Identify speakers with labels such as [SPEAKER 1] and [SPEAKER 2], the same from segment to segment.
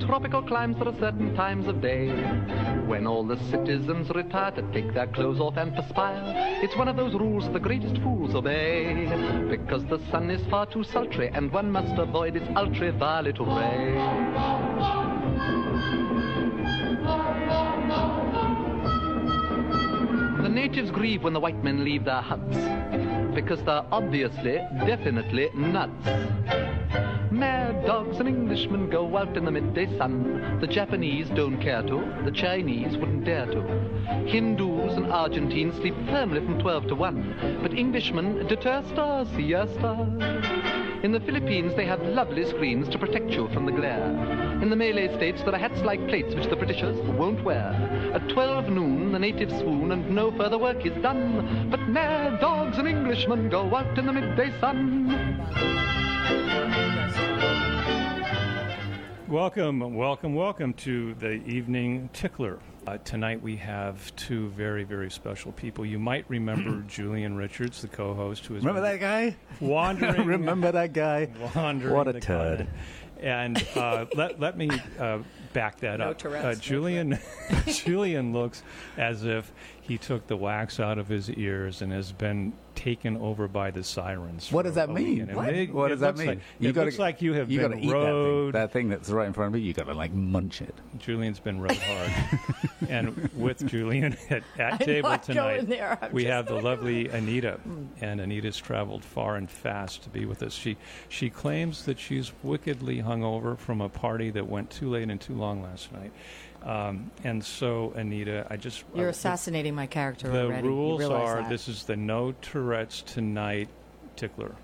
[SPEAKER 1] tropical climes there are certain times of day when all the citizens retire to take their clothes off and perspire. It's one of those rules the greatest fools obey because the sun is far too sultry and one must avoid its ultraviolet ray. The natives grieve when the white men leave their huts because they're obviously, definitely nuts. Mad dogs and Englishmen go out in the midday sun. The Japanese don't care to. The Chinese wouldn't dare to. Hindus and Argentines sleep firmly from 12 to 1. But Englishmen detesta siesta. In the Philippines, they have lovely screens to protect you from the glare. In the Malay states, there are hats like plates which the Britishers won't wear. At 12 noon, the natives swoon and no further work is done. But mad dogs and Englishmen go out in the midday sun.
[SPEAKER 2] Welcome, welcome, welcome to the evening tickler. Uh, tonight we have two very, very special people. You might remember Julian Richards, the co-host, who is
[SPEAKER 3] Remember that guy?
[SPEAKER 2] wandering,
[SPEAKER 3] Remember that guy?
[SPEAKER 2] wandering.
[SPEAKER 3] What a
[SPEAKER 2] the
[SPEAKER 3] turd.
[SPEAKER 2] continent. And uh, let let me uh, back that
[SPEAKER 4] No
[SPEAKER 2] up.
[SPEAKER 4] Tourette's,
[SPEAKER 2] uh,
[SPEAKER 4] no
[SPEAKER 2] Julian Julian looks as if he took the wax out of his ears and has been taken over by the sirens.
[SPEAKER 3] What
[SPEAKER 2] for
[SPEAKER 3] does that
[SPEAKER 2] Oh, a
[SPEAKER 3] mean?
[SPEAKER 2] weekend. It
[SPEAKER 3] What,
[SPEAKER 2] may-
[SPEAKER 3] What
[SPEAKER 2] it
[SPEAKER 3] does that
[SPEAKER 2] looks
[SPEAKER 3] mean?
[SPEAKER 2] Like, it looks like you have
[SPEAKER 3] you
[SPEAKER 2] been
[SPEAKER 3] gotta eat
[SPEAKER 2] rode
[SPEAKER 3] that thing. That thing that's right in front of you. You got to like munch it.
[SPEAKER 2] Julian's been rode hard, and with Julian at, at
[SPEAKER 4] know,
[SPEAKER 2] table
[SPEAKER 4] I go
[SPEAKER 2] tonight,
[SPEAKER 4] in there, I'm
[SPEAKER 2] we
[SPEAKER 4] just-
[SPEAKER 2] have the lovely Anita,
[SPEAKER 4] Hmm.
[SPEAKER 2] and Anita's traveled far and fast to be with us. She she claims that she's wickedly hungover from a party that went too late and too long last night, um, and so Anita, I just
[SPEAKER 4] You're
[SPEAKER 2] I-
[SPEAKER 4] assassinating my character
[SPEAKER 2] the
[SPEAKER 4] already. You
[SPEAKER 2] rules
[SPEAKER 4] realize
[SPEAKER 2] are
[SPEAKER 4] that.
[SPEAKER 2] this is the no Tourette's tonight tickler.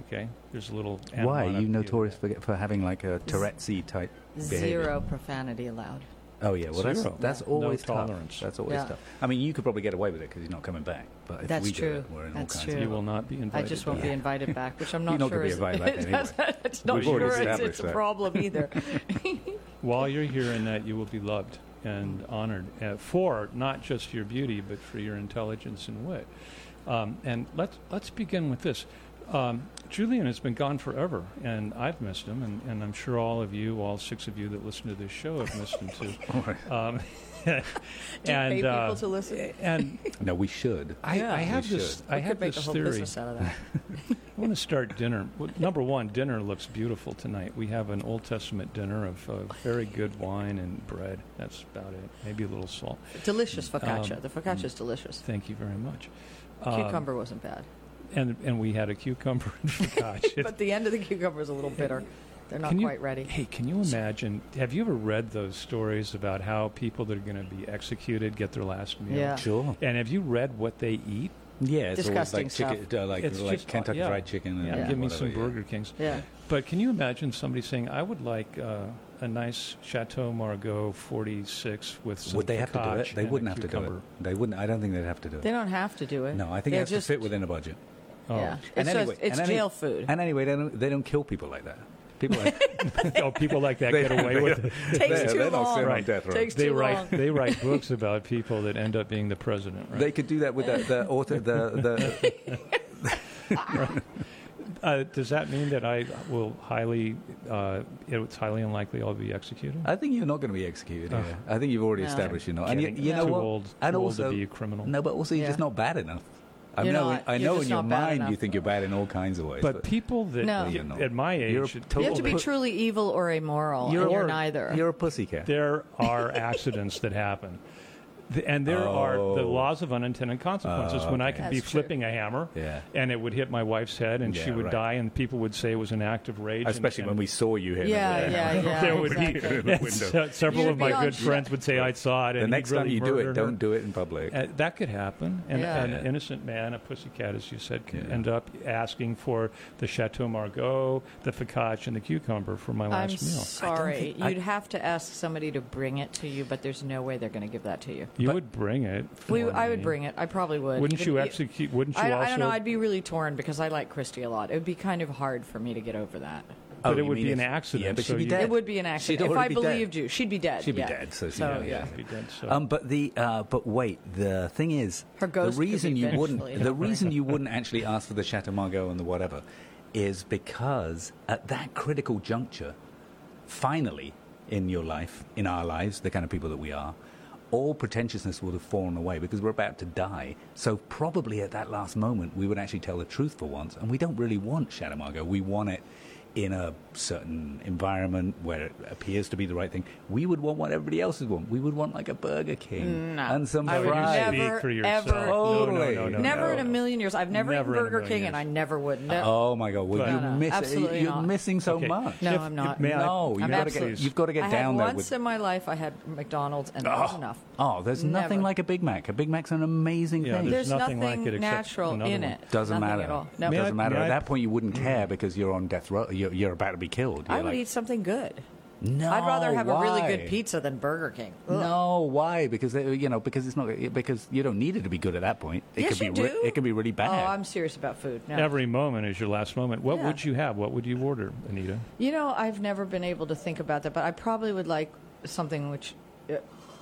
[SPEAKER 2] Okay, there's a little.
[SPEAKER 3] Why
[SPEAKER 2] animal
[SPEAKER 3] are you
[SPEAKER 2] up here.
[SPEAKER 3] notorious for, for having like a Tourette's type behavior?
[SPEAKER 4] zero profanity allowed.
[SPEAKER 3] Oh yeah, well
[SPEAKER 2] Zero.
[SPEAKER 3] that's that's
[SPEAKER 2] No
[SPEAKER 3] always tough.
[SPEAKER 2] tolerance.
[SPEAKER 3] That's always
[SPEAKER 4] Yeah.
[SPEAKER 3] tough. I mean, you could probably get away with it because he's not coming back. But if
[SPEAKER 4] That's
[SPEAKER 3] we
[SPEAKER 4] true.
[SPEAKER 3] do it, we're in
[SPEAKER 4] That's
[SPEAKER 3] all kinds
[SPEAKER 4] true.
[SPEAKER 3] of
[SPEAKER 2] You will not be
[SPEAKER 4] I
[SPEAKER 2] invited.
[SPEAKER 4] just won't be
[SPEAKER 2] back.
[SPEAKER 4] invited back, which I'm not
[SPEAKER 3] You're not
[SPEAKER 4] sure
[SPEAKER 3] gonna be
[SPEAKER 4] is
[SPEAKER 3] invited back anyway.
[SPEAKER 4] it's not
[SPEAKER 3] We've
[SPEAKER 4] sure
[SPEAKER 3] already
[SPEAKER 4] it's,
[SPEAKER 3] established
[SPEAKER 4] it's a
[SPEAKER 3] that.
[SPEAKER 4] problem either.
[SPEAKER 2] While you're here in that, you will be loved and honored uh, for not just your beauty, but for your intelligence and wit. Um, and let's let's begin with this. Um, Julian has been gone forever, and I've missed him, and, and I'm sure all of you, all six of you that listen to this show, have missed him too. Um,
[SPEAKER 4] Pay
[SPEAKER 2] and
[SPEAKER 4] people
[SPEAKER 2] uh,
[SPEAKER 4] to listen.
[SPEAKER 2] and
[SPEAKER 3] No, we should.
[SPEAKER 2] I,
[SPEAKER 4] Yeah.
[SPEAKER 2] I
[SPEAKER 4] We
[SPEAKER 2] have this
[SPEAKER 3] should.
[SPEAKER 2] I
[SPEAKER 4] We
[SPEAKER 2] have
[SPEAKER 4] could make
[SPEAKER 2] this
[SPEAKER 4] a whole
[SPEAKER 2] theory.
[SPEAKER 4] business out of that.
[SPEAKER 2] I want to start dinner. Well, number one, dinner looks beautiful tonight. We have an Old Testament dinner of uh, very good wine and bread. That's about it. Maybe a little salt.
[SPEAKER 4] Delicious
[SPEAKER 3] Um,
[SPEAKER 4] focaccia. the focaccia
[SPEAKER 3] hmm.
[SPEAKER 4] is delicious.
[SPEAKER 2] Thank you very much. Um,
[SPEAKER 4] Cucumber wasn't bad,
[SPEAKER 2] and and we had a cucumber and focaccia.
[SPEAKER 4] but the end of the cucumber is a little bitter. They're not
[SPEAKER 2] Can you-
[SPEAKER 4] quite ready.
[SPEAKER 2] Hey, can you imagine? Have you ever read those stories about how people that are going to be executed get their last meal?
[SPEAKER 4] Yeah.
[SPEAKER 3] Sure.
[SPEAKER 2] And have you read what they eat?
[SPEAKER 3] Yeah, it's always
[SPEAKER 4] Disgusting
[SPEAKER 3] like chicken, uh, like,
[SPEAKER 2] It's
[SPEAKER 3] like
[SPEAKER 2] just-
[SPEAKER 3] Kentucky
[SPEAKER 2] yeah.
[SPEAKER 3] Fried Chicken. And
[SPEAKER 2] Yeah, give me
[SPEAKER 3] whatever,
[SPEAKER 2] some
[SPEAKER 3] yeah.
[SPEAKER 2] Burger Kings.
[SPEAKER 4] Yeah.
[SPEAKER 2] But can you imagine somebody saying, "I would like uh, a nice Chateau Margaux 46 with some
[SPEAKER 3] Would they have to do
[SPEAKER 2] focaccia
[SPEAKER 3] it? They
[SPEAKER 2] and a
[SPEAKER 3] wouldn't have to do
[SPEAKER 2] cucumber.
[SPEAKER 3] it. They wouldn't. I don't think they'd have to do it.
[SPEAKER 4] They don't have to do it.
[SPEAKER 3] no, I think it
[SPEAKER 4] They're
[SPEAKER 3] has
[SPEAKER 4] just,
[SPEAKER 3] to fit within a budget.
[SPEAKER 2] Oh.
[SPEAKER 4] Yeah. It's,
[SPEAKER 3] anyway,
[SPEAKER 4] just, it's
[SPEAKER 3] and any-
[SPEAKER 4] jail food.
[SPEAKER 3] And anyway, they don't, they don't kill people like that. People like,
[SPEAKER 2] oh, people like that
[SPEAKER 3] They-
[SPEAKER 2] get away with it.
[SPEAKER 4] Takes
[SPEAKER 3] they,
[SPEAKER 4] too
[SPEAKER 3] they don't
[SPEAKER 4] long.
[SPEAKER 3] sit on
[SPEAKER 2] Right.
[SPEAKER 3] death row.
[SPEAKER 4] Takes- It's
[SPEAKER 2] They
[SPEAKER 4] too
[SPEAKER 2] write
[SPEAKER 4] long.
[SPEAKER 2] they write books about people that end up being the president. Right?
[SPEAKER 3] They could do that with the, the author. The, the
[SPEAKER 2] Uh, does that mean that I will highly? Uh, it's highly unlikely I'll be executed.
[SPEAKER 3] I think you're not going to be executed.
[SPEAKER 2] Oh.
[SPEAKER 3] here. I think you've already
[SPEAKER 4] No.
[SPEAKER 3] established you're not. And you,
[SPEAKER 2] Getting
[SPEAKER 3] you know
[SPEAKER 2] too
[SPEAKER 3] what?
[SPEAKER 2] old-
[SPEAKER 3] and
[SPEAKER 2] too old to
[SPEAKER 3] also,
[SPEAKER 2] be a criminal.
[SPEAKER 3] No, but also you're just
[SPEAKER 4] Yeah.
[SPEAKER 3] not bad enough. I
[SPEAKER 4] You're
[SPEAKER 3] know.
[SPEAKER 4] not.
[SPEAKER 3] I
[SPEAKER 4] You're
[SPEAKER 3] know
[SPEAKER 4] just
[SPEAKER 3] in your
[SPEAKER 4] not bad
[SPEAKER 3] mind
[SPEAKER 4] enough.
[SPEAKER 3] you think you're bad in all kinds of ways.
[SPEAKER 2] But people that
[SPEAKER 4] No.
[SPEAKER 3] You're not.
[SPEAKER 2] at my age,
[SPEAKER 3] You're
[SPEAKER 2] it-
[SPEAKER 3] total
[SPEAKER 4] you have to be
[SPEAKER 3] Well,
[SPEAKER 4] truly evil or amoral,
[SPEAKER 3] you're,
[SPEAKER 4] and you're neither.
[SPEAKER 3] You're a pussycat.
[SPEAKER 2] there are accidents that happen. The- And there are the
[SPEAKER 3] Oh.
[SPEAKER 2] laws of unintended consequences. When I could be
[SPEAKER 4] That's true.
[SPEAKER 2] flipping a hammer,
[SPEAKER 3] Yeah.
[SPEAKER 2] and it would hit my wife's head, and she
[SPEAKER 3] Yeah,
[SPEAKER 2] would
[SPEAKER 3] right.
[SPEAKER 2] die, and people would say it was an act of rage. and-
[SPEAKER 3] Especially when
[SPEAKER 2] and
[SPEAKER 3] we saw you here.
[SPEAKER 4] yeah, yeah, yeah.
[SPEAKER 2] there would
[SPEAKER 4] exactly.
[SPEAKER 2] be and so- several
[SPEAKER 4] You'd
[SPEAKER 2] of
[SPEAKER 4] be
[SPEAKER 2] my
[SPEAKER 4] on
[SPEAKER 2] good
[SPEAKER 4] ju-
[SPEAKER 2] friends would say I saw it.
[SPEAKER 3] The
[SPEAKER 2] and he
[SPEAKER 3] next time
[SPEAKER 2] really
[SPEAKER 3] you do
[SPEAKER 2] murdered her.
[SPEAKER 3] it, don't do it in public.
[SPEAKER 2] Uh, that could happen. And
[SPEAKER 4] Yeah.
[SPEAKER 2] an
[SPEAKER 3] Yeah.
[SPEAKER 2] innocent man, a pussycat, as you said, can
[SPEAKER 3] Yeah.
[SPEAKER 2] end up asking for the Chateau Margaux, the focaccia, and the cucumber for my
[SPEAKER 4] I'm
[SPEAKER 2] last meal.
[SPEAKER 4] sorry.
[SPEAKER 3] think- I-
[SPEAKER 4] You'd have to ask somebody to bring it to you, but there's no way they're going to give that to you.
[SPEAKER 2] You would bring it.
[SPEAKER 4] We,
[SPEAKER 2] for
[SPEAKER 4] I would
[SPEAKER 2] me.
[SPEAKER 4] bring it. I probably would.
[SPEAKER 2] Wouldn't
[SPEAKER 4] Even-
[SPEAKER 2] you execute? Wouldn't you
[SPEAKER 4] I,
[SPEAKER 2] also?
[SPEAKER 4] I don't know. I'd be really torn because I like Christy a lot. It would be kind of hard for me to get over that.
[SPEAKER 2] but
[SPEAKER 3] Oh,
[SPEAKER 2] it
[SPEAKER 3] you
[SPEAKER 2] would
[SPEAKER 3] mean
[SPEAKER 2] be an
[SPEAKER 3] if-
[SPEAKER 2] accident.
[SPEAKER 3] yeah, but
[SPEAKER 2] so
[SPEAKER 3] she'd be
[SPEAKER 2] you-
[SPEAKER 3] dead.
[SPEAKER 4] It would be an
[SPEAKER 3] She'd
[SPEAKER 4] accident. If
[SPEAKER 3] already
[SPEAKER 4] I
[SPEAKER 3] be dead.
[SPEAKER 4] believed you, she'd be dead.
[SPEAKER 3] She'd be
[SPEAKER 4] yeah.
[SPEAKER 3] dead, so she- yeah, yeah.
[SPEAKER 2] Be dead, so-
[SPEAKER 3] Um, but the uh, but wait, the thing is,
[SPEAKER 4] Her ghost
[SPEAKER 3] the
[SPEAKER 4] could
[SPEAKER 3] reason
[SPEAKER 4] be
[SPEAKER 3] you
[SPEAKER 4] vengefully
[SPEAKER 3] wouldn't the
[SPEAKER 4] helping.
[SPEAKER 3] reason you wouldn't actually ask for the Chateau Margaux and the whatever is because at that critical juncture, finally, in your life, in our lives, the kind of people that we are, all pretentiousness would have fallen away because we're about to die. So probably at that last moment, we would actually tell the truth for once. And we don't really want Shadow Margot. We want it in a certain environment where it appears to be the right thing. We would want what everybody else would want. We would want like a Burger King
[SPEAKER 4] No.
[SPEAKER 3] and some
[SPEAKER 4] I would
[SPEAKER 3] fries.
[SPEAKER 4] never-
[SPEAKER 2] Speak for yourself.
[SPEAKER 4] ever-
[SPEAKER 2] No, no,
[SPEAKER 3] Totally.
[SPEAKER 2] no, no,
[SPEAKER 4] never
[SPEAKER 2] no.
[SPEAKER 4] in a million years. I've never,
[SPEAKER 2] Never in a
[SPEAKER 4] eaten Burger
[SPEAKER 2] million
[SPEAKER 4] King,
[SPEAKER 2] years.
[SPEAKER 4] and I never would. No.
[SPEAKER 3] Oh my God! Well,
[SPEAKER 2] But-
[SPEAKER 3] you
[SPEAKER 2] No,
[SPEAKER 4] no,
[SPEAKER 3] miss
[SPEAKER 4] absolutely
[SPEAKER 3] You're
[SPEAKER 4] not.
[SPEAKER 3] missing so
[SPEAKER 2] Okay.
[SPEAKER 3] much.
[SPEAKER 4] No, I'm not.
[SPEAKER 2] May I-
[SPEAKER 3] No, you've
[SPEAKER 4] I'm
[SPEAKER 3] got to
[SPEAKER 4] absolutely-
[SPEAKER 3] get you've got to
[SPEAKER 4] I
[SPEAKER 3] get
[SPEAKER 4] had
[SPEAKER 3] down there
[SPEAKER 4] once
[SPEAKER 3] with.
[SPEAKER 4] in my life I had McDonald's, and that was enough.
[SPEAKER 3] Oh, there's nothing
[SPEAKER 4] Never.
[SPEAKER 3] like a Big Mac. A Big Mac's an amazing
[SPEAKER 2] Yeah,
[SPEAKER 3] thing.
[SPEAKER 2] there's-
[SPEAKER 4] There's
[SPEAKER 2] nothing
[SPEAKER 4] nothing,
[SPEAKER 2] like it except
[SPEAKER 4] natural
[SPEAKER 2] another
[SPEAKER 4] in
[SPEAKER 2] one.
[SPEAKER 4] it.
[SPEAKER 3] Doesn't
[SPEAKER 4] Nothing
[SPEAKER 3] matter.
[SPEAKER 4] At all. No.
[SPEAKER 2] May I-
[SPEAKER 3] Doesn't matter.
[SPEAKER 2] may I- Mm.
[SPEAKER 3] At that point, you wouldn't care because you're on death row. You're, you're about to be killed. You're
[SPEAKER 4] I would
[SPEAKER 3] like,
[SPEAKER 4] eat something good.
[SPEAKER 3] No,
[SPEAKER 4] I'd rather have a really
[SPEAKER 3] why?"
[SPEAKER 4] good pizza than Burger King. Ugh.
[SPEAKER 3] No, why? Because they, you know, because it's not uh, because you don't need it to be good at that point. It
[SPEAKER 4] yes,
[SPEAKER 3] could
[SPEAKER 4] you
[SPEAKER 3] be re-
[SPEAKER 4] do.
[SPEAKER 3] it could be really bad.
[SPEAKER 4] Oh, I'm serious about food. No.
[SPEAKER 2] Every moment is your last moment. What
[SPEAKER 4] Yeah.
[SPEAKER 2] would you have? What would you order, Anita?
[SPEAKER 4] You know, I've never been able to think about that, but I probably would like something which uh,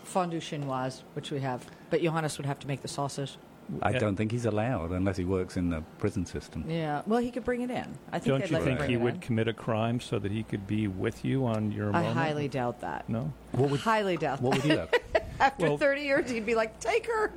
[SPEAKER 4] fondue chinoise, which we have. But Johannes would have to make the sausage.
[SPEAKER 3] I do not think he's allowed unless he works in the prison system.
[SPEAKER 4] Yeah. Well, he could bring it in. I think
[SPEAKER 2] Don't
[SPEAKER 4] they'd
[SPEAKER 2] you
[SPEAKER 4] let him
[SPEAKER 2] think
[SPEAKER 4] bring
[SPEAKER 2] he
[SPEAKER 4] it
[SPEAKER 2] would
[SPEAKER 4] in.
[SPEAKER 2] commit a crime so that he could be with you on your
[SPEAKER 4] I
[SPEAKER 2] moment?
[SPEAKER 4] highly doubt that.
[SPEAKER 2] no.
[SPEAKER 3] What would
[SPEAKER 4] highly doubt
[SPEAKER 3] what
[SPEAKER 4] that.
[SPEAKER 3] would you have?
[SPEAKER 4] After
[SPEAKER 2] well-
[SPEAKER 4] 30 years, he'd be like, take her.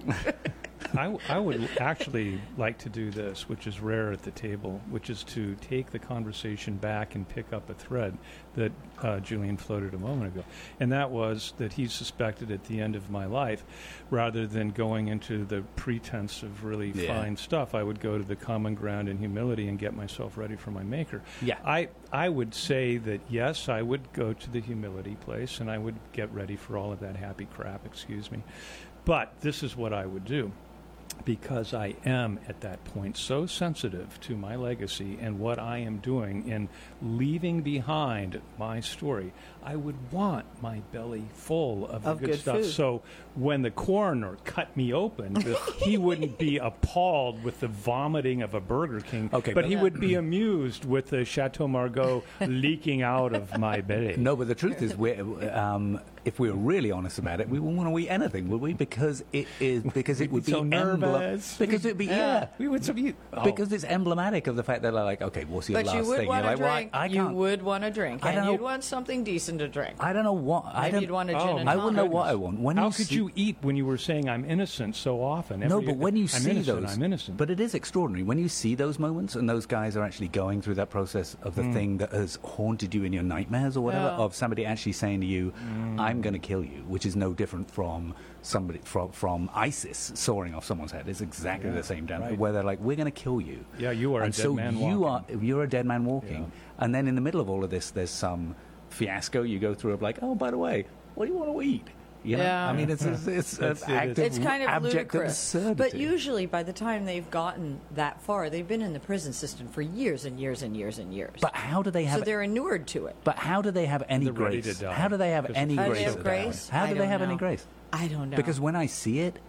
[SPEAKER 2] I, w- I would actually like to do this, which is rare at the table, which is to take the conversation back and pick up a thread that uh, Julian floated a moment ago. And that was that he suspected at the end of my life, rather than going into the pretense of really
[SPEAKER 3] Yeah.
[SPEAKER 2] fine stuff, I would go to the common ground in humility and get myself ready for my maker.
[SPEAKER 3] Yeah.
[SPEAKER 2] I, I would say that yes, I would go to the humility place and I would get ready for all of that happy crap, excuse me. But this is what I would do because I am at that point so sensitive to my legacy and what I am doing in leaving behind my story, I would want my belly full of, the
[SPEAKER 4] Of
[SPEAKER 2] good,
[SPEAKER 4] good
[SPEAKER 2] stuff.
[SPEAKER 4] food.
[SPEAKER 2] So when the coroner cut me open, he wouldn't be appalled with the vomiting of a Burger King,
[SPEAKER 3] Okay,
[SPEAKER 2] but
[SPEAKER 3] but-
[SPEAKER 2] he would be amused with the Chateau Margaux leaking out of my belly.
[SPEAKER 3] No, but the truth is, we're, um, if we were really honest about it, we wouldn't want to eat anything, would we? Because it is because it would be
[SPEAKER 2] so
[SPEAKER 3] emblem-
[SPEAKER 2] nervous.
[SPEAKER 3] Because it'd be yeah.
[SPEAKER 2] we would sub you. Oh.
[SPEAKER 3] Because it's emblematic of the fact that they're like, okay, what's your
[SPEAKER 4] But
[SPEAKER 3] last
[SPEAKER 4] you would
[SPEAKER 3] thing? You're
[SPEAKER 4] want to
[SPEAKER 3] like, well, I-
[SPEAKER 4] drink.
[SPEAKER 3] I
[SPEAKER 4] you
[SPEAKER 3] can't.
[SPEAKER 4] would want to drink.
[SPEAKER 3] I
[SPEAKER 4] and
[SPEAKER 3] don't-
[SPEAKER 4] you'd want something decent to drink.
[SPEAKER 3] I don't know what. I
[SPEAKER 4] Maybe
[SPEAKER 3] don't, Oh,
[SPEAKER 4] you'd want a gin and
[SPEAKER 3] I wouldn't know
[SPEAKER 4] tonic.
[SPEAKER 3] what I want. When
[SPEAKER 2] How
[SPEAKER 3] you
[SPEAKER 2] could
[SPEAKER 3] see-
[SPEAKER 2] you eat when you were saying I'm innocent so often?
[SPEAKER 3] No,
[SPEAKER 2] Every-
[SPEAKER 3] but when you
[SPEAKER 2] I'm
[SPEAKER 3] see
[SPEAKER 2] innocent,
[SPEAKER 3] those,
[SPEAKER 2] I'm innocent.
[SPEAKER 3] But it is extraordinary when you see those moments and those guys are actually going through that process of
[SPEAKER 2] Mm.
[SPEAKER 3] the thing that has haunted you in your nightmares or whatever.
[SPEAKER 4] Yeah.
[SPEAKER 3] Of somebody actually saying to you,
[SPEAKER 2] Mm.
[SPEAKER 3] "I'm going to kill you," which is no different from somebody from, from ISIS soaring off someone's head. It's exactly the same down
[SPEAKER 2] right.
[SPEAKER 3] where they're like, "We're going to kill you."
[SPEAKER 2] Yeah, you are a
[SPEAKER 3] And
[SPEAKER 2] dead
[SPEAKER 3] so
[SPEAKER 2] man
[SPEAKER 3] you
[SPEAKER 2] walking.
[SPEAKER 3] are you're a dead man walking. And then in the middle of all of this, there's some fiasco you go through of like, oh, by the way, what do you want to eat? You know?
[SPEAKER 4] Yeah.
[SPEAKER 3] I mean, it's it's, it's,
[SPEAKER 2] It's-
[SPEAKER 3] an
[SPEAKER 2] it
[SPEAKER 3] act
[SPEAKER 2] is.
[SPEAKER 4] It's kind of
[SPEAKER 3] abject
[SPEAKER 4] ludicrous.
[SPEAKER 3] absurdity.
[SPEAKER 4] But usually, by the time they've gotten that far, they've been in the prison system for years and years and years and years.
[SPEAKER 3] But how do they have?
[SPEAKER 4] so they're inured to it.
[SPEAKER 3] but how do they have any
[SPEAKER 2] They're ready
[SPEAKER 3] grace?
[SPEAKER 2] to die
[SPEAKER 3] How do they have
[SPEAKER 2] because
[SPEAKER 3] any
[SPEAKER 2] of-
[SPEAKER 4] How do
[SPEAKER 3] grace?
[SPEAKER 4] they have
[SPEAKER 3] at that
[SPEAKER 4] grace?
[SPEAKER 3] point? How
[SPEAKER 4] I
[SPEAKER 3] do they
[SPEAKER 4] don't
[SPEAKER 3] have
[SPEAKER 4] know.
[SPEAKER 3] any grace?
[SPEAKER 4] I don't know.
[SPEAKER 3] Because when I see it,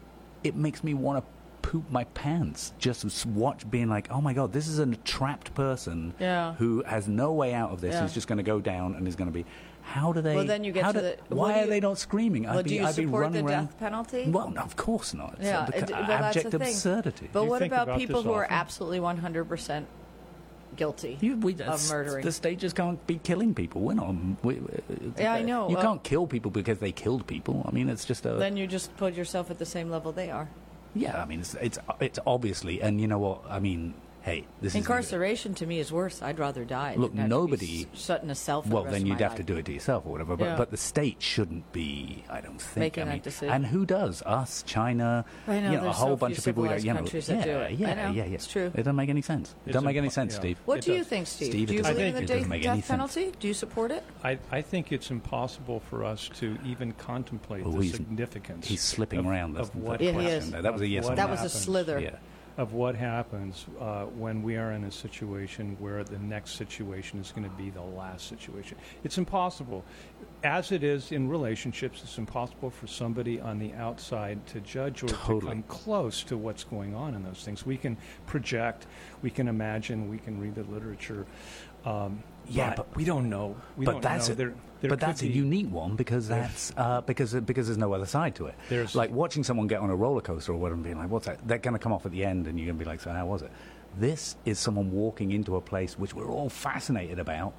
[SPEAKER 3] it makes me want to poop my pants. Just s- watch, being like, oh my god, this is a trapped person
[SPEAKER 4] Yeah.
[SPEAKER 3] who has no way out of this.
[SPEAKER 4] Yeah.
[SPEAKER 3] Who's just going to go down and is going to be. How do they?
[SPEAKER 4] Well, then you get
[SPEAKER 3] how
[SPEAKER 4] to
[SPEAKER 3] do-
[SPEAKER 4] the-
[SPEAKER 3] why
[SPEAKER 4] what do
[SPEAKER 3] are
[SPEAKER 4] you-
[SPEAKER 3] they not screaming?
[SPEAKER 4] Well,
[SPEAKER 3] I'd be,
[SPEAKER 4] do you
[SPEAKER 3] I'd be
[SPEAKER 4] support
[SPEAKER 3] running
[SPEAKER 4] the
[SPEAKER 3] around.
[SPEAKER 4] death penalty?
[SPEAKER 3] Well, no, of course not. It's
[SPEAKER 4] yeah,
[SPEAKER 3] a-
[SPEAKER 4] it- well, that's
[SPEAKER 3] abject
[SPEAKER 4] the thing.
[SPEAKER 3] absurdity.
[SPEAKER 4] But
[SPEAKER 2] You
[SPEAKER 4] what
[SPEAKER 2] think
[SPEAKER 4] about,
[SPEAKER 2] about
[SPEAKER 4] people
[SPEAKER 2] this
[SPEAKER 4] who are
[SPEAKER 2] often?
[SPEAKER 4] absolutely 100% guilty
[SPEAKER 3] You, we,
[SPEAKER 4] of murdering?
[SPEAKER 3] The state just can't be killing people. We're not. We, uh,
[SPEAKER 4] Yeah, I know.
[SPEAKER 3] You
[SPEAKER 4] Uh,
[SPEAKER 3] can't kill people because they killed people. I mean, it's just a.
[SPEAKER 4] then you just put yourself at the same level they are.
[SPEAKER 3] yeah, I mean, it's it's it's obviously, and you know what? I mean, hey, this
[SPEAKER 4] Incarceration to me is worse. I'd rather die.
[SPEAKER 3] Look,
[SPEAKER 4] than have to be
[SPEAKER 3] nobody-
[SPEAKER 4] s- shut in a cell. For
[SPEAKER 3] is. Well,
[SPEAKER 4] the rest
[SPEAKER 3] then
[SPEAKER 4] of
[SPEAKER 3] you'd
[SPEAKER 4] my
[SPEAKER 3] have to
[SPEAKER 4] life.
[SPEAKER 3] do it to yourself or whatever. But
[SPEAKER 4] Yeah.
[SPEAKER 3] but the state shouldn't be. I don't think.
[SPEAKER 4] Making
[SPEAKER 3] I
[SPEAKER 4] that
[SPEAKER 3] mean,
[SPEAKER 4] decision.
[SPEAKER 3] And who does? Us, China.
[SPEAKER 4] I know,
[SPEAKER 3] you know, a
[SPEAKER 4] there's
[SPEAKER 3] whole
[SPEAKER 4] so
[SPEAKER 3] bunch
[SPEAKER 4] few
[SPEAKER 3] of people. we don't-
[SPEAKER 4] civilized
[SPEAKER 3] you know,
[SPEAKER 4] countries
[SPEAKER 3] yeah,
[SPEAKER 4] that do it. I
[SPEAKER 3] Yeah,
[SPEAKER 4] know,
[SPEAKER 3] yeah, yeah.
[SPEAKER 4] it's true.
[SPEAKER 3] It doesn't make any sense. It doesn't make any
[SPEAKER 2] impo-
[SPEAKER 3] sense,
[SPEAKER 2] yeah.
[SPEAKER 3] Steve.
[SPEAKER 4] What
[SPEAKER 2] It
[SPEAKER 4] do you
[SPEAKER 2] does.
[SPEAKER 4] think, Steve?
[SPEAKER 3] Steve, it
[SPEAKER 4] do you
[SPEAKER 3] doesn't
[SPEAKER 4] believe in the
[SPEAKER 2] make-
[SPEAKER 3] it doesn't
[SPEAKER 4] death,
[SPEAKER 3] make any
[SPEAKER 4] death
[SPEAKER 3] sense.
[SPEAKER 4] penalty? Do you support it?
[SPEAKER 2] I, I think it's impossible for us to even contemplate
[SPEAKER 3] Oh,
[SPEAKER 2] the
[SPEAKER 3] he's-
[SPEAKER 2] significance.
[SPEAKER 3] He's slipping
[SPEAKER 2] of,
[SPEAKER 3] around. That's
[SPEAKER 2] of what
[SPEAKER 3] the
[SPEAKER 4] Yeah, he
[SPEAKER 3] question.
[SPEAKER 4] is.
[SPEAKER 3] though. That was a yes.
[SPEAKER 2] Of
[SPEAKER 3] or
[SPEAKER 2] what
[SPEAKER 4] That
[SPEAKER 3] no.
[SPEAKER 4] was a
[SPEAKER 2] happens.
[SPEAKER 4] slither.
[SPEAKER 3] Yeah.
[SPEAKER 2] of what happens uh, when we are in a situation where the next situation is going to be the last situation. It's impossible. As it is in relationships, it's impossible for somebody on the outside to judge or to
[SPEAKER 3] Totally.
[SPEAKER 2] come close to what's going on in those things. We can project, we can imagine, we can read the literature. Um,
[SPEAKER 3] Yeah, but-
[SPEAKER 2] we don't know. We
[SPEAKER 3] but
[SPEAKER 2] don't
[SPEAKER 3] that's
[SPEAKER 2] know.
[SPEAKER 3] a,
[SPEAKER 2] There- there
[SPEAKER 3] but
[SPEAKER 2] could
[SPEAKER 3] that's a
[SPEAKER 2] be-
[SPEAKER 3] unique one because that's uh, because because there's no other side to it.
[SPEAKER 2] There's-
[SPEAKER 3] like watching someone get on a roller coaster or whatever and being like, "What's that?" They're going to come off at the end, and you're going to be like, "So how was it?" This is someone walking into a place which we're all fascinated about,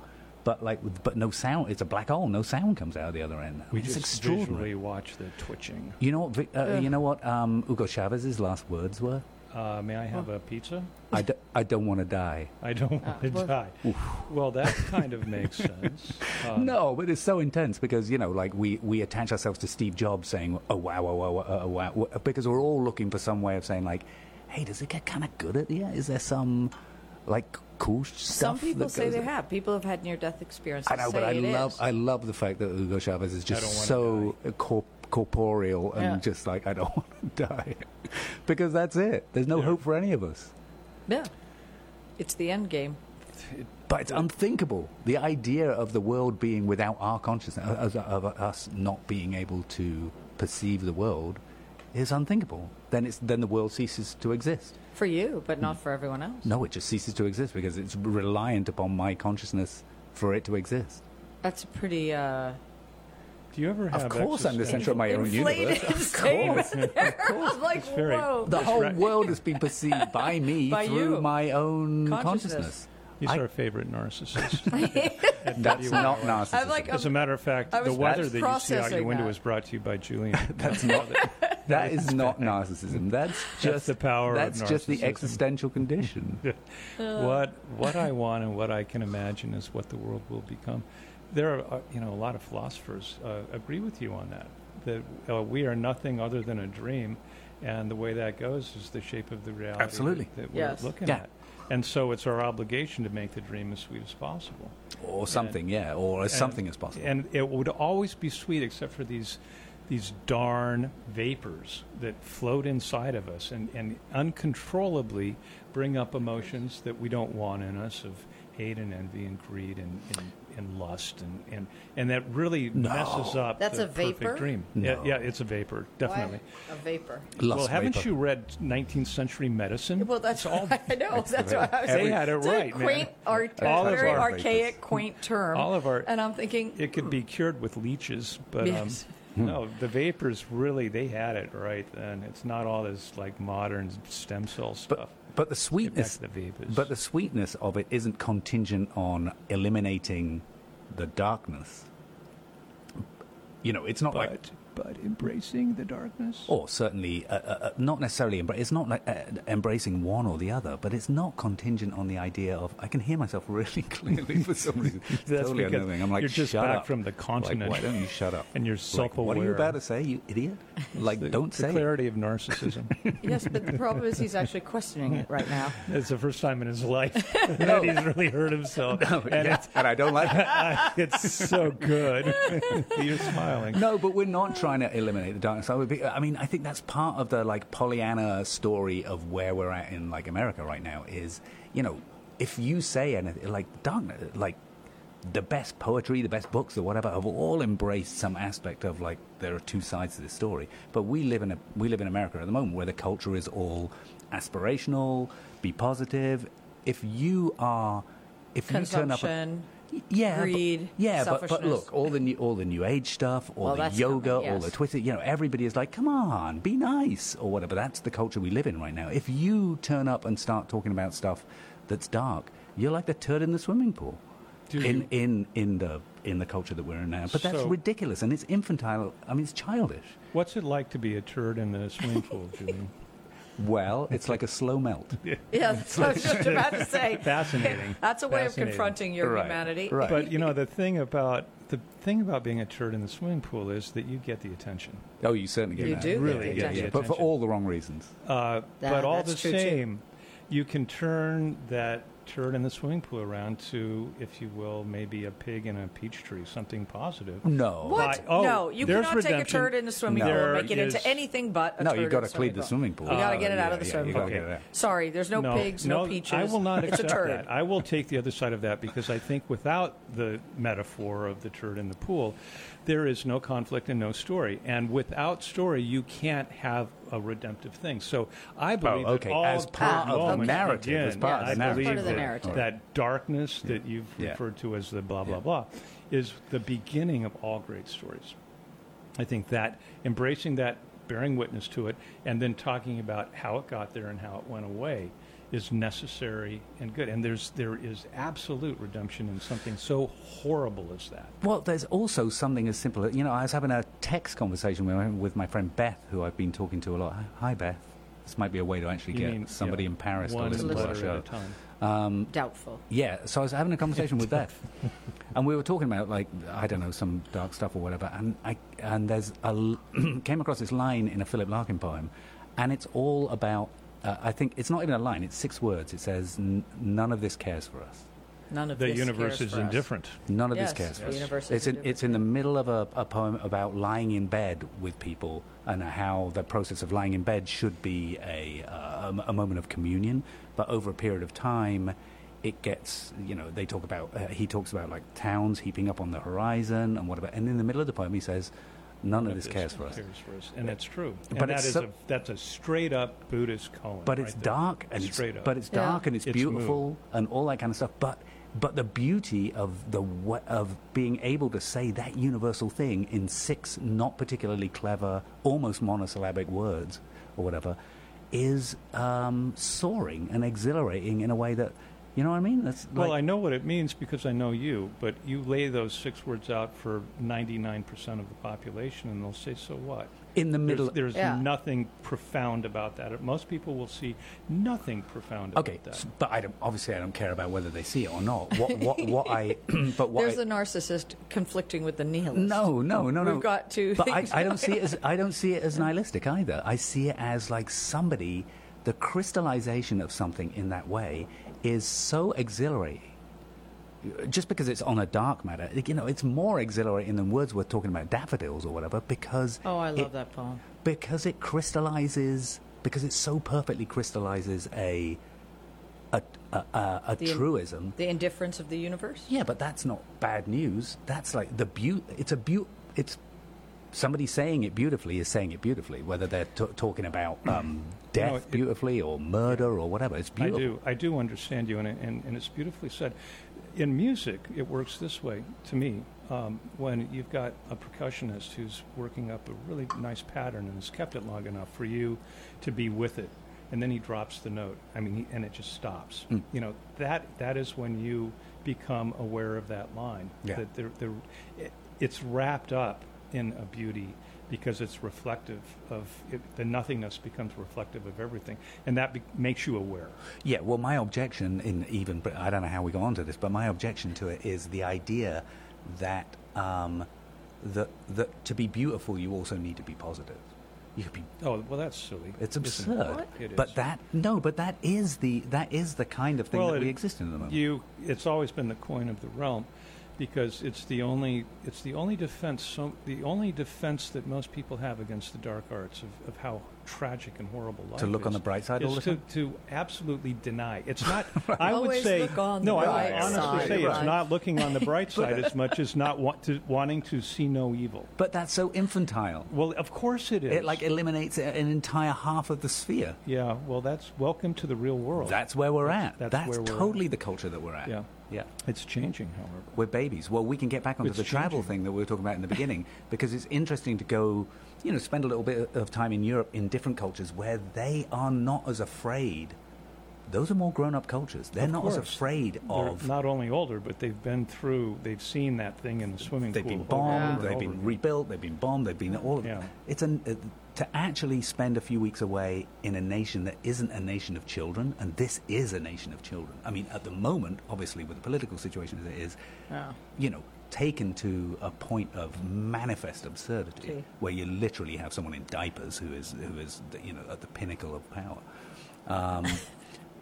[SPEAKER 3] but like, with- but no sound. It's a black hole. No sound comes out of the other end.
[SPEAKER 2] We
[SPEAKER 3] it's
[SPEAKER 2] just
[SPEAKER 3] extraordinary.
[SPEAKER 2] visually watch the twitching.
[SPEAKER 3] You know what? Vic- Uh, you know what? Um, Hugo Chavez's last words were,
[SPEAKER 2] Uh, may I have a pizza?
[SPEAKER 3] "I, do, I don't want to die."
[SPEAKER 2] I don't want to
[SPEAKER 4] Ah, well-
[SPEAKER 2] die. Well, that kind of makes sense. Uh,
[SPEAKER 3] No, but it's so intense because you know, like we, we attach ourselves to Steve Jobs saying, "Oh wow, wow, wow, wow, wow," wow," because we're all looking for some way of saying, like, "Hey, does it get kind of good at the end? Is there some like cool stuff?"
[SPEAKER 4] Some people
[SPEAKER 3] that
[SPEAKER 4] say
[SPEAKER 3] goes
[SPEAKER 4] they
[SPEAKER 3] in?"
[SPEAKER 4] have. People have had near-death experiences.
[SPEAKER 3] I know,
[SPEAKER 4] say
[SPEAKER 3] but I
[SPEAKER 4] it
[SPEAKER 3] love
[SPEAKER 4] is.
[SPEAKER 3] I love the fact that Hugo Chavez is
[SPEAKER 2] don't
[SPEAKER 3] just
[SPEAKER 2] wanna
[SPEAKER 3] so corp- corporeal and
[SPEAKER 4] Yeah.
[SPEAKER 3] just like I don't want to die, because that's it. There's no hope for any of us.
[SPEAKER 4] yeah, it's the end game.
[SPEAKER 3] But it's unthinkable. The idea of the world being without our consciousness, of, of us not being able to perceive the world, is unthinkable. Then, it's, then the world ceases to exist.
[SPEAKER 4] For you, but not for everyone else.
[SPEAKER 3] No, it just ceases to exist because it's reliant upon my consciousness for it to exist.
[SPEAKER 4] That's a pretty uh,
[SPEAKER 2] Do you ever have?
[SPEAKER 3] Of course, I'm the
[SPEAKER 2] existential-
[SPEAKER 3] center of my own universe.
[SPEAKER 4] inflated statement. there. I'm like,
[SPEAKER 2] It's very-
[SPEAKER 4] whoa.
[SPEAKER 3] The whole world has been perceived by me
[SPEAKER 4] By
[SPEAKER 3] through
[SPEAKER 4] you.
[SPEAKER 3] my own consciousness.
[SPEAKER 4] Consciousness.
[SPEAKER 2] He's
[SPEAKER 3] I-
[SPEAKER 2] our favorite narcissist.
[SPEAKER 3] That's not narcissism.
[SPEAKER 4] I'm like,
[SPEAKER 2] As a matter of fact,
[SPEAKER 4] I
[SPEAKER 2] the
[SPEAKER 4] was
[SPEAKER 2] weather that you see out your
[SPEAKER 4] processing
[SPEAKER 2] window
[SPEAKER 4] that.
[SPEAKER 2] is brought to you by Julian.
[SPEAKER 3] That's not. That is not narcissism. That's just
[SPEAKER 2] the power of
[SPEAKER 3] That's just the
[SPEAKER 2] narcissism.
[SPEAKER 3] existential condition.
[SPEAKER 4] Uh,
[SPEAKER 2] what what I want and what I can imagine is what the world will become. There are uh, you know a lot of philosophers uh, agree with you on that. That uh, we are nothing other than a dream, and the way that goes is the shape of the reality
[SPEAKER 3] Absolutely.
[SPEAKER 2] that, that we're
[SPEAKER 4] Yes.
[SPEAKER 2] looking
[SPEAKER 3] Yeah.
[SPEAKER 2] at. And so it's our obligation to make the dream as sweet as possible.
[SPEAKER 3] Or something, yeah. Or as
[SPEAKER 2] And-
[SPEAKER 3] something as possible.
[SPEAKER 2] And it would always be sweet, except for these these darn vapors that float inside of us and, and uncontrollably bring up emotions that we don't want in us of hate and envy and greed and, and, and lust and, and, and that really messes up
[SPEAKER 4] That's
[SPEAKER 2] the
[SPEAKER 4] a vapor?
[SPEAKER 2] perfect dream. Yeah, yeah, it's a vapor, definitely.
[SPEAKER 4] A vapor.
[SPEAKER 3] Lust
[SPEAKER 2] Well, haven't
[SPEAKER 3] vapor.
[SPEAKER 2] you read 19th century medicine?
[SPEAKER 4] Well, that's all. I know. That's what I was
[SPEAKER 2] They
[SPEAKER 4] saying.
[SPEAKER 2] had it
[SPEAKER 4] It's
[SPEAKER 2] right,
[SPEAKER 4] a
[SPEAKER 2] man.
[SPEAKER 4] quaint, art,
[SPEAKER 2] All of
[SPEAKER 4] very
[SPEAKER 2] our-
[SPEAKER 4] archaic, quaint term.
[SPEAKER 2] All of our-
[SPEAKER 4] And I'm thinking,
[SPEAKER 2] It could be cured with leeches, but
[SPEAKER 4] Yes.
[SPEAKER 2] um, no, the vapors really they had it right then. It's not all this like modern stem cell
[SPEAKER 3] But,
[SPEAKER 2] stuff.
[SPEAKER 3] but the sweetness,
[SPEAKER 2] Get back to the vapors.
[SPEAKER 3] but the sweetness of it isn't contingent on eliminating the darkness. You know, it's not like
[SPEAKER 2] but but embracing the darkness.
[SPEAKER 3] or certainly uh, uh, uh, not necessarily embra- it's not like, uh, embracing one or the other but it's not contingent on the idea of i can hear myself really clearly for some reason It's
[SPEAKER 2] That's
[SPEAKER 3] totally
[SPEAKER 2] because
[SPEAKER 3] unnerving. i'm like
[SPEAKER 2] you're just
[SPEAKER 3] shut
[SPEAKER 2] back
[SPEAKER 3] up.
[SPEAKER 2] from the continent.
[SPEAKER 3] like, why don't you shut up
[SPEAKER 2] And you're
[SPEAKER 3] like, what are you
[SPEAKER 2] self-aware.
[SPEAKER 3] about to say you idiot like
[SPEAKER 2] The-
[SPEAKER 3] don't
[SPEAKER 2] the
[SPEAKER 3] say it.
[SPEAKER 2] clarity of narcissism.
[SPEAKER 4] yes, but the problem is he's actually questioning it right now.
[SPEAKER 2] it's the first time in his life that he's really hurt himself, and
[SPEAKER 3] Oh, Yeah,
[SPEAKER 2] it's
[SPEAKER 3] and i don't like it
[SPEAKER 2] it's so good. you're smiling.
[SPEAKER 3] No, but we're not trying to eliminate the darkness. I would be. I mean, I think that's part of the like Pollyanna story of where we're at in like America right now. Is you know, if you say anything like darkness, like the best poetry, the best books, or whatever, have all embraced some aspect of like there are two sides to this story. But we live in a we live in America at the moment where the culture is all aspirational, be positive. If you are, if you turn up. a-
[SPEAKER 4] Consumption.
[SPEAKER 3] yeah, but-
[SPEAKER 4] greed,
[SPEAKER 3] yeah, but, but
[SPEAKER 4] selfishness.
[SPEAKER 3] look, all the new all the new age stuff, all
[SPEAKER 4] Well,
[SPEAKER 3] the
[SPEAKER 4] that's
[SPEAKER 3] yoga,
[SPEAKER 4] coming,
[SPEAKER 3] all
[SPEAKER 4] yes.
[SPEAKER 3] the Twitter. You know, everybody is like, "Come on, be nice" or whatever. That's the culture we live in right now. If you turn up and start talking about stuff that's dark, you're like the turd in the swimming pool. In in in the in the culture that we're in now, but that's
[SPEAKER 2] So-
[SPEAKER 3] ridiculous and it's infantile. I mean, it's childish.
[SPEAKER 2] What's it like to be a turd in the swimming pool, Julian?
[SPEAKER 3] Well, it's like a slow melt.
[SPEAKER 4] Yeah, that's what I was just about to say.
[SPEAKER 2] Fascinating.
[SPEAKER 4] That's a way of
[SPEAKER 2] Fascinating.
[SPEAKER 4] confronting your
[SPEAKER 3] Right,
[SPEAKER 4] humanity.
[SPEAKER 3] right.
[SPEAKER 2] But you know the thing about the thing about being a turd in the swimming pool is that you get the attention.
[SPEAKER 3] Oh, you certainly get
[SPEAKER 4] You
[SPEAKER 3] that.
[SPEAKER 4] do get
[SPEAKER 2] Really the get the attention.
[SPEAKER 3] but for
[SPEAKER 2] attention.
[SPEAKER 3] all the wrong reasons.
[SPEAKER 2] Uh,
[SPEAKER 4] That-
[SPEAKER 2] but all
[SPEAKER 4] that's
[SPEAKER 2] the
[SPEAKER 4] true, too.
[SPEAKER 2] same, you can turn that turd in the swimming pool around to, if you will, maybe a pig in a peach tree, something positive.
[SPEAKER 3] No,
[SPEAKER 4] What?
[SPEAKER 2] By- oh,
[SPEAKER 4] no, you
[SPEAKER 2] there's
[SPEAKER 4] cannot take a
[SPEAKER 2] redemption.
[SPEAKER 4] turd in the swimming pool
[SPEAKER 2] There
[SPEAKER 4] and make it
[SPEAKER 2] is-
[SPEAKER 4] into anything but a
[SPEAKER 3] No,
[SPEAKER 4] turd.
[SPEAKER 3] you've
[SPEAKER 4] in
[SPEAKER 3] gotta
[SPEAKER 4] the
[SPEAKER 3] clean the swimming pool.
[SPEAKER 4] You got to
[SPEAKER 3] Oh,
[SPEAKER 4] get it out of the
[SPEAKER 3] yeah, yeah,
[SPEAKER 4] swimming
[SPEAKER 3] you
[SPEAKER 4] pool.
[SPEAKER 3] gotta get it out.
[SPEAKER 4] Sorry, there's no, pigs, no, peaches.
[SPEAKER 2] I will not
[SPEAKER 4] it's
[SPEAKER 2] accept
[SPEAKER 4] a turd.
[SPEAKER 2] that. I will take the other side of that because I think without the metaphor of the turd in the pool, there is no conflict and no story. And without story, you can't have a redemptive thing. So I believe
[SPEAKER 3] Oh, okay.
[SPEAKER 2] that all
[SPEAKER 3] As part
[SPEAKER 2] turd
[SPEAKER 3] of the
[SPEAKER 2] moments
[SPEAKER 3] narrative,
[SPEAKER 2] begin-
[SPEAKER 3] as part
[SPEAKER 4] of the
[SPEAKER 2] I
[SPEAKER 4] narrative.
[SPEAKER 2] believe
[SPEAKER 4] Part of the
[SPEAKER 2] that-
[SPEAKER 4] narrative.
[SPEAKER 2] that darkness that you've
[SPEAKER 3] Yeah.
[SPEAKER 2] referred to as the blah blah blah is the beginning of all great stories. I think that embracing that, bearing witness to it, and then talking about how it got there and how it went away is necessary and good. And there's there is absolute redemption in something so horrible as that.
[SPEAKER 3] Well, there's also something as simple as, you know, I was having a text conversation with my, with my friend Beth, who I've been talking to a lot. Hi, Beth. This might be a way to actually
[SPEAKER 2] You
[SPEAKER 3] get
[SPEAKER 2] mean,
[SPEAKER 3] somebody
[SPEAKER 2] yeah,
[SPEAKER 3] in Paris to
[SPEAKER 2] one
[SPEAKER 3] listen to
[SPEAKER 2] letter
[SPEAKER 3] our
[SPEAKER 2] at a
[SPEAKER 3] show.
[SPEAKER 2] time.
[SPEAKER 4] Doubtful.
[SPEAKER 3] Yeah, so I was having a conversation with Beth, and we were talking about like I don't know some dark stuff or whatever. And I and there's a l- came across this line in a Philip Larkin poem, and it's all about. Uh, I think it's not even a line; it's six words. It says, "N- "None of this cares for us.
[SPEAKER 4] None of
[SPEAKER 2] The
[SPEAKER 4] this
[SPEAKER 2] universe
[SPEAKER 4] cares
[SPEAKER 2] is
[SPEAKER 4] for us.
[SPEAKER 2] indifferent.
[SPEAKER 3] None of
[SPEAKER 4] Yes,
[SPEAKER 3] this cares for
[SPEAKER 4] the
[SPEAKER 3] us."
[SPEAKER 4] universe is
[SPEAKER 3] it's in,
[SPEAKER 4] indifferent,
[SPEAKER 3] it's in the middle of a, a poem about lying in bed with people and how the process of lying in bed should be a, uh, a, a moment of communion, but over a period of time, it gets you know they talk about uh, he talks about like towns heaping up on the horizon and what about and in the middle of the poem he says none of this cares for us
[SPEAKER 2] and it's true. And
[SPEAKER 3] But
[SPEAKER 2] that
[SPEAKER 3] it's
[SPEAKER 2] is
[SPEAKER 3] so-
[SPEAKER 2] a, that's a straight up Buddhist poem.
[SPEAKER 3] but
[SPEAKER 2] right
[SPEAKER 3] it's
[SPEAKER 2] there.
[SPEAKER 3] dark and it's,
[SPEAKER 2] Straight up.
[SPEAKER 3] but it's
[SPEAKER 4] Yeah.
[SPEAKER 3] dark and it's,
[SPEAKER 2] It's
[SPEAKER 3] beautiful and all that kind of stuff but but the beauty of the wa- of being able to say that universal thing in six not particularly clever almost monosyllabic words or whatever is um, soaring and exhilarating in a way that you know what I mean that's like,
[SPEAKER 2] well, I know what it means because I know you, but you lay those six words out for 99% of the population, and they'll say, so what?
[SPEAKER 3] in the middle
[SPEAKER 2] There's, there's
[SPEAKER 4] Yeah.
[SPEAKER 2] nothing profound about that. Most people will see nothing profound about
[SPEAKER 3] okay
[SPEAKER 2] that.
[SPEAKER 3] s- but I don't obviously I don't care about whether they see it or not what what what I but what
[SPEAKER 4] There's
[SPEAKER 3] I,
[SPEAKER 4] the narcissist conflicting with the nihilist.
[SPEAKER 3] No, no, no, no.
[SPEAKER 4] We've got two
[SPEAKER 3] But I,
[SPEAKER 4] things
[SPEAKER 3] I don't see it as I don't see it as nihilistic either. I see it as like somebody, the crystallization of something in that way is so exhilarating. Just because it's on a dark matter, like, you know, it's more exhilarating than Wordsworth talking about daffodils or whatever because
[SPEAKER 4] Oh, I love
[SPEAKER 3] it,
[SPEAKER 4] that poem.
[SPEAKER 3] because it crystallizes because it so perfectly crystallizes a a a, a, a
[SPEAKER 4] The-
[SPEAKER 3] truism
[SPEAKER 4] The indifference of the universe.
[SPEAKER 3] yeah, but that's not bad news. That's like the beauty. It's a beaut. It's somebody saying it beautifully is saying it beautifully. Whether they're t- talking about um, death
[SPEAKER 2] No, it-
[SPEAKER 3] beautifully or murder or whatever, it's
[SPEAKER 2] I
[SPEAKER 3] beautiful.
[SPEAKER 2] do. I do understand you, and, and, and it's beautifully said. In music, it works this way to me. Um, when you've got a percussionist who's working up a really nice pattern and has kept it long enough for you to be with it, and then he drops the note. I mean, he, and it just stops.
[SPEAKER 3] Hmm.
[SPEAKER 2] You know that that is when you become aware of that line.
[SPEAKER 3] Yeah.
[SPEAKER 2] That there, there, it, it's wrapped up in a beauty because it's reflective of it, the nothingness becomes reflective of everything, and that be- makes you aware.
[SPEAKER 3] Yeah. Well, my objection in even but I don't know how we got onto this, but my objection to it is the idea that um, that that to be beautiful, you also need to be positive. You could be
[SPEAKER 2] Oh well, that's silly.
[SPEAKER 3] It's
[SPEAKER 2] Isn't
[SPEAKER 3] absurd.
[SPEAKER 2] It It
[SPEAKER 3] But
[SPEAKER 2] is.
[SPEAKER 3] that no, but that is the that is the kind of thing
[SPEAKER 2] Well,
[SPEAKER 3] that
[SPEAKER 2] it-
[SPEAKER 3] we exist in at the moment.
[SPEAKER 2] you, it's always been the coin of the realm, because it's the only it's the only defense so, the only defense that most people have against the dark arts of, of how tragic and horrible life
[SPEAKER 3] to look
[SPEAKER 2] is,
[SPEAKER 3] on the bright side all
[SPEAKER 2] is
[SPEAKER 3] the
[SPEAKER 2] to,
[SPEAKER 3] time.
[SPEAKER 2] to absolutely deny. It's not. I would
[SPEAKER 4] Always
[SPEAKER 2] say
[SPEAKER 4] look on
[SPEAKER 2] no. I
[SPEAKER 4] the
[SPEAKER 2] would
[SPEAKER 3] bright
[SPEAKER 2] honestly
[SPEAKER 3] side.
[SPEAKER 2] say
[SPEAKER 3] Right.
[SPEAKER 2] it's not looking on the bright side as much as not want to, wanting to see no evil.
[SPEAKER 3] But that's so infantile.
[SPEAKER 2] Well, of course it is.
[SPEAKER 3] It like eliminates a- an entire half of the sphere.
[SPEAKER 2] yeah. Well, that's welcome to the real world.
[SPEAKER 3] That's where we're at. That's,
[SPEAKER 2] that's where we're at.
[SPEAKER 3] totally the culture that we're at.
[SPEAKER 2] Yeah.
[SPEAKER 3] Yeah.
[SPEAKER 2] it's changing, however.
[SPEAKER 3] We're babies. Well, we can get back onto
[SPEAKER 2] It's
[SPEAKER 3] the travel
[SPEAKER 2] changing.
[SPEAKER 3] thing that we were talking about in the beginning because it's interesting to go, you know, spend a little bit of time in Europe in different cultures where they are not as afraid. Those are more grown up cultures. They're
[SPEAKER 2] Of
[SPEAKER 3] not as
[SPEAKER 2] course.
[SPEAKER 3] afraid
[SPEAKER 2] They're
[SPEAKER 3] of.
[SPEAKER 2] not only older, but they've been through. They've seen that thing in the swimming
[SPEAKER 3] They've
[SPEAKER 2] pool.
[SPEAKER 3] been
[SPEAKER 2] over and
[SPEAKER 3] bombed,
[SPEAKER 2] over
[SPEAKER 3] they've
[SPEAKER 2] and
[SPEAKER 3] been
[SPEAKER 2] over.
[SPEAKER 3] rebuilt, they've been bombed, they've been all of
[SPEAKER 2] Yeah.
[SPEAKER 3] It's an, uh, to actually spend a few weeks away in a nation that isn't a nation of children, and this is a nation of children. I mean, at the moment, obviously, with the political situation as it is,
[SPEAKER 4] Yeah.
[SPEAKER 3] you know, taken to a point of manifest absurdity
[SPEAKER 4] True.
[SPEAKER 3] where you literally have someone in diapers who is, who is you know, at the pinnacle of power. Um,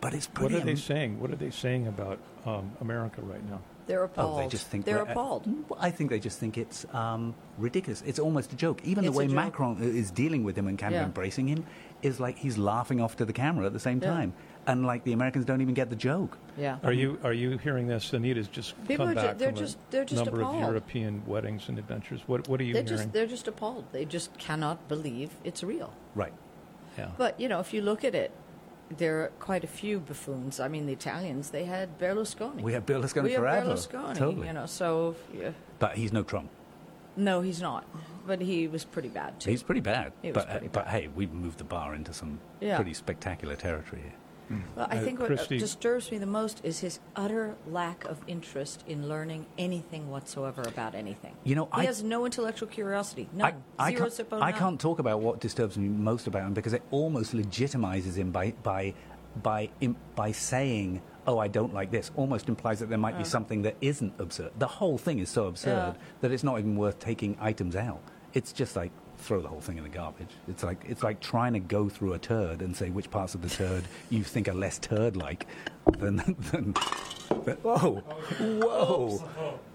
[SPEAKER 3] but it's
[SPEAKER 2] What
[SPEAKER 3] pretty.
[SPEAKER 2] are they
[SPEAKER 3] am-
[SPEAKER 2] saying? What are they saying about um, America right now?
[SPEAKER 4] They're
[SPEAKER 3] Oh,
[SPEAKER 4] appalled.
[SPEAKER 3] they just think
[SPEAKER 4] they're
[SPEAKER 3] we're-
[SPEAKER 4] appalled.
[SPEAKER 3] Well, I think they just think it's um, ridiculous. It's almost a joke. Even
[SPEAKER 4] It's
[SPEAKER 3] the
[SPEAKER 4] a
[SPEAKER 3] way
[SPEAKER 4] joke.
[SPEAKER 3] Macron uh, is dealing with him and kind of
[SPEAKER 4] Yeah.
[SPEAKER 3] embracing him is like he's laughing off to the camera at the same
[SPEAKER 4] Yeah.
[SPEAKER 3] time, and like the Americans don't even get the joke.
[SPEAKER 4] yeah.
[SPEAKER 2] Are
[SPEAKER 3] Mm-hmm.
[SPEAKER 2] you are you hearing this? Anita's just
[SPEAKER 4] People
[SPEAKER 2] come
[SPEAKER 4] are ju-
[SPEAKER 2] back
[SPEAKER 4] they're
[SPEAKER 2] from
[SPEAKER 4] just-
[SPEAKER 2] a
[SPEAKER 4] they're just
[SPEAKER 2] number
[SPEAKER 4] appalled.
[SPEAKER 2] of European weddings and adventures. What what are you
[SPEAKER 4] They're
[SPEAKER 2] hearing?
[SPEAKER 4] just they're just appalled. They just cannot believe it's real.
[SPEAKER 3] Right.
[SPEAKER 2] yeah.
[SPEAKER 4] But you know, if you look at it, there are quite a few buffoons. I mean, the Italians they had Berlusconi.
[SPEAKER 3] We have Berlusconi
[SPEAKER 4] we have
[SPEAKER 3] forever.
[SPEAKER 4] Berlusconi.
[SPEAKER 3] Totally.
[SPEAKER 4] You know, so yeah.
[SPEAKER 3] But he's no Trump.
[SPEAKER 4] no, he's not. But he was pretty bad too.
[SPEAKER 3] He's pretty bad.
[SPEAKER 4] He was
[SPEAKER 3] but
[SPEAKER 4] pretty
[SPEAKER 3] but hey, we've moved the bar into some
[SPEAKER 4] Yeah.
[SPEAKER 3] pretty spectacular territory here.
[SPEAKER 4] Well, I
[SPEAKER 2] Uh,
[SPEAKER 4] think what uh,
[SPEAKER 2] Christy-
[SPEAKER 4] disturbs me the most is his utter lack of interest in learning anything whatsoever about anything.
[SPEAKER 3] You know,
[SPEAKER 4] he
[SPEAKER 3] I-
[SPEAKER 4] has no intellectual curiosity.
[SPEAKER 3] I,
[SPEAKER 4] None.
[SPEAKER 3] I,
[SPEAKER 4] Zero,
[SPEAKER 3] can't,
[SPEAKER 4] zippo,
[SPEAKER 3] I
[SPEAKER 4] none.
[SPEAKER 3] can't talk about what disturbs me most about him because it almost legitimizes him by by by im- by saying, "Oh, I don't like this." Almost implies that there might be something that isn't absurd. The whole thing is so absurd
[SPEAKER 4] Oh. Yeah.
[SPEAKER 3] that it's not even worth taking items out. It's just like throw the whole thing in the garbage. It's like it's like trying to go through a turd and say which parts of the turd you think are less turd-like than than. than whoa, whoa!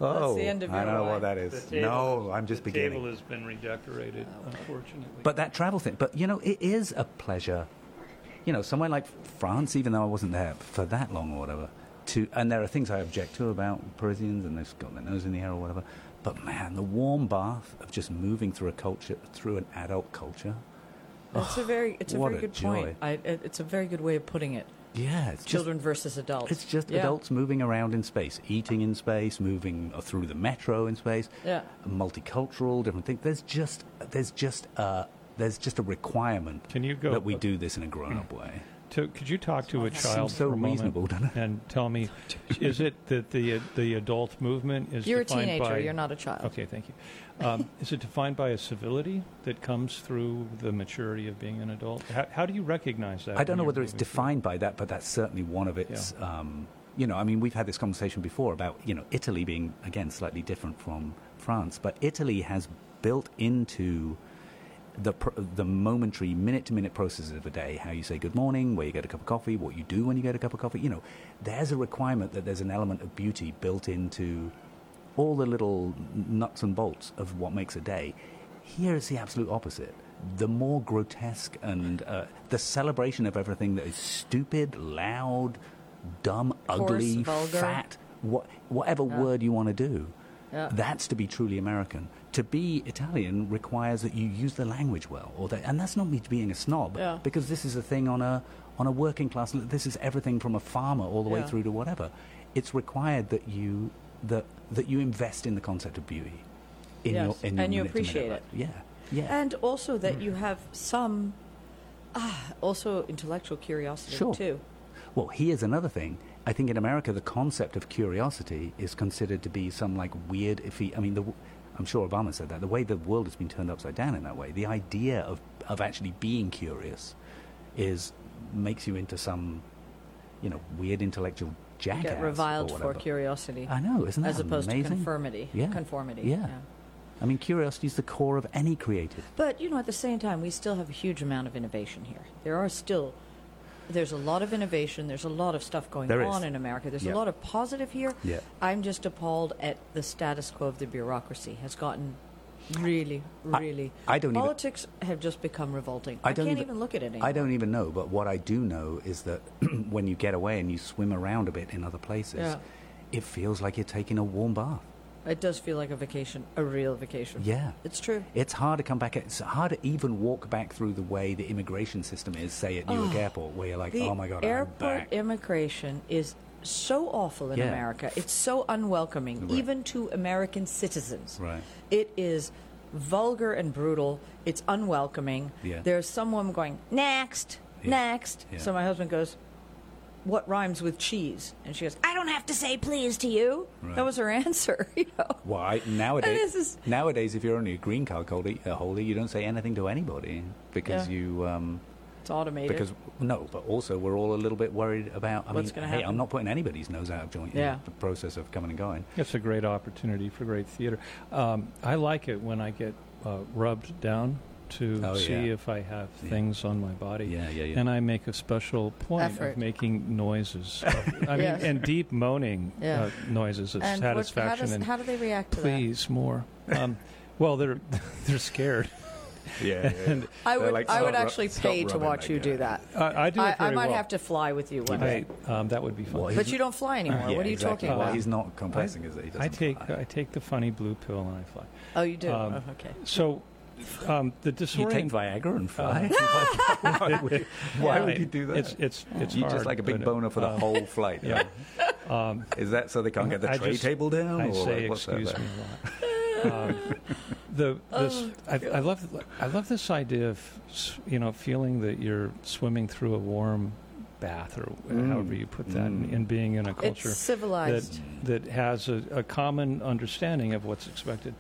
[SPEAKER 3] Oh,
[SPEAKER 4] end of
[SPEAKER 3] I
[SPEAKER 4] your
[SPEAKER 3] don't know
[SPEAKER 4] line.
[SPEAKER 3] what that is.
[SPEAKER 2] The table-
[SPEAKER 3] no, I'm just
[SPEAKER 2] the
[SPEAKER 3] beginning.
[SPEAKER 2] table has been redecorated,
[SPEAKER 4] Oh.
[SPEAKER 2] unfortunately.
[SPEAKER 3] But that travel thing, but you know, it is a pleasure. You know, somewhere like France, even though I wasn't there for that long or whatever, to, and there are things I object to about Parisians and they've got their nose in the air or whatever, but man, the warm bath of just moving through a culture, through an adult culture.
[SPEAKER 4] It's a very, it's a
[SPEAKER 3] what
[SPEAKER 4] very
[SPEAKER 3] a
[SPEAKER 4] good
[SPEAKER 3] joy.
[SPEAKER 4] point. I, it- it's a very good way of putting it.
[SPEAKER 3] Yeah, it's just,
[SPEAKER 4] Children versus adults.
[SPEAKER 3] it's just
[SPEAKER 4] Yeah.
[SPEAKER 3] adults moving around in space, eating in space, moving through the metro in space.
[SPEAKER 4] Yeah.
[SPEAKER 3] multicultural, different things. There's just, there's just, uh, there's just a requirement
[SPEAKER 2] Can you go-
[SPEAKER 3] that we do this in a grown-up way.
[SPEAKER 2] To, could you talk to a
[SPEAKER 4] Oh, That
[SPEAKER 2] child
[SPEAKER 3] seems so
[SPEAKER 2] for a moment
[SPEAKER 3] reasonable, doesn't it?
[SPEAKER 2] and tell me, is it that the the adult movement is
[SPEAKER 4] You're a
[SPEAKER 2] defined
[SPEAKER 4] teenager.
[SPEAKER 2] by-
[SPEAKER 4] You're not a child.
[SPEAKER 2] Okay, thank you. Um, is it defined by a civility that comes through the maturity of being an adult? How, how do you recognize that?
[SPEAKER 3] I don't
[SPEAKER 2] when
[SPEAKER 3] know
[SPEAKER 2] you're
[SPEAKER 3] whether it's
[SPEAKER 2] moving through?
[SPEAKER 3] defined by that, but that's certainly one of its. Um, you know, I mean, we've had this conversation before about you know Italy being again slightly different from France, but Italy has built into the pr- the momentary minute to minute processes of a day, how you say good morning, where you get a cup of coffee, what you do when you get a cup of coffee. You know, there's a requirement that there's an element of beauty built into all the little nuts and bolts of what makes a day. Here is the absolute opposite. The more grotesque and uh, the celebration of everything that is stupid, loud, dumb,
[SPEAKER 4] Coarse,
[SPEAKER 3] ugly,
[SPEAKER 4] vulgar.
[SPEAKER 3] fat, what, whatever word you want to do.
[SPEAKER 4] Yeah.
[SPEAKER 3] That's to be truly American. To be Italian requires that you use the language well, or that, and that's not me being a snob
[SPEAKER 4] Yeah.
[SPEAKER 3] because this is a thing on a on a working class. This is everything from a farmer all the way
[SPEAKER 4] Yeah.
[SPEAKER 3] through to whatever. It's required that you that that you invest in the concept of beauty, in
[SPEAKER 4] Yes,
[SPEAKER 3] your in your
[SPEAKER 4] and you
[SPEAKER 3] minute-to-minute
[SPEAKER 4] appreciate
[SPEAKER 3] life.
[SPEAKER 4] it.
[SPEAKER 3] Yeah, yeah.
[SPEAKER 4] And also
[SPEAKER 3] Hmm.
[SPEAKER 4] that you have some, ah, also intellectual curiosity
[SPEAKER 3] Sure.
[SPEAKER 4] too.
[SPEAKER 3] Well, here's another thing. I think in America, the concept of curiosity is considered to be some like weird, iffy. I mean, the, w- I'm sure Obama said that. The way the world has been turned upside down in that way, the idea of, of actually being curious is makes you into some, you know, weird intellectual jackass.
[SPEAKER 4] Get
[SPEAKER 3] or
[SPEAKER 4] reviled for
[SPEAKER 3] whatever.
[SPEAKER 4] curiosity
[SPEAKER 3] I know, isn't that
[SPEAKER 4] as opposed
[SPEAKER 3] amazing?
[SPEAKER 4] to conformity.
[SPEAKER 3] Yeah.
[SPEAKER 4] Conformity.
[SPEAKER 3] Yeah. I mean, curiosity is the core of any creative.
[SPEAKER 4] But you know, at the same time, we still have a huge amount of innovation here. There are still, there's a lot of innovation. There's a lot of stuff going
[SPEAKER 3] There is.
[SPEAKER 4] on in America. There's
[SPEAKER 3] Yeah.
[SPEAKER 4] a lot of positive here.
[SPEAKER 3] Yeah.
[SPEAKER 4] I'm just appalled at the status quo of the bureaucracy has gotten really,
[SPEAKER 3] I-
[SPEAKER 4] really.
[SPEAKER 3] I don't even-
[SPEAKER 4] Politics have just become revolting.
[SPEAKER 3] I don't
[SPEAKER 4] can't
[SPEAKER 3] even-
[SPEAKER 4] even look at it anymore.
[SPEAKER 3] I don't even know, but what I do know is that when you get away and you swim around a bit in other places,
[SPEAKER 4] Yeah.
[SPEAKER 3] it feels like you're taking a warm bath.
[SPEAKER 4] It does feel like a vacation, a real vacation.
[SPEAKER 3] Yeah.
[SPEAKER 4] It's true.
[SPEAKER 3] It's hard to come back. It's hard to even walk back through the way the immigration system is, say at Newark Airport, where you're like,
[SPEAKER 4] The
[SPEAKER 3] oh my God, I'm
[SPEAKER 4] airport
[SPEAKER 3] back.
[SPEAKER 4] immigration is so awful in
[SPEAKER 3] Yeah.
[SPEAKER 4] America. It's so unwelcoming,
[SPEAKER 3] Right.
[SPEAKER 4] even to American citizens.
[SPEAKER 3] Right.
[SPEAKER 4] It is vulgar and brutal. It's unwelcoming.
[SPEAKER 3] Yeah.
[SPEAKER 4] There's someone going next,
[SPEAKER 3] Yeah.
[SPEAKER 4] next.
[SPEAKER 3] Yeah.
[SPEAKER 4] So my husband goes, "What rhymes with cheese?" And she goes, "I don't have to say please to you."
[SPEAKER 3] Right.
[SPEAKER 4] That was her answer. You know.
[SPEAKER 3] Why nowadays?
[SPEAKER 4] This is-
[SPEAKER 3] Nowadays, if you're only a green card holder, uh, holder, you don't say anything to anybody because
[SPEAKER 4] Yeah.
[SPEAKER 3] you um,
[SPEAKER 4] It's automated.
[SPEAKER 3] because no, but also we're all a little bit worried about. I
[SPEAKER 4] What's
[SPEAKER 3] mean,
[SPEAKER 4] gonna
[SPEAKER 3] hey, I'm
[SPEAKER 4] happen?
[SPEAKER 3] not putting anybody's nose out of joint
[SPEAKER 4] Yeah.
[SPEAKER 3] in the process of coming and going.
[SPEAKER 2] It's a great opportunity for great theater. Um, I like it when I get uh, rubbed down to
[SPEAKER 3] Oh,
[SPEAKER 2] see
[SPEAKER 3] yeah.
[SPEAKER 2] if I have
[SPEAKER 3] Yeah.
[SPEAKER 2] things on my body.
[SPEAKER 3] Yeah, yeah, yeah.
[SPEAKER 2] And I make a special point of
[SPEAKER 4] Effort.
[SPEAKER 2] making noises. of- I mean,
[SPEAKER 4] Yes.
[SPEAKER 2] and deep moaning
[SPEAKER 4] Yeah.
[SPEAKER 2] uh, noises of
[SPEAKER 4] and what- how,
[SPEAKER 2] satisfaction
[SPEAKER 4] does,
[SPEAKER 2] and
[SPEAKER 4] how do they react to that?
[SPEAKER 2] please more. Um, well, they're they're scared.
[SPEAKER 3] Yeah,
[SPEAKER 2] And
[SPEAKER 4] I
[SPEAKER 3] They're
[SPEAKER 4] would,
[SPEAKER 3] like,
[SPEAKER 4] I would
[SPEAKER 3] "Stop ru-
[SPEAKER 4] actually
[SPEAKER 3] stop
[SPEAKER 4] pay to
[SPEAKER 3] rubbing
[SPEAKER 4] watch
[SPEAKER 3] that
[SPEAKER 4] you
[SPEAKER 3] guy."
[SPEAKER 4] do that.
[SPEAKER 2] I, I do.
[SPEAKER 4] I,
[SPEAKER 2] it
[SPEAKER 4] I
[SPEAKER 2] very
[SPEAKER 4] might
[SPEAKER 2] well.
[SPEAKER 4] have to fly with you one day.
[SPEAKER 2] I, um, that would be fun.
[SPEAKER 3] Well,
[SPEAKER 4] But you don't fly anymore.
[SPEAKER 3] Yeah,
[SPEAKER 4] what are you
[SPEAKER 3] exactly.
[SPEAKER 4] talking
[SPEAKER 3] Well,
[SPEAKER 4] about?
[SPEAKER 3] he's not
[SPEAKER 2] I,
[SPEAKER 3] complacent, is he? He doesn't
[SPEAKER 2] I take uh,
[SPEAKER 3] fly.
[SPEAKER 2] I take the funny blue pill and I fly.
[SPEAKER 4] oh, you do.
[SPEAKER 2] um,
[SPEAKER 4] oh, okay.
[SPEAKER 2] So um, the
[SPEAKER 3] You take
[SPEAKER 2] disorient.
[SPEAKER 3] Viagra and fly. why would,
[SPEAKER 2] Uh, Yeah, It's it's it's
[SPEAKER 3] you
[SPEAKER 2] hard,
[SPEAKER 3] just like a big
[SPEAKER 2] but,
[SPEAKER 3] boner for the
[SPEAKER 2] um,
[SPEAKER 3] whole flight.
[SPEAKER 2] Yeah. Um,
[SPEAKER 3] Is that so they can't get the
[SPEAKER 2] I
[SPEAKER 3] tray
[SPEAKER 2] just-
[SPEAKER 3] table down?
[SPEAKER 2] I
[SPEAKER 3] or
[SPEAKER 2] say
[SPEAKER 3] what's that
[SPEAKER 2] excuse
[SPEAKER 3] about?
[SPEAKER 2] me a lot. Um, the
[SPEAKER 3] Oh,
[SPEAKER 2] this I, I love I love this idea of s- you know feeling that you're swimming through a warm bath or
[SPEAKER 3] Mm.
[SPEAKER 2] however you put that, and, and being in a culture
[SPEAKER 4] It's civilized.
[SPEAKER 2] that that has a, a common understanding of what's expected.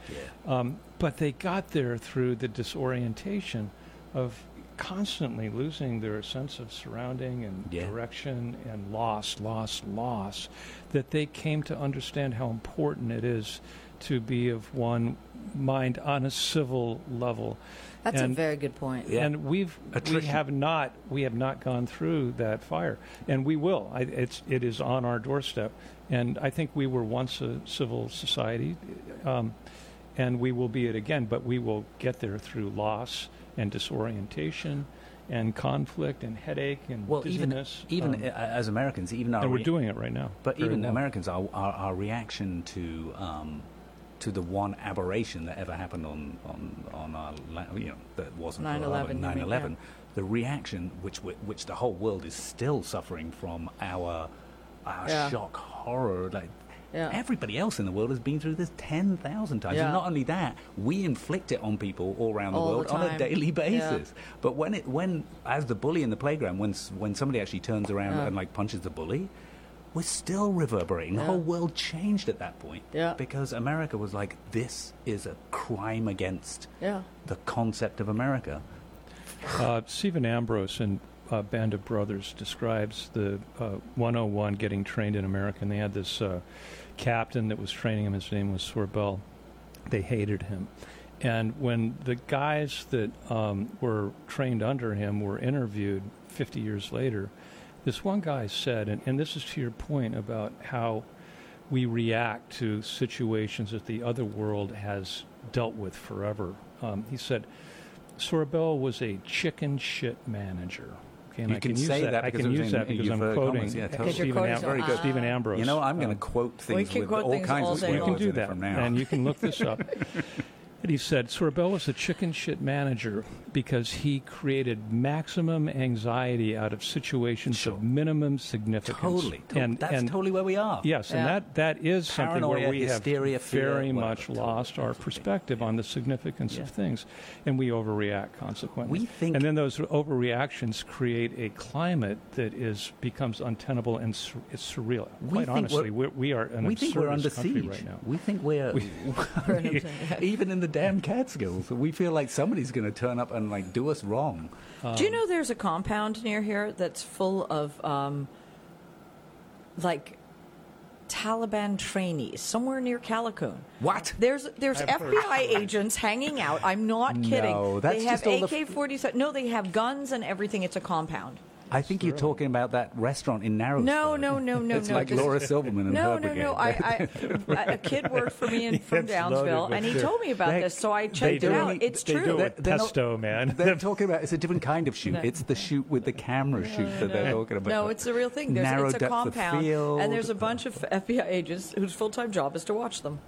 [SPEAKER 3] Mm,
[SPEAKER 2] Um, but they got there through the disorientation of constantly losing their sense of surrounding and
[SPEAKER 3] Yeah.
[SPEAKER 2] direction and loss, loss, loss. That they came to understand how important it is to be of one mind on a civil level.
[SPEAKER 4] That's
[SPEAKER 2] and-
[SPEAKER 4] a very good point.
[SPEAKER 3] Yeah.
[SPEAKER 2] And we've we
[SPEAKER 3] Attrition.
[SPEAKER 2] have not we have not gone through that fire, and we will. I, it's it is on our doorstep, and I think we were once a civil society, um, and we will be it again. But we will get there through loss and disorientation, and conflict and headache and
[SPEAKER 3] Well, even
[SPEAKER 2] dizziness.
[SPEAKER 3] even
[SPEAKER 2] um,
[SPEAKER 3] uh, as Americans, even our
[SPEAKER 2] and we're
[SPEAKER 3] re-
[SPEAKER 2] doing it right now.
[SPEAKER 3] But
[SPEAKER 2] very
[SPEAKER 3] even
[SPEAKER 2] well.
[SPEAKER 3] Americans, our, our, our reaction to um, to the one aberration that ever happened on on, on our la- you know that wasn't
[SPEAKER 4] 9/11, you mean,
[SPEAKER 3] 9 11
[SPEAKER 4] yeah.
[SPEAKER 3] the reaction which we- which the whole world is still suffering from our our
[SPEAKER 4] Yeah.
[SPEAKER 3] shock horror like.
[SPEAKER 4] Yeah.
[SPEAKER 3] Everybody else in the world has been through this 10,000 times.
[SPEAKER 4] Yeah.
[SPEAKER 3] And not only that, we inflict it on people all around the
[SPEAKER 4] All the
[SPEAKER 3] world on a
[SPEAKER 4] time.
[SPEAKER 3] daily
[SPEAKER 4] Yeah.
[SPEAKER 3] basis. But when it when as the bully in the playground, when s- when somebody actually turns around
[SPEAKER 4] Yeah.
[SPEAKER 3] and like punches the bully, we're still reverberating. The
[SPEAKER 4] Yeah.
[SPEAKER 3] whole world changed at that point.
[SPEAKER 4] Yeah.
[SPEAKER 3] Because America was like, this is a crime against
[SPEAKER 4] Yeah.
[SPEAKER 3] the concept of America.
[SPEAKER 2] Uh, Stephen Ambrose in uh, Band of Brothers describes the uh, 101 getting trained in America, and they had this uh, captain that was training him. His name was Sorbel. They hated him. And when the guys that um, were trained under him were interviewed 50 years later, this one guy said, and, and this is to your point about how we react to situations that the other world has dealt with forever. Um, he said, Sorbel was a chicken shit manager. Okay, and
[SPEAKER 3] You
[SPEAKER 2] I
[SPEAKER 3] can
[SPEAKER 2] use
[SPEAKER 3] say
[SPEAKER 2] that,
[SPEAKER 3] that
[SPEAKER 2] I
[SPEAKER 3] because
[SPEAKER 2] can
[SPEAKER 3] it was
[SPEAKER 2] use
[SPEAKER 3] in-
[SPEAKER 2] that
[SPEAKER 3] in
[SPEAKER 2] because
[SPEAKER 3] your
[SPEAKER 2] I'm
[SPEAKER 3] further
[SPEAKER 2] quoting
[SPEAKER 3] comments. Yeah, totally.
[SPEAKER 4] Because you're
[SPEAKER 2] Stephen,
[SPEAKER 4] quoting- Very good.
[SPEAKER 2] Stephen
[SPEAKER 4] Ah.
[SPEAKER 2] Ambrose.
[SPEAKER 3] You know, I'm going
[SPEAKER 2] Um,
[SPEAKER 3] to quote things
[SPEAKER 4] can
[SPEAKER 3] with
[SPEAKER 4] quote
[SPEAKER 3] all
[SPEAKER 4] things
[SPEAKER 3] kinds
[SPEAKER 4] all
[SPEAKER 3] of
[SPEAKER 4] day
[SPEAKER 2] you
[SPEAKER 4] Well,
[SPEAKER 2] can
[SPEAKER 3] swear
[SPEAKER 4] long.
[SPEAKER 2] do
[SPEAKER 3] words in it
[SPEAKER 2] that,
[SPEAKER 3] from now.
[SPEAKER 2] and you can look this up. And he said, Sorbel was a chicken shit manager because he created maximum anxiety out of situations
[SPEAKER 3] Sure.
[SPEAKER 2] of minimum significance.
[SPEAKER 3] totally. to-
[SPEAKER 2] and,
[SPEAKER 3] that's
[SPEAKER 2] and
[SPEAKER 3] totally where we are.
[SPEAKER 2] Yes, and
[SPEAKER 4] Yeah.
[SPEAKER 2] that, that is something where
[SPEAKER 3] Paranoia,
[SPEAKER 2] we
[SPEAKER 3] hysteria,
[SPEAKER 2] have
[SPEAKER 3] fear,
[SPEAKER 2] very
[SPEAKER 3] whatever,
[SPEAKER 2] much
[SPEAKER 3] totally,
[SPEAKER 2] lost our
[SPEAKER 3] everything.
[SPEAKER 2] perspective on the significance of things, and we overreact consequently.
[SPEAKER 3] We think-
[SPEAKER 2] and then those overreactions create a climate that is becomes untenable and sur- it's surreal.
[SPEAKER 3] We
[SPEAKER 2] Quite
[SPEAKER 3] think
[SPEAKER 2] honestly,
[SPEAKER 3] we're-
[SPEAKER 2] we're, we are an
[SPEAKER 3] we think we're under
[SPEAKER 2] absurdist country
[SPEAKER 3] siege.
[SPEAKER 2] right now.
[SPEAKER 3] We think we're even in the damn Catskills. We feel like somebody's going to turn up and like do us wrong.
[SPEAKER 4] Do you know there's a compound near here that's full of um, like Taliban trainees somewhere near Calicoon?
[SPEAKER 3] What?
[SPEAKER 4] There's there's
[SPEAKER 2] I've heard
[SPEAKER 4] FBI agents hanging out. I'm not
[SPEAKER 3] No,
[SPEAKER 4] kidding.
[SPEAKER 3] that's
[SPEAKER 4] they have
[SPEAKER 3] just all the f-
[SPEAKER 4] AK-47. No, they have guns and everything. It's a compound.
[SPEAKER 3] I think you're talking about that restaurant in Narrows.
[SPEAKER 4] No, no, no, no,
[SPEAKER 3] It's
[SPEAKER 4] no,
[SPEAKER 3] like
[SPEAKER 4] just-
[SPEAKER 3] Laura Silverman and
[SPEAKER 4] No,
[SPEAKER 3] her
[SPEAKER 4] no,
[SPEAKER 3] brigade.
[SPEAKER 4] no. I, I, a kid worked for me in, from
[SPEAKER 2] It's loaded
[SPEAKER 4] Downsville,
[SPEAKER 2] with
[SPEAKER 4] and he
[SPEAKER 2] shit.
[SPEAKER 4] told me about
[SPEAKER 3] They-
[SPEAKER 4] this, so I
[SPEAKER 2] They
[SPEAKER 4] checked
[SPEAKER 2] do
[SPEAKER 4] it
[SPEAKER 2] it
[SPEAKER 4] out.
[SPEAKER 2] with-
[SPEAKER 4] it's
[SPEAKER 2] they
[SPEAKER 4] true.
[SPEAKER 2] do it with
[SPEAKER 3] They're not-
[SPEAKER 2] pesto, man.
[SPEAKER 3] They're talking about it's a different kind of shoot. It's the shoot with the camera shoot that they're talking about.
[SPEAKER 4] No, it's the real thing. There's,
[SPEAKER 3] Narrow
[SPEAKER 4] it's a
[SPEAKER 3] depth of
[SPEAKER 4] compound,
[SPEAKER 3] field.
[SPEAKER 4] and there's a bunch of FBI agents whose full-time job is to watch them.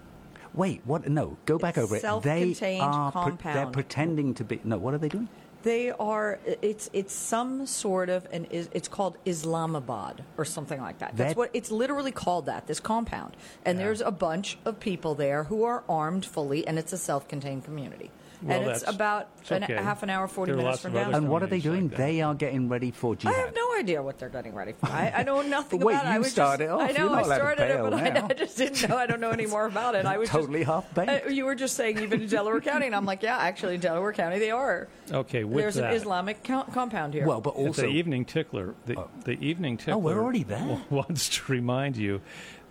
[SPEAKER 3] Wait, what? No, go back
[SPEAKER 4] It's
[SPEAKER 3] over it. They
[SPEAKER 4] self-contained
[SPEAKER 3] are. pre- they're
[SPEAKER 4] compound.
[SPEAKER 3] pretending to be. No, what are they doing?
[SPEAKER 4] They are. It's it's some sort of an. is- It's called Islamabad or something like that. That's
[SPEAKER 3] That-
[SPEAKER 4] what it's literally called. That this compound, and there's a bunch of people there who are armed fully, and it's a self-contained community.
[SPEAKER 2] Well,
[SPEAKER 4] and it's
[SPEAKER 2] that's-
[SPEAKER 4] about
[SPEAKER 2] it's
[SPEAKER 4] an,
[SPEAKER 2] okay.
[SPEAKER 4] a half an hour, forty
[SPEAKER 2] There are
[SPEAKER 4] minutes
[SPEAKER 2] lots
[SPEAKER 4] from
[SPEAKER 2] of other
[SPEAKER 4] downtown.
[SPEAKER 3] And what are they
[SPEAKER 2] communities like
[SPEAKER 3] doing?
[SPEAKER 2] that.
[SPEAKER 3] they are getting ready for
[SPEAKER 4] I
[SPEAKER 3] jihad.
[SPEAKER 4] have no idea what they're getting ready for. I, I know nothing
[SPEAKER 3] Wait,
[SPEAKER 4] about it. I
[SPEAKER 3] you
[SPEAKER 4] was
[SPEAKER 3] started
[SPEAKER 4] just,
[SPEAKER 3] off.
[SPEAKER 4] I know
[SPEAKER 3] You're not
[SPEAKER 4] I
[SPEAKER 3] allowed to
[SPEAKER 4] started it,
[SPEAKER 3] bail
[SPEAKER 4] but I,
[SPEAKER 3] now.
[SPEAKER 4] I just didn't know. I don't know any more about it. I was just-
[SPEAKER 3] Totally half-baked.
[SPEAKER 4] Uh, you were just saying even in Delaware County, and I'm like, yeah, actually, in Delaware County, they are.
[SPEAKER 2] Okay, with
[SPEAKER 4] there's
[SPEAKER 2] that-
[SPEAKER 4] an Islamic co- compound here.
[SPEAKER 3] Well, but
[SPEAKER 2] It's
[SPEAKER 3] also
[SPEAKER 2] the evening tickler. The, the evening tickler.
[SPEAKER 3] Oh, we're already there?
[SPEAKER 2] w- Wants to remind you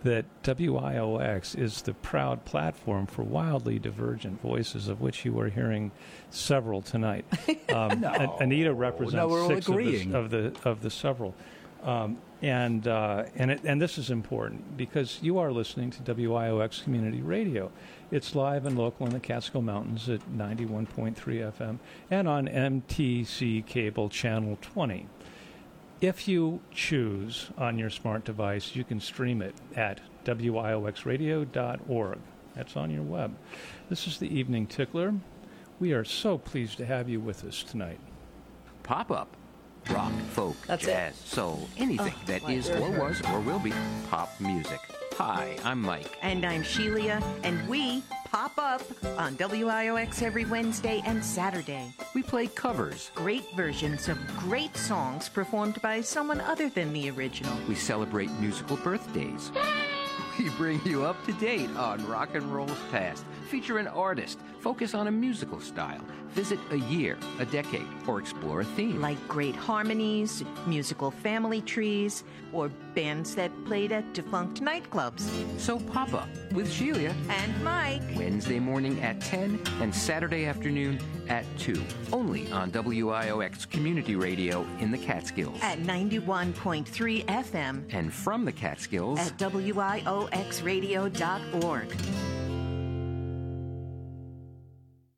[SPEAKER 2] that WIOX is the proud platform for wildly divergent voices, of which you are hearing several tonight. Um, An- Anita represents
[SPEAKER 3] no, we're all
[SPEAKER 2] six of the, s-
[SPEAKER 3] agreeing.
[SPEAKER 2] of the of the several. Um, and uh, and it, and this is important because you are listening to WIOX Community Radio. It's live and local in the Catskill Mountains at 91.3 FM and on MTC cable channel 20. If you choose on your smart device, you can stream it at wioxradio.org. That's on your web. This is the Evening Tickler. We are so pleased to have you with us tonight.
[SPEAKER 5] pop up, rock, folk,
[SPEAKER 4] That's it.
[SPEAKER 5] jazz, soul, anything that
[SPEAKER 4] my
[SPEAKER 5] is
[SPEAKER 4] ears
[SPEAKER 5] or
[SPEAKER 4] hurt.
[SPEAKER 5] was or will be pop music. Hi, I'm Mike.
[SPEAKER 6] And I'm Shelia, and we Pop Up on WIOX every Wednesday and Saturday.
[SPEAKER 5] We play covers.
[SPEAKER 6] Great versions of great songs performed by someone other than the original.
[SPEAKER 5] We celebrate musical birthdays. We bring you up to date on rock and roll's past. Feature an artist. Focus on a musical style. Visit a year, a decade, or explore a theme.
[SPEAKER 6] Like great harmonies, musical family trees, or bands that played at defunct nightclubs.
[SPEAKER 5] So Pop Up with Sheila.
[SPEAKER 6] And Mike.
[SPEAKER 5] Wednesday morning at 10 and Saturday afternoon at 2. Only on WIOX Community Radio in the Catskills.
[SPEAKER 6] At 91.3 FM
[SPEAKER 5] and from the Catskills
[SPEAKER 6] at WIOXradio.org.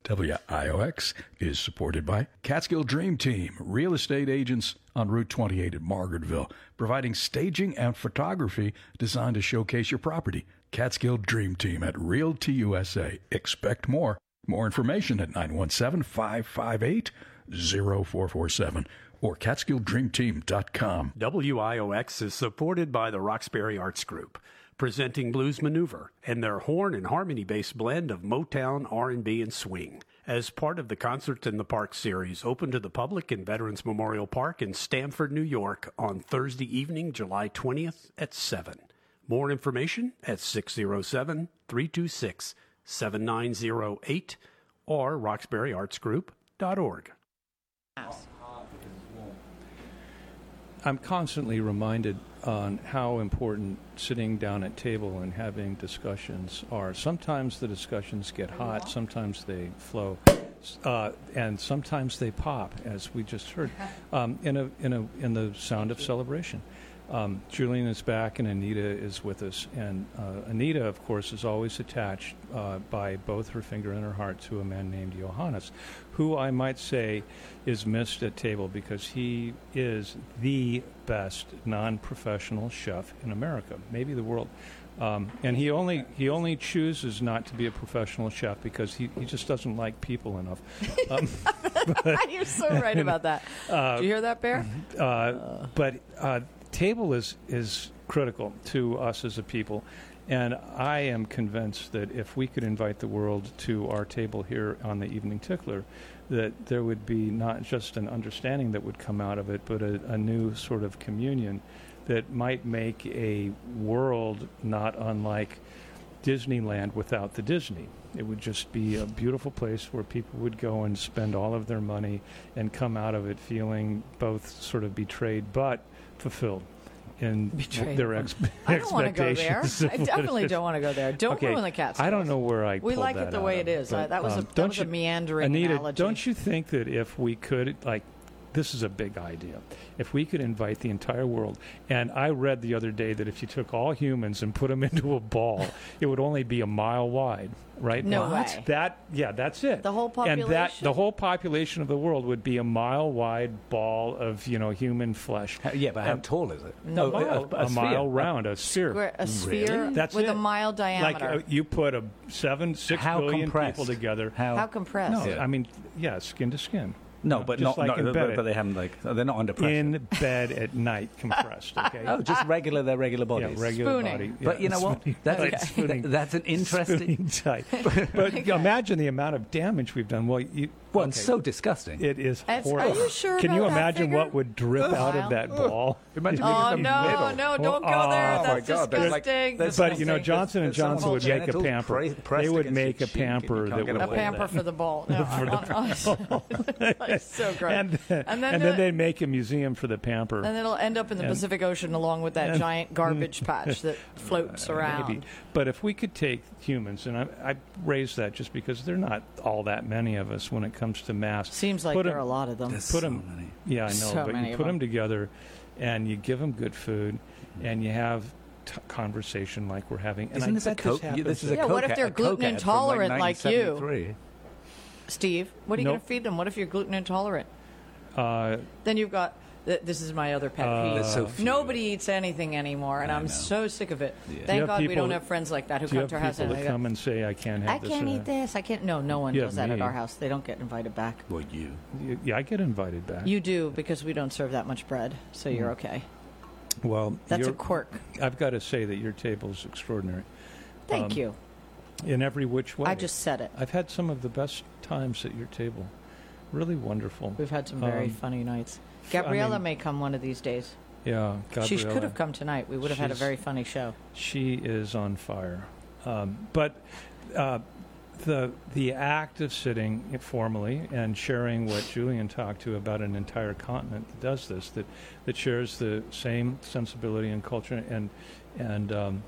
[SPEAKER 7] WIOX is supported by Catskill Dream Team, real estate agents on Route 28 at Margaretville, providing staging and photography designed to showcase your property. Catskill Dream Team at RealTUSA. Expect more. More information at 917 558 0447 or CatskillDreamTeam.com.
[SPEAKER 8] WIOX is supported by the Roxbury Arts Group, presenting Blues Maneuver and their horn and harmony-based blend of Motown, R&B, and swing as part of the Concerts in the Park series open to the public in Veterans Memorial Park in Stamford, New York on Thursday evening, July 20th at 7. More information at 607-326-7908 or roxburyartsgroup.org.
[SPEAKER 2] I'm constantly reminded on how important sitting down at table and having discussions are. Sometimes the discussions get hot, sometimes they flow, uh, and sometimes they pop, as we just heard, um, in a in a in the sound of celebration. Um, Julian is back, and Anita is with us. And uh, Anita, of course, is always attached uh, by both her finger and her heart to a man named Johannes, who I might say is missed at table because he is the best non-professional chef in America, maybe the world. Um, and he only he only chooses not to be a professional chef because he, he just doesn't like people enough. Um,
[SPEAKER 4] You're so right about that. Do you hear that, Bear?
[SPEAKER 2] uh, but uh, table is is critical to us as a people, and I am convinced that if we could invite the world to our table here on the Evening Tickler, that there would be not just an understanding that would come out of it, but a, a new sort of communion that might make a world not unlike. Disneyland without the Disney. It would just be a beautiful place where people would go and spend all of their money and come out of it feeling both sort of betrayed but fulfilled in
[SPEAKER 4] Betrayed.
[SPEAKER 2] their ex-
[SPEAKER 4] I don't want to go there.
[SPEAKER 2] expectations. of
[SPEAKER 4] I
[SPEAKER 2] what it
[SPEAKER 4] definitely
[SPEAKER 2] is.
[SPEAKER 4] don't want to go there. Don't
[SPEAKER 2] Okay,
[SPEAKER 4] ruin the cats.
[SPEAKER 2] I don't know where I.
[SPEAKER 4] We
[SPEAKER 2] pulled
[SPEAKER 4] like it
[SPEAKER 2] that
[SPEAKER 4] the
[SPEAKER 2] out
[SPEAKER 4] way
[SPEAKER 2] of,
[SPEAKER 4] it is. I-
[SPEAKER 2] but,
[SPEAKER 4] that was a-
[SPEAKER 2] um,
[SPEAKER 4] that
[SPEAKER 2] don't
[SPEAKER 4] was a
[SPEAKER 2] you,
[SPEAKER 4] meandering
[SPEAKER 2] Anita,
[SPEAKER 4] analogy.
[SPEAKER 2] don't you think that if we could, like, this is a big idea. If we could invite the entire world, and I read the other day that if you took all humans and put them into a ball, it would only be a mile wide, right?
[SPEAKER 4] No
[SPEAKER 2] What?
[SPEAKER 4] way.
[SPEAKER 2] That yeah, that's it.
[SPEAKER 4] The whole
[SPEAKER 2] and that
[SPEAKER 4] population?
[SPEAKER 2] the whole population of the world would be a mile wide ball of you know human flesh.
[SPEAKER 3] How- yeah, but how tall is it? Oh,
[SPEAKER 2] a mile, a
[SPEAKER 3] sphere.
[SPEAKER 2] mile round, a sphere.
[SPEAKER 4] We're a sphere
[SPEAKER 2] That's
[SPEAKER 4] with
[SPEAKER 2] it.
[SPEAKER 4] a mile diameter.
[SPEAKER 2] Like uh, you put a seven, six
[SPEAKER 3] How
[SPEAKER 2] billion
[SPEAKER 3] compressed?
[SPEAKER 2] people together.
[SPEAKER 4] How compressed?
[SPEAKER 2] uh, No,
[SPEAKER 3] Yeah.
[SPEAKER 2] I mean, yeah, skin to skin.
[SPEAKER 3] No, but
[SPEAKER 2] Just
[SPEAKER 3] not,
[SPEAKER 2] like
[SPEAKER 3] not-
[SPEAKER 2] in
[SPEAKER 3] but,
[SPEAKER 2] bed,
[SPEAKER 3] but they haven't like they're not under pressure.
[SPEAKER 2] in bed at night, compressed. Okay.
[SPEAKER 3] oh, just regular their regular
[SPEAKER 2] Ah. yeah,
[SPEAKER 3] bodies.
[SPEAKER 2] regular
[SPEAKER 4] Spooning.
[SPEAKER 2] body.
[SPEAKER 3] But
[SPEAKER 2] yeah,
[SPEAKER 3] you know what?
[SPEAKER 2] spooning.
[SPEAKER 3] That's,
[SPEAKER 2] Like
[SPEAKER 3] that- that's an interesting.
[SPEAKER 2] spooning type. But imagine the amount of damage we've done. Well, you,
[SPEAKER 3] Well,
[SPEAKER 2] okay,
[SPEAKER 3] it's so disgusting.
[SPEAKER 2] it is
[SPEAKER 4] That's- are
[SPEAKER 2] horrible.
[SPEAKER 4] you sure
[SPEAKER 2] Can
[SPEAKER 4] about
[SPEAKER 2] you
[SPEAKER 4] that
[SPEAKER 2] imagine
[SPEAKER 4] figure?
[SPEAKER 2] what would drip out
[SPEAKER 4] Wow.
[SPEAKER 2] of that ball?
[SPEAKER 3] Imagine
[SPEAKER 4] Oh no, no, don't go there.
[SPEAKER 3] oh,
[SPEAKER 4] That's
[SPEAKER 3] my God,
[SPEAKER 4] disgusting.
[SPEAKER 3] that's like-
[SPEAKER 4] That's
[SPEAKER 2] But you know,
[SPEAKER 4] disgusting.
[SPEAKER 2] Johnson and
[SPEAKER 3] There's some
[SPEAKER 2] Johnson would
[SPEAKER 3] whole
[SPEAKER 2] make a
[SPEAKER 3] genitals
[SPEAKER 2] pamper.
[SPEAKER 3] pre- pressed
[SPEAKER 2] They would
[SPEAKER 3] against your
[SPEAKER 2] make a
[SPEAKER 3] cheek and you
[SPEAKER 2] pamper
[SPEAKER 3] can't
[SPEAKER 2] that
[SPEAKER 3] get
[SPEAKER 2] would
[SPEAKER 4] a
[SPEAKER 3] away.
[SPEAKER 4] pamper for the ball. No, it's so gross.
[SPEAKER 2] and then, and
[SPEAKER 4] then,
[SPEAKER 2] then
[SPEAKER 4] do it-
[SPEAKER 2] they'd make a museum for the pamper.
[SPEAKER 4] and it'll end up in the
[SPEAKER 2] and-
[SPEAKER 4] Pacific Ocean along with that
[SPEAKER 2] and- Mm. Uh,
[SPEAKER 4] giant garbage patch that floats around.
[SPEAKER 2] Maybe. But if we could take humans, and I, I raise that just because they're not all that many of us when it comes to mass.
[SPEAKER 4] Seems like
[SPEAKER 2] Put
[SPEAKER 4] there
[SPEAKER 2] 'em-
[SPEAKER 4] are a lot of them.
[SPEAKER 3] There's
[SPEAKER 2] put
[SPEAKER 3] so
[SPEAKER 2] 'em-
[SPEAKER 3] many.
[SPEAKER 2] Yeah, I know.
[SPEAKER 4] So
[SPEAKER 2] but
[SPEAKER 4] many
[SPEAKER 2] you
[SPEAKER 4] of
[SPEAKER 2] put them
[SPEAKER 4] them.
[SPEAKER 2] together, and you give them good food, and you have t- conversation like we're having. And I
[SPEAKER 3] Mm-hmm. Isn't this a
[SPEAKER 2] bet
[SPEAKER 3] Coke?
[SPEAKER 2] happens
[SPEAKER 3] this is a
[SPEAKER 4] Yeah, what
[SPEAKER 3] Coke
[SPEAKER 4] if they're
[SPEAKER 3] ad- a Coke
[SPEAKER 4] gluten
[SPEAKER 3] ad from,
[SPEAKER 4] intolerant like you?
[SPEAKER 3] 1973.
[SPEAKER 4] Steve, what are you going
[SPEAKER 2] Nope.
[SPEAKER 4] to feed them? What if you're gluten intolerant?
[SPEAKER 2] uh,
[SPEAKER 4] Then you've got. th- This is my other pet peeve.
[SPEAKER 3] There's so few.
[SPEAKER 4] Nobody eats anything anymore, and
[SPEAKER 3] I
[SPEAKER 4] I'm
[SPEAKER 3] know.
[SPEAKER 4] so sick of it.
[SPEAKER 2] Do you
[SPEAKER 4] Thank
[SPEAKER 2] have
[SPEAKER 4] God we
[SPEAKER 2] people
[SPEAKER 4] don't
[SPEAKER 2] that-
[SPEAKER 4] have friends like that who
[SPEAKER 2] do you
[SPEAKER 4] come
[SPEAKER 2] have
[SPEAKER 4] to our house
[SPEAKER 2] people
[SPEAKER 4] and
[SPEAKER 2] that
[SPEAKER 4] they go,
[SPEAKER 2] come and say, I can't have
[SPEAKER 4] I
[SPEAKER 2] this? uh,
[SPEAKER 4] can't
[SPEAKER 2] or
[SPEAKER 4] eat
[SPEAKER 2] that?"
[SPEAKER 4] this. I can't. No, no one
[SPEAKER 2] You
[SPEAKER 4] does
[SPEAKER 2] have
[SPEAKER 4] that at
[SPEAKER 2] me.
[SPEAKER 4] our house. They don't get invited back.
[SPEAKER 3] Well, you.
[SPEAKER 2] You- Yeah, I get invited back.
[SPEAKER 4] You do because we don't serve that much bread, so you're okay.
[SPEAKER 2] well,
[SPEAKER 4] That's a
[SPEAKER 2] Hmm. you're-
[SPEAKER 4] quirk.
[SPEAKER 2] I've got to say that your table's extraordinary.
[SPEAKER 4] Thank you.
[SPEAKER 2] in every which way.
[SPEAKER 4] I just said it.
[SPEAKER 2] I've had some of the best times at your table. Really wonderful.
[SPEAKER 4] We've had some very
[SPEAKER 2] Um,
[SPEAKER 4] funny nights.
[SPEAKER 2] I
[SPEAKER 4] Gabriella
[SPEAKER 2] mean-
[SPEAKER 4] may come one of these days.
[SPEAKER 2] Yeah, Gabriella.
[SPEAKER 4] She could have come tonight. We would have had a
[SPEAKER 2] She's-
[SPEAKER 4] very funny show.
[SPEAKER 2] She is on fire. Um, but uh, the the act of sitting formally and sharing what Julian talked to about an entire continent that does this that that shares the same sensibility and culture and and um,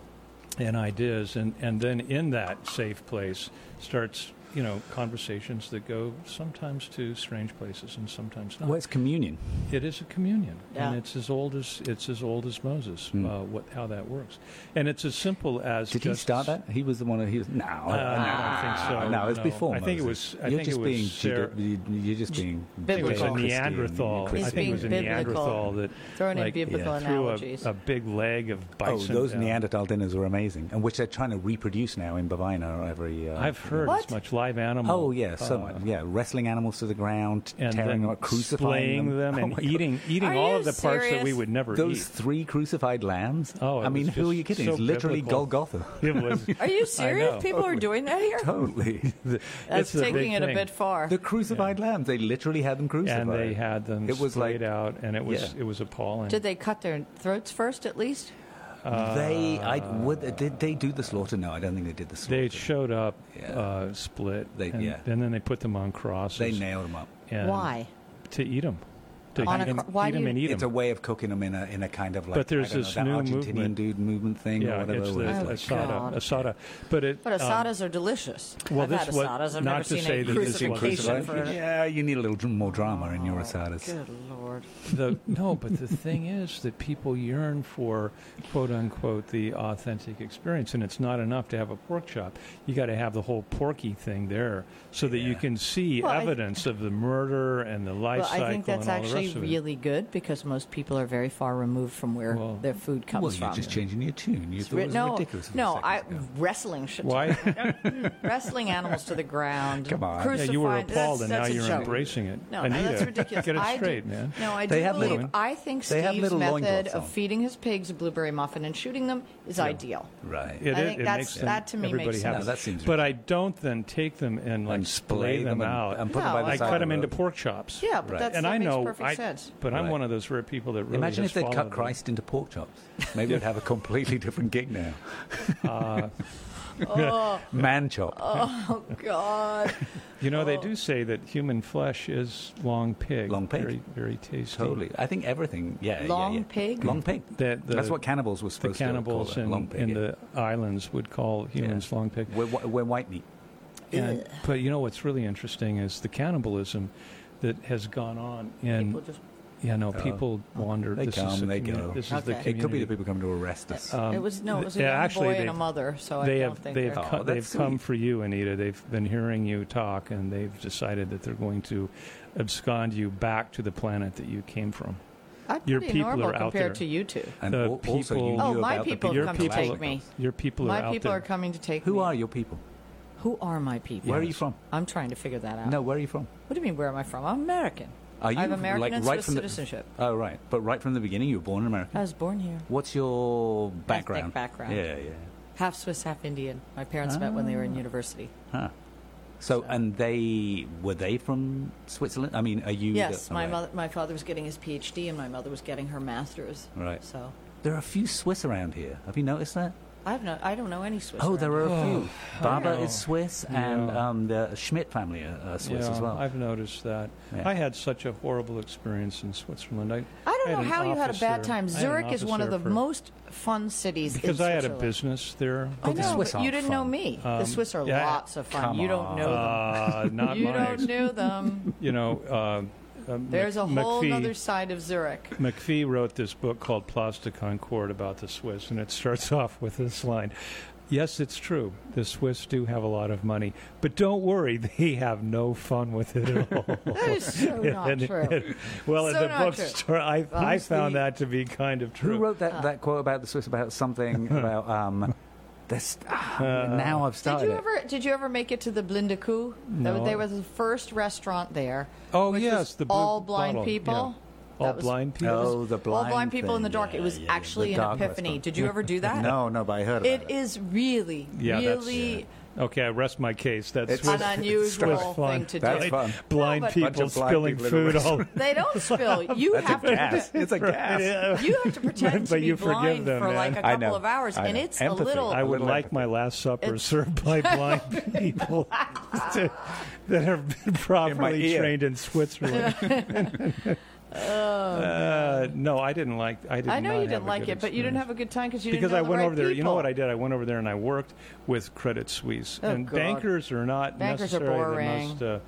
[SPEAKER 2] and ideas and and then in that safe place starts you know conversations that go sometimes to strange places and sometimes not
[SPEAKER 3] Well, it's communion.
[SPEAKER 2] it is a communion,
[SPEAKER 4] Yeah.
[SPEAKER 2] and it's as old as it's as old as Moses. Uh, what how that works, and it's as simple as
[SPEAKER 3] Hmm. Did he
[SPEAKER 2] just,
[SPEAKER 3] start that? He was the one. That, he was no,
[SPEAKER 2] Uh, no,
[SPEAKER 4] Ah.
[SPEAKER 2] I don't think so.
[SPEAKER 3] no, it's
[SPEAKER 2] no.
[SPEAKER 3] before.
[SPEAKER 2] I think it
[SPEAKER 3] Moses.
[SPEAKER 2] was. I
[SPEAKER 3] you're
[SPEAKER 2] think
[SPEAKER 3] just
[SPEAKER 2] it was
[SPEAKER 3] being.
[SPEAKER 2] Sarah-
[SPEAKER 3] Juda- you- You're just being.
[SPEAKER 2] I think it was a
[SPEAKER 4] Biblical.
[SPEAKER 3] Christian,
[SPEAKER 2] Neanderthal.
[SPEAKER 3] Christian.
[SPEAKER 2] I think it was a
[SPEAKER 4] He's being biblical.
[SPEAKER 2] Neanderthal that
[SPEAKER 4] Throwing
[SPEAKER 2] like,
[SPEAKER 4] in biblical
[SPEAKER 3] yeah.
[SPEAKER 2] threw
[SPEAKER 4] analogies.
[SPEAKER 2] a, a big leg of
[SPEAKER 3] Oh,
[SPEAKER 2] bison.
[SPEAKER 3] those
[SPEAKER 2] down.
[SPEAKER 3] Neanderthal dinners were amazing, and which they're trying to reproduce now in Bavina every. Uh,
[SPEAKER 2] I've heard
[SPEAKER 4] What?
[SPEAKER 2] as much live animal.
[SPEAKER 3] Oh yeah, so
[SPEAKER 2] uh,
[SPEAKER 3] much. Yeah, wrestling animals to the ground,
[SPEAKER 2] And
[SPEAKER 3] tearing
[SPEAKER 2] then
[SPEAKER 3] them, crucifying
[SPEAKER 2] splaying them,
[SPEAKER 3] Oh
[SPEAKER 2] and
[SPEAKER 3] my God.
[SPEAKER 2] eating eating
[SPEAKER 4] Are
[SPEAKER 2] all
[SPEAKER 4] you
[SPEAKER 2] of the parts that we
[SPEAKER 4] serious?
[SPEAKER 2] would never
[SPEAKER 3] Those
[SPEAKER 2] eat.
[SPEAKER 3] three crucified lambs.
[SPEAKER 2] Oh, it
[SPEAKER 3] I mean,
[SPEAKER 2] was
[SPEAKER 3] who are
[SPEAKER 2] just
[SPEAKER 3] you kidding?
[SPEAKER 2] so
[SPEAKER 3] it's literally
[SPEAKER 2] biblical.
[SPEAKER 3] Golgotha.
[SPEAKER 2] It was.
[SPEAKER 4] Are you serious?
[SPEAKER 2] know.
[SPEAKER 4] People are doing that here?
[SPEAKER 3] totally. The,
[SPEAKER 2] It's
[SPEAKER 4] That's
[SPEAKER 2] a big
[SPEAKER 4] taking it a
[SPEAKER 2] thing.
[SPEAKER 4] bit far.
[SPEAKER 3] the crucified lambs. They literally had them crucified.
[SPEAKER 2] and they had them
[SPEAKER 3] It was
[SPEAKER 2] splayed
[SPEAKER 3] like-
[SPEAKER 2] out, and it was
[SPEAKER 3] Yeah.
[SPEAKER 2] it was appalling.
[SPEAKER 4] Did they cut their throats first, at least?
[SPEAKER 3] They, I, would, did they do the slaughter? No, I don't think they did the
[SPEAKER 2] uh, They
[SPEAKER 3] slaughter.
[SPEAKER 2] showed up
[SPEAKER 3] Yeah.
[SPEAKER 2] uh, split,
[SPEAKER 3] They-
[SPEAKER 2] and,
[SPEAKER 3] yeah.
[SPEAKER 2] and then they put them on crosses.
[SPEAKER 3] They nailed them up.
[SPEAKER 2] and-
[SPEAKER 4] Why?
[SPEAKER 2] To eat them. To
[SPEAKER 4] On
[SPEAKER 2] eat,
[SPEAKER 4] a
[SPEAKER 2] and,
[SPEAKER 4] cro- why
[SPEAKER 2] eat
[SPEAKER 4] do
[SPEAKER 2] 'em
[SPEAKER 4] you-
[SPEAKER 2] and eat
[SPEAKER 3] it's
[SPEAKER 2] 'em.
[SPEAKER 3] a way of cooking them in a in a kind of like.
[SPEAKER 2] But there's
[SPEAKER 3] I don't
[SPEAKER 2] this
[SPEAKER 3] know, that
[SPEAKER 2] new
[SPEAKER 3] Argentinian
[SPEAKER 2] movement.
[SPEAKER 3] dude movement thing or
[SPEAKER 2] yeah,
[SPEAKER 3] whatever.
[SPEAKER 2] it's
[SPEAKER 3] where
[SPEAKER 2] the
[SPEAKER 3] it's
[SPEAKER 4] Oh,
[SPEAKER 3] like,
[SPEAKER 2] asada,
[SPEAKER 4] God.
[SPEAKER 2] asada. But it,
[SPEAKER 4] But
[SPEAKER 2] um,
[SPEAKER 4] asadas are delicious.
[SPEAKER 2] well,
[SPEAKER 4] I've
[SPEAKER 2] this
[SPEAKER 4] had
[SPEAKER 2] was-
[SPEAKER 4] asadas. I've
[SPEAKER 2] not
[SPEAKER 4] never
[SPEAKER 2] to
[SPEAKER 4] seen
[SPEAKER 2] say
[SPEAKER 4] a
[SPEAKER 2] that this wasn't
[SPEAKER 4] crucifixion
[SPEAKER 2] crucified.
[SPEAKER 4] for Oh, it.
[SPEAKER 3] yeah, you need a little dr- more drama in your asadas.
[SPEAKER 4] Good lord.
[SPEAKER 2] the no, but the thing is that people yearn for quote unquote the authentic experience, and it's not enough to have a pork chop. You got to have the whole porky thing there, so that you
[SPEAKER 3] Yeah.
[SPEAKER 2] can see
[SPEAKER 4] Well, I-
[SPEAKER 2] evidence of the murder and the life
[SPEAKER 4] Well,
[SPEAKER 2] cycle
[SPEAKER 4] I think
[SPEAKER 2] and
[SPEAKER 4] that's
[SPEAKER 2] all the
[SPEAKER 4] actually
[SPEAKER 2] rest of it.
[SPEAKER 4] really good because most people are very far removed from where
[SPEAKER 2] Well-
[SPEAKER 4] their food comes
[SPEAKER 3] Well,
[SPEAKER 4] from.
[SPEAKER 3] you're just changing your tune. You
[SPEAKER 4] It's
[SPEAKER 3] thought
[SPEAKER 4] ri-
[SPEAKER 3] it was
[SPEAKER 4] no,
[SPEAKER 3] ridiculous. a few
[SPEAKER 4] no,
[SPEAKER 3] seconds
[SPEAKER 4] I
[SPEAKER 3] ago.
[SPEAKER 4] wrestling shit.
[SPEAKER 2] Why?
[SPEAKER 4] wrestling animals to the ground.
[SPEAKER 3] Come on. Yeah,
[SPEAKER 2] Yeah,
[SPEAKER 3] you
[SPEAKER 4] crucifying.
[SPEAKER 2] you were appalled,
[SPEAKER 4] that's,
[SPEAKER 2] and now
[SPEAKER 4] that's a
[SPEAKER 2] you're
[SPEAKER 4] joke.
[SPEAKER 2] embracing it.
[SPEAKER 4] No,
[SPEAKER 2] Anita,
[SPEAKER 4] that's ridiculous.
[SPEAKER 2] Get it
[SPEAKER 4] I do-
[SPEAKER 2] straight, man.
[SPEAKER 4] No, I do
[SPEAKER 3] They have
[SPEAKER 4] believe.
[SPEAKER 3] little-
[SPEAKER 4] I think
[SPEAKER 3] they have
[SPEAKER 4] Steve's
[SPEAKER 3] little
[SPEAKER 4] method
[SPEAKER 3] loincloths
[SPEAKER 4] of
[SPEAKER 3] on.
[SPEAKER 4] feeding his pigs a blueberry muffin and shooting them is ideal.
[SPEAKER 3] Right.
[SPEAKER 2] It,
[SPEAKER 4] I
[SPEAKER 2] it-
[SPEAKER 4] think
[SPEAKER 2] it
[SPEAKER 4] that's-
[SPEAKER 2] makes them-
[SPEAKER 4] that to me makes
[SPEAKER 2] everybody
[SPEAKER 4] sense.
[SPEAKER 2] happy.
[SPEAKER 3] No, that seems
[SPEAKER 2] but I don't then take them and like
[SPEAKER 3] And
[SPEAKER 2] splay
[SPEAKER 3] splay
[SPEAKER 2] them,
[SPEAKER 3] them and-
[SPEAKER 2] out.
[SPEAKER 3] and put
[SPEAKER 4] them by the
[SPEAKER 2] I
[SPEAKER 4] side
[SPEAKER 2] cut
[SPEAKER 3] of
[SPEAKER 2] them
[SPEAKER 3] the
[SPEAKER 2] into
[SPEAKER 3] road.
[SPEAKER 2] pork chops.
[SPEAKER 4] Yeah, but
[SPEAKER 3] Right.
[SPEAKER 4] that's,
[SPEAKER 2] and
[SPEAKER 4] that
[SPEAKER 2] I
[SPEAKER 4] makes
[SPEAKER 2] know,
[SPEAKER 4] perfect
[SPEAKER 2] I,
[SPEAKER 4] sense.
[SPEAKER 2] but I'm
[SPEAKER 3] Right.
[SPEAKER 2] one of those rare people that really
[SPEAKER 3] Imagine
[SPEAKER 2] has
[SPEAKER 3] if they'd cut
[SPEAKER 2] followed
[SPEAKER 3] Christ into pork chops. Maybe we'd have a completely different gig now. Man chop.
[SPEAKER 4] Oh God!
[SPEAKER 2] it. You know, they do say that human flesh is long pig.
[SPEAKER 3] Oh. Long pig.
[SPEAKER 2] Very, very tasty.
[SPEAKER 3] Totally. I think everything. Yeah. yeah,
[SPEAKER 4] Long
[SPEAKER 3] yeah.
[SPEAKER 4] pig?
[SPEAKER 3] Long pig.
[SPEAKER 2] That the-
[SPEAKER 3] That's what cannibals were
[SPEAKER 2] The
[SPEAKER 3] supposed
[SPEAKER 2] cannibals
[SPEAKER 3] to call it.
[SPEAKER 2] in,
[SPEAKER 3] long pig.
[SPEAKER 2] in
[SPEAKER 3] yeah.
[SPEAKER 2] the islands would call humans
[SPEAKER 3] Yeah.
[SPEAKER 2] long pig.
[SPEAKER 3] We're, whi- we're white meat.
[SPEAKER 2] And, but you know what's really interesting is the cannibalism that has gone on in
[SPEAKER 4] People just-
[SPEAKER 2] you know people wander.
[SPEAKER 3] They
[SPEAKER 2] this is
[SPEAKER 3] come,
[SPEAKER 2] the
[SPEAKER 3] they
[SPEAKER 2] communi-
[SPEAKER 3] go.
[SPEAKER 2] This is the
[SPEAKER 4] Okay.
[SPEAKER 2] community. Uh,
[SPEAKER 3] It could be the people coming to arrest us.
[SPEAKER 4] it was no, it was a
[SPEAKER 2] yeah,
[SPEAKER 4] young
[SPEAKER 2] Um, actually,
[SPEAKER 4] boy and a
[SPEAKER 2] they've-
[SPEAKER 4] mother. So I
[SPEAKER 2] they
[SPEAKER 4] don't
[SPEAKER 2] have
[SPEAKER 4] think
[SPEAKER 2] they've
[SPEAKER 4] they're-
[SPEAKER 2] co-
[SPEAKER 3] Oh,
[SPEAKER 2] they've
[SPEAKER 3] that's
[SPEAKER 2] come
[SPEAKER 3] sweet.
[SPEAKER 2] for you, Anita. They've been hearing you talk, and they've decided that they're going to abscond you back to the planet that you came from.
[SPEAKER 4] That's
[SPEAKER 2] your
[SPEAKER 4] pretty
[SPEAKER 2] people
[SPEAKER 4] normal
[SPEAKER 2] are out
[SPEAKER 4] compared
[SPEAKER 2] there.
[SPEAKER 4] to you two.
[SPEAKER 3] and
[SPEAKER 2] the
[SPEAKER 3] al- also, you
[SPEAKER 2] people-
[SPEAKER 3] knew
[SPEAKER 2] Oh,
[SPEAKER 4] my
[SPEAKER 3] about the
[SPEAKER 4] people
[SPEAKER 2] Your
[SPEAKER 4] come
[SPEAKER 2] people,
[SPEAKER 4] to take me.
[SPEAKER 2] your people
[SPEAKER 4] My
[SPEAKER 2] are out
[SPEAKER 4] people
[SPEAKER 2] there.
[SPEAKER 4] are coming to take me.
[SPEAKER 3] Who are your people?
[SPEAKER 4] Who are my people?
[SPEAKER 3] Where are you from?
[SPEAKER 4] I'm trying to figure that out.
[SPEAKER 3] No, where are you from?
[SPEAKER 4] What do you mean? Where am I from? I'm American.
[SPEAKER 3] Are you
[SPEAKER 4] I have American
[SPEAKER 3] like
[SPEAKER 4] and
[SPEAKER 3] right
[SPEAKER 4] Swiss
[SPEAKER 3] from the-
[SPEAKER 4] citizenship.
[SPEAKER 3] Oh, right. But right from the beginning, you were born in America.
[SPEAKER 4] I was born here.
[SPEAKER 3] What's your background?
[SPEAKER 4] background.
[SPEAKER 3] Yeah, yeah.
[SPEAKER 4] Half Swiss, half Indian. My parents met when they were in
[SPEAKER 3] Ah.
[SPEAKER 4] university.
[SPEAKER 3] So, and they were they from Switzerland? I mean, are you?
[SPEAKER 4] Yes,
[SPEAKER 3] the-
[SPEAKER 4] my
[SPEAKER 3] right.
[SPEAKER 4] mother, my father was getting his PhD, and my mother was getting her master's.
[SPEAKER 3] Right.
[SPEAKER 4] So
[SPEAKER 3] There are a few Swiss around here. Have you noticed that?
[SPEAKER 4] I have no, I don't know any Swiss.
[SPEAKER 3] Oh, there
[SPEAKER 4] around
[SPEAKER 3] are a few. Barber
[SPEAKER 2] know.
[SPEAKER 3] is Swiss, and
[SPEAKER 2] Yeah.
[SPEAKER 3] um, the Schmidt family are, are Swiss
[SPEAKER 2] yeah,
[SPEAKER 3] as well.
[SPEAKER 2] I've noticed that.
[SPEAKER 3] Yeah.
[SPEAKER 2] I had such a horrible experience in Switzerland. I,
[SPEAKER 4] here. I
[SPEAKER 2] had
[SPEAKER 4] don't
[SPEAKER 2] an
[SPEAKER 4] know how you had a
[SPEAKER 2] office there.
[SPEAKER 4] bad time.
[SPEAKER 2] I had an
[SPEAKER 4] Zurich is
[SPEAKER 2] office
[SPEAKER 4] one of
[SPEAKER 2] there
[SPEAKER 4] the
[SPEAKER 2] for-
[SPEAKER 4] most fun cities. in
[SPEAKER 2] because I had a
[SPEAKER 4] Switzerland.
[SPEAKER 2] business there.
[SPEAKER 4] I
[SPEAKER 3] Oh, the
[SPEAKER 4] know,
[SPEAKER 3] Swiss
[SPEAKER 4] but you
[SPEAKER 3] aren't
[SPEAKER 4] didn't know
[SPEAKER 3] fun.
[SPEAKER 4] me. the Swiss are
[SPEAKER 2] Um, yeah.
[SPEAKER 4] lots of fun.
[SPEAKER 3] Come
[SPEAKER 4] You don't know them.
[SPEAKER 2] Uh, not
[SPEAKER 4] you
[SPEAKER 2] my
[SPEAKER 4] don't
[SPEAKER 2] ex-
[SPEAKER 4] know them.
[SPEAKER 2] you know, uh, um,
[SPEAKER 4] There's a
[SPEAKER 2] Mc-
[SPEAKER 4] whole
[SPEAKER 2] McPhee,
[SPEAKER 4] other side of Zurich.
[SPEAKER 2] McPhee wrote this book called Plastic Concord about the Swiss, and it starts off with this line. Yes, it's true. The Swiss do have a lot of money, but don't worry, they have no fun with it at all.
[SPEAKER 4] That is so not
[SPEAKER 2] And-
[SPEAKER 4] true.
[SPEAKER 2] and- well,
[SPEAKER 4] So
[SPEAKER 2] in the
[SPEAKER 4] not
[SPEAKER 2] bookstore, I, I
[SPEAKER 3] Who's
[SPEAKER 2] found
[SPEAKER 3] the-
[SPEAKER 2] that to be kind of true.
[SPEAKER 3] Who wrote
[SPEAKER 4] Uh.
[SPEAKER 3] that, that quote about the Swiss about something about um, this? ah, now I've
[SPEAKER 4] Did
[SPEAKER 3] started.
[SPEAKER 4] you
[SPEAKER 3] it.
[SPEAKER 4] ever did you ever make it to the Blinda Coup? That
[SPEAKER 2] No,
[SPEAKER 4] was- They
[SPEAKER 2] I-
[SPEAKER 4] were the first restaurant there.
[SPEAKER 2] Oh
[SPEAKER 4] which
[SPEAKER 2] yes,
[SPEAKER 4] was
[SPEAKER 2] the blue
[SPEAKER 4] all blind
[SPEAKER 2] bottle,
[SPEAKER 4] people.
[SPEAKER 2] yeah. All
[SPEAKER 4] That was-
[SPEAKER 2] blind people.
[SPEAKER 3] Oh, the blind.
[SPEAKER 4] all blind people in the
[SPEAKER 3] thing.
[SPEAKER 4] dark. it
[SPEAKER 3] Yeah,
[SPEAKER 4] was
[SPEAKER 3] yeah, yeah.
[SPEAKER 4] actually
[SPEAKER 3] The
[SPEAKER 4] an
[SPEAKER 3] dark
[SPEAKER 4] epiphany.
[SPEAKER 3] restaurant.
[SPEAKER 4] Did you ever do that?
[SPEAKER 3] No, no, but I heard about
[SPEAKER 4] It
[SPEAKER 3] it.
[SPEAKER 4] is really,
[SPEAKER 2] Yeah, that's-
[SPEAKER 4] really
[SPEAKER 2] Okay, I rest my case. That's
[SPEAKER 3] It's-
[SPEAKER 2] Swiss-
[SPEAKER 3] An
[SPEAKER 4] unusual
[SPEAKER 2] Swiss flan.
[SPEAKER 4] thing to
[SPEAKER 3] That's
[SPEAKER 4] do.
[SPEAKER 3] fun.
[SPEAKER 2] Blind
[SPEAKER 4] No, but-
[SPEAKER 2] people
[SPEAKER 3] Bunch of blind
[SPEAKER 2] spilling
[SPEAKER 3] people in a
[SPEAKER 2] food all.
[SPEAKER 3] restaurant.
[SPEAKER 4] They don't spill. You
[SPEAKER 3] That's a
[SPEAKER 4] have to.
[SPEAKER 3] gas. It's a gas.
[SPEAKER 2] Yeah.
[SPEAKER 4] You have to pretend
[SPEAKER 2] But
[SPEAKER 4] to be
[SPEAKER 2] you forgive
[SPEAKER 4] blind
[SPEAKER 2] them,
[SPEAKER 4] for
[SPEAKER 2] man.
[SPEAKER 4] like a
[SPEAKER 3] I
[SPEAKER 4] couple
[SPEAKER 3] know.
[SPEAKER 4] of hours,
[SPEAKER 3] I
[SPEAKER 4] and
[SPEAKER 3] know.
[SPEAKER 4] it's
[SPEAKER 3] Empathy.
[SPEAKER 4] a little.
[SPEAKER 2] I would
[SPEAKER 3] little
[SPEAKER 2] like
[SPEAKER 3] empathy.
[SPEAKER 2] my last supper
[SPEAKER 4] It's-
[SPEAKER 2] served by blind people to- that have been properly
[SPEAKER 3] ear.
[SPEAKER 2] trained in Switzerland. Uh, no, I didn't like. I, did
[SPEAKER 4] I know
[SPEAKER 2] not
[SPEAKER 4] you
[SPEAKER 2] have
[SPEAKER 4] didn't
[SPEAKER 2] a
[SPEAKER 4] like
[SPEAKER 2] good
[SPEAKER 4] it, but you didn't
[SPEAKER 2] experience
[SPEAKER 4] have a good time because you
[SPEAKER 2] because
[SPEAKER 4] didn't know
[SPEAKER 2] I
[SPEAKER 4] the
[SPEAKER 2] went
[SPEAKER 4] right
[SPEAKER 2] over there. You know what I
[SPEAKER 4] people.
[SPEAKER 2] did? I went over there and I worked with Credit Suisse.
[SPEAKER 4] Oh,
[SPEAKER 2] and
[SPEAKER 4] God.
[SPEAKER 2] bankers are not
[SPEAKER 4] Bankers are
[SPEAKER 2] necessarily
[SPEAKER 4] boring.
[SPEAKER 2] the most. Uh,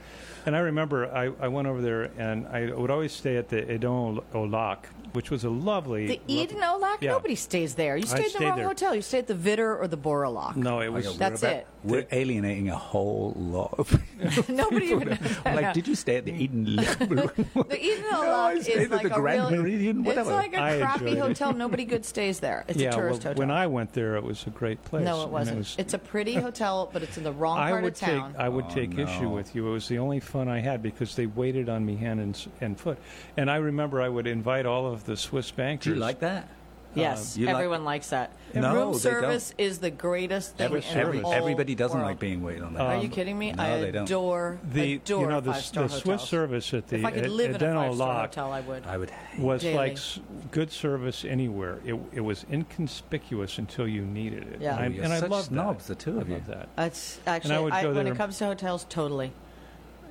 [SPEAKER 2] and I remember I, I went over there and I would always stay at the Edon au Lac, which was a lovely.
[SPEAKER 4] The
[SPEAKER 2] lo-
[SPEAKER 4] Eden Olac.
[SPEAKER 2] Yeah.
[SPEAKER 4] Nobody stays there. You stayed in
[SPEAKER 2] stayed
[SPEAKER 4] the wrong
[SPEAKER 2] there.
[SPEAKER 4] hotel. You stayed at the Vitter or the Boraloc.
[SPEAKER 2] No, it was.
[SPEAKER 4] That's it.
[SPEAKER 3] We're alienating a whole lot of people.
[SPEAKER 4] Nobody even. knows that now.
[SPEAKER 3] like, did you stay at the Eden?
[SPEAKER 4] The Eden
[SPEAKER 3] No, I
[SPEAKER 4] Olac
[SPEAKER 3] stayed
[SPEAKER 4] is
[SPEAKER 3] at
[SPEAKER 4] like
[SPEAKER 3] the
[SPEAKER 4] a
[SPEAKER 3] Grand
[SPEAKER 4] real.
[SPEAKER 3] Meridian,
[SPEAKER 4] it's
[SPEAKER 3] whatever.
[SPEAKER 4] like a
[SPEAKER 2] I
[SPEAKER 4] crappy
[SPEAKER 2] enjoyed it.
[SPEAKER 4] hotel. Nobody good stays there. It's
[SPEAKER 2] yeah,
[SPEAKER 4] a tourist
[SPEAKER 2] well,
[SPEAKER 4] hotel.
[SPEAKER 2] when I went there, it was a great place.
[SPEAKER 4] no,
[SPEAKER 2] and
[SPEAKER 4] it wasn't.
[SPEAKER 2] was-
[SPEAKER 4] It's a pretty hotel, but it's in the wrong
[SPEAKER 2] I
[SPEAKER 4] part
[SPEAKER 2] would
[SPEAKER 4] of town.
[SPEAKER 2] take uh, I
[SPEAKER 3] Oh,
[SPEAKER 2] would take issue with you. It was the only fun I had because they waited on me hand and, s- and foot. And I remember I would invite all of the Swiss bankers.
[SPEAKER 3] Do you like that? Um,
[SPEAKER 2] um,
[SPEAKER 4] yes,
[SPEAKER 3] you like-
[SPEAKER 4] everyone likes that.
[SPEAKER 3] No,
[SPEAKER 4] Room
[SPEAKER 3] they
[SPEAKER 4] service is the greatest thing.
[SPEAKER 3] Every, Um,
[SPEAKER 4] in the
[SPEAKER 3] every,
[SPEAKER 4] whole
[SPEAKER 3] everybody doesn't
[SPEAKER 4] world.
[SPEAKER 3] like being waited on.
[SPEAKER 2] Um,
[SPEAKER 4] Are you kidding me?
[SPEAKER 3] No,
[SPEAKER 4] I
[SPEAKER 3] they don't.
[SPEAKER 4] adore
[SPEAKER 2] the
[SPEAKER 4] adore
[SPEAKER 2] you know the,
[SPEAKER 4] five
[SPEAKER 2] s-
[SPEAKER 4] star
[SPEAKER 2] the Swiss service at the
[SPEAKER 4] If I could
[SPEAKER 2] at-
[SPEAKER 4] live
[SPEAKER 2] at
[SPEAKER 4] in a
[SPEAKER 2] Dental
[SPEAKER 4] five star
[SPEAKER 2] Lock
[SPEAKER 4] hotel, I would.
[SPEAKER 3] I would hate
[SPEAKER 2] was
[SPEAKER 4] Daily.
[SPEAKER 2] like s- good service anywhere. It it was inconspicuous until you needed it.
[SPEAKER 4] Yeah.
[SPEAKER 2] And I-
[SPEAKER 3] Oh, you're
[SPEAKER 2] and I
[SPEAKER 3] such
[SPEAKER 2] love
[SPEAKER 3] snobs,
[SPEAKER 2] that.
[SPEAKER 3] the two of
[SPEAKER 2] I love
[SPEAKER 3] you.
[SPEAKER 2] that.
[SPEAKER 4] That's
[SPEAKER 2] And I
[SPEAKER 4] actually
[SPEAKER 2] would
[SPEAKER 4] I
[SPEAKER 2] go
[SPEAKER 4] when
[SPEAKER 2] there-
[SPEAKER 4] it comes to hotels, totally.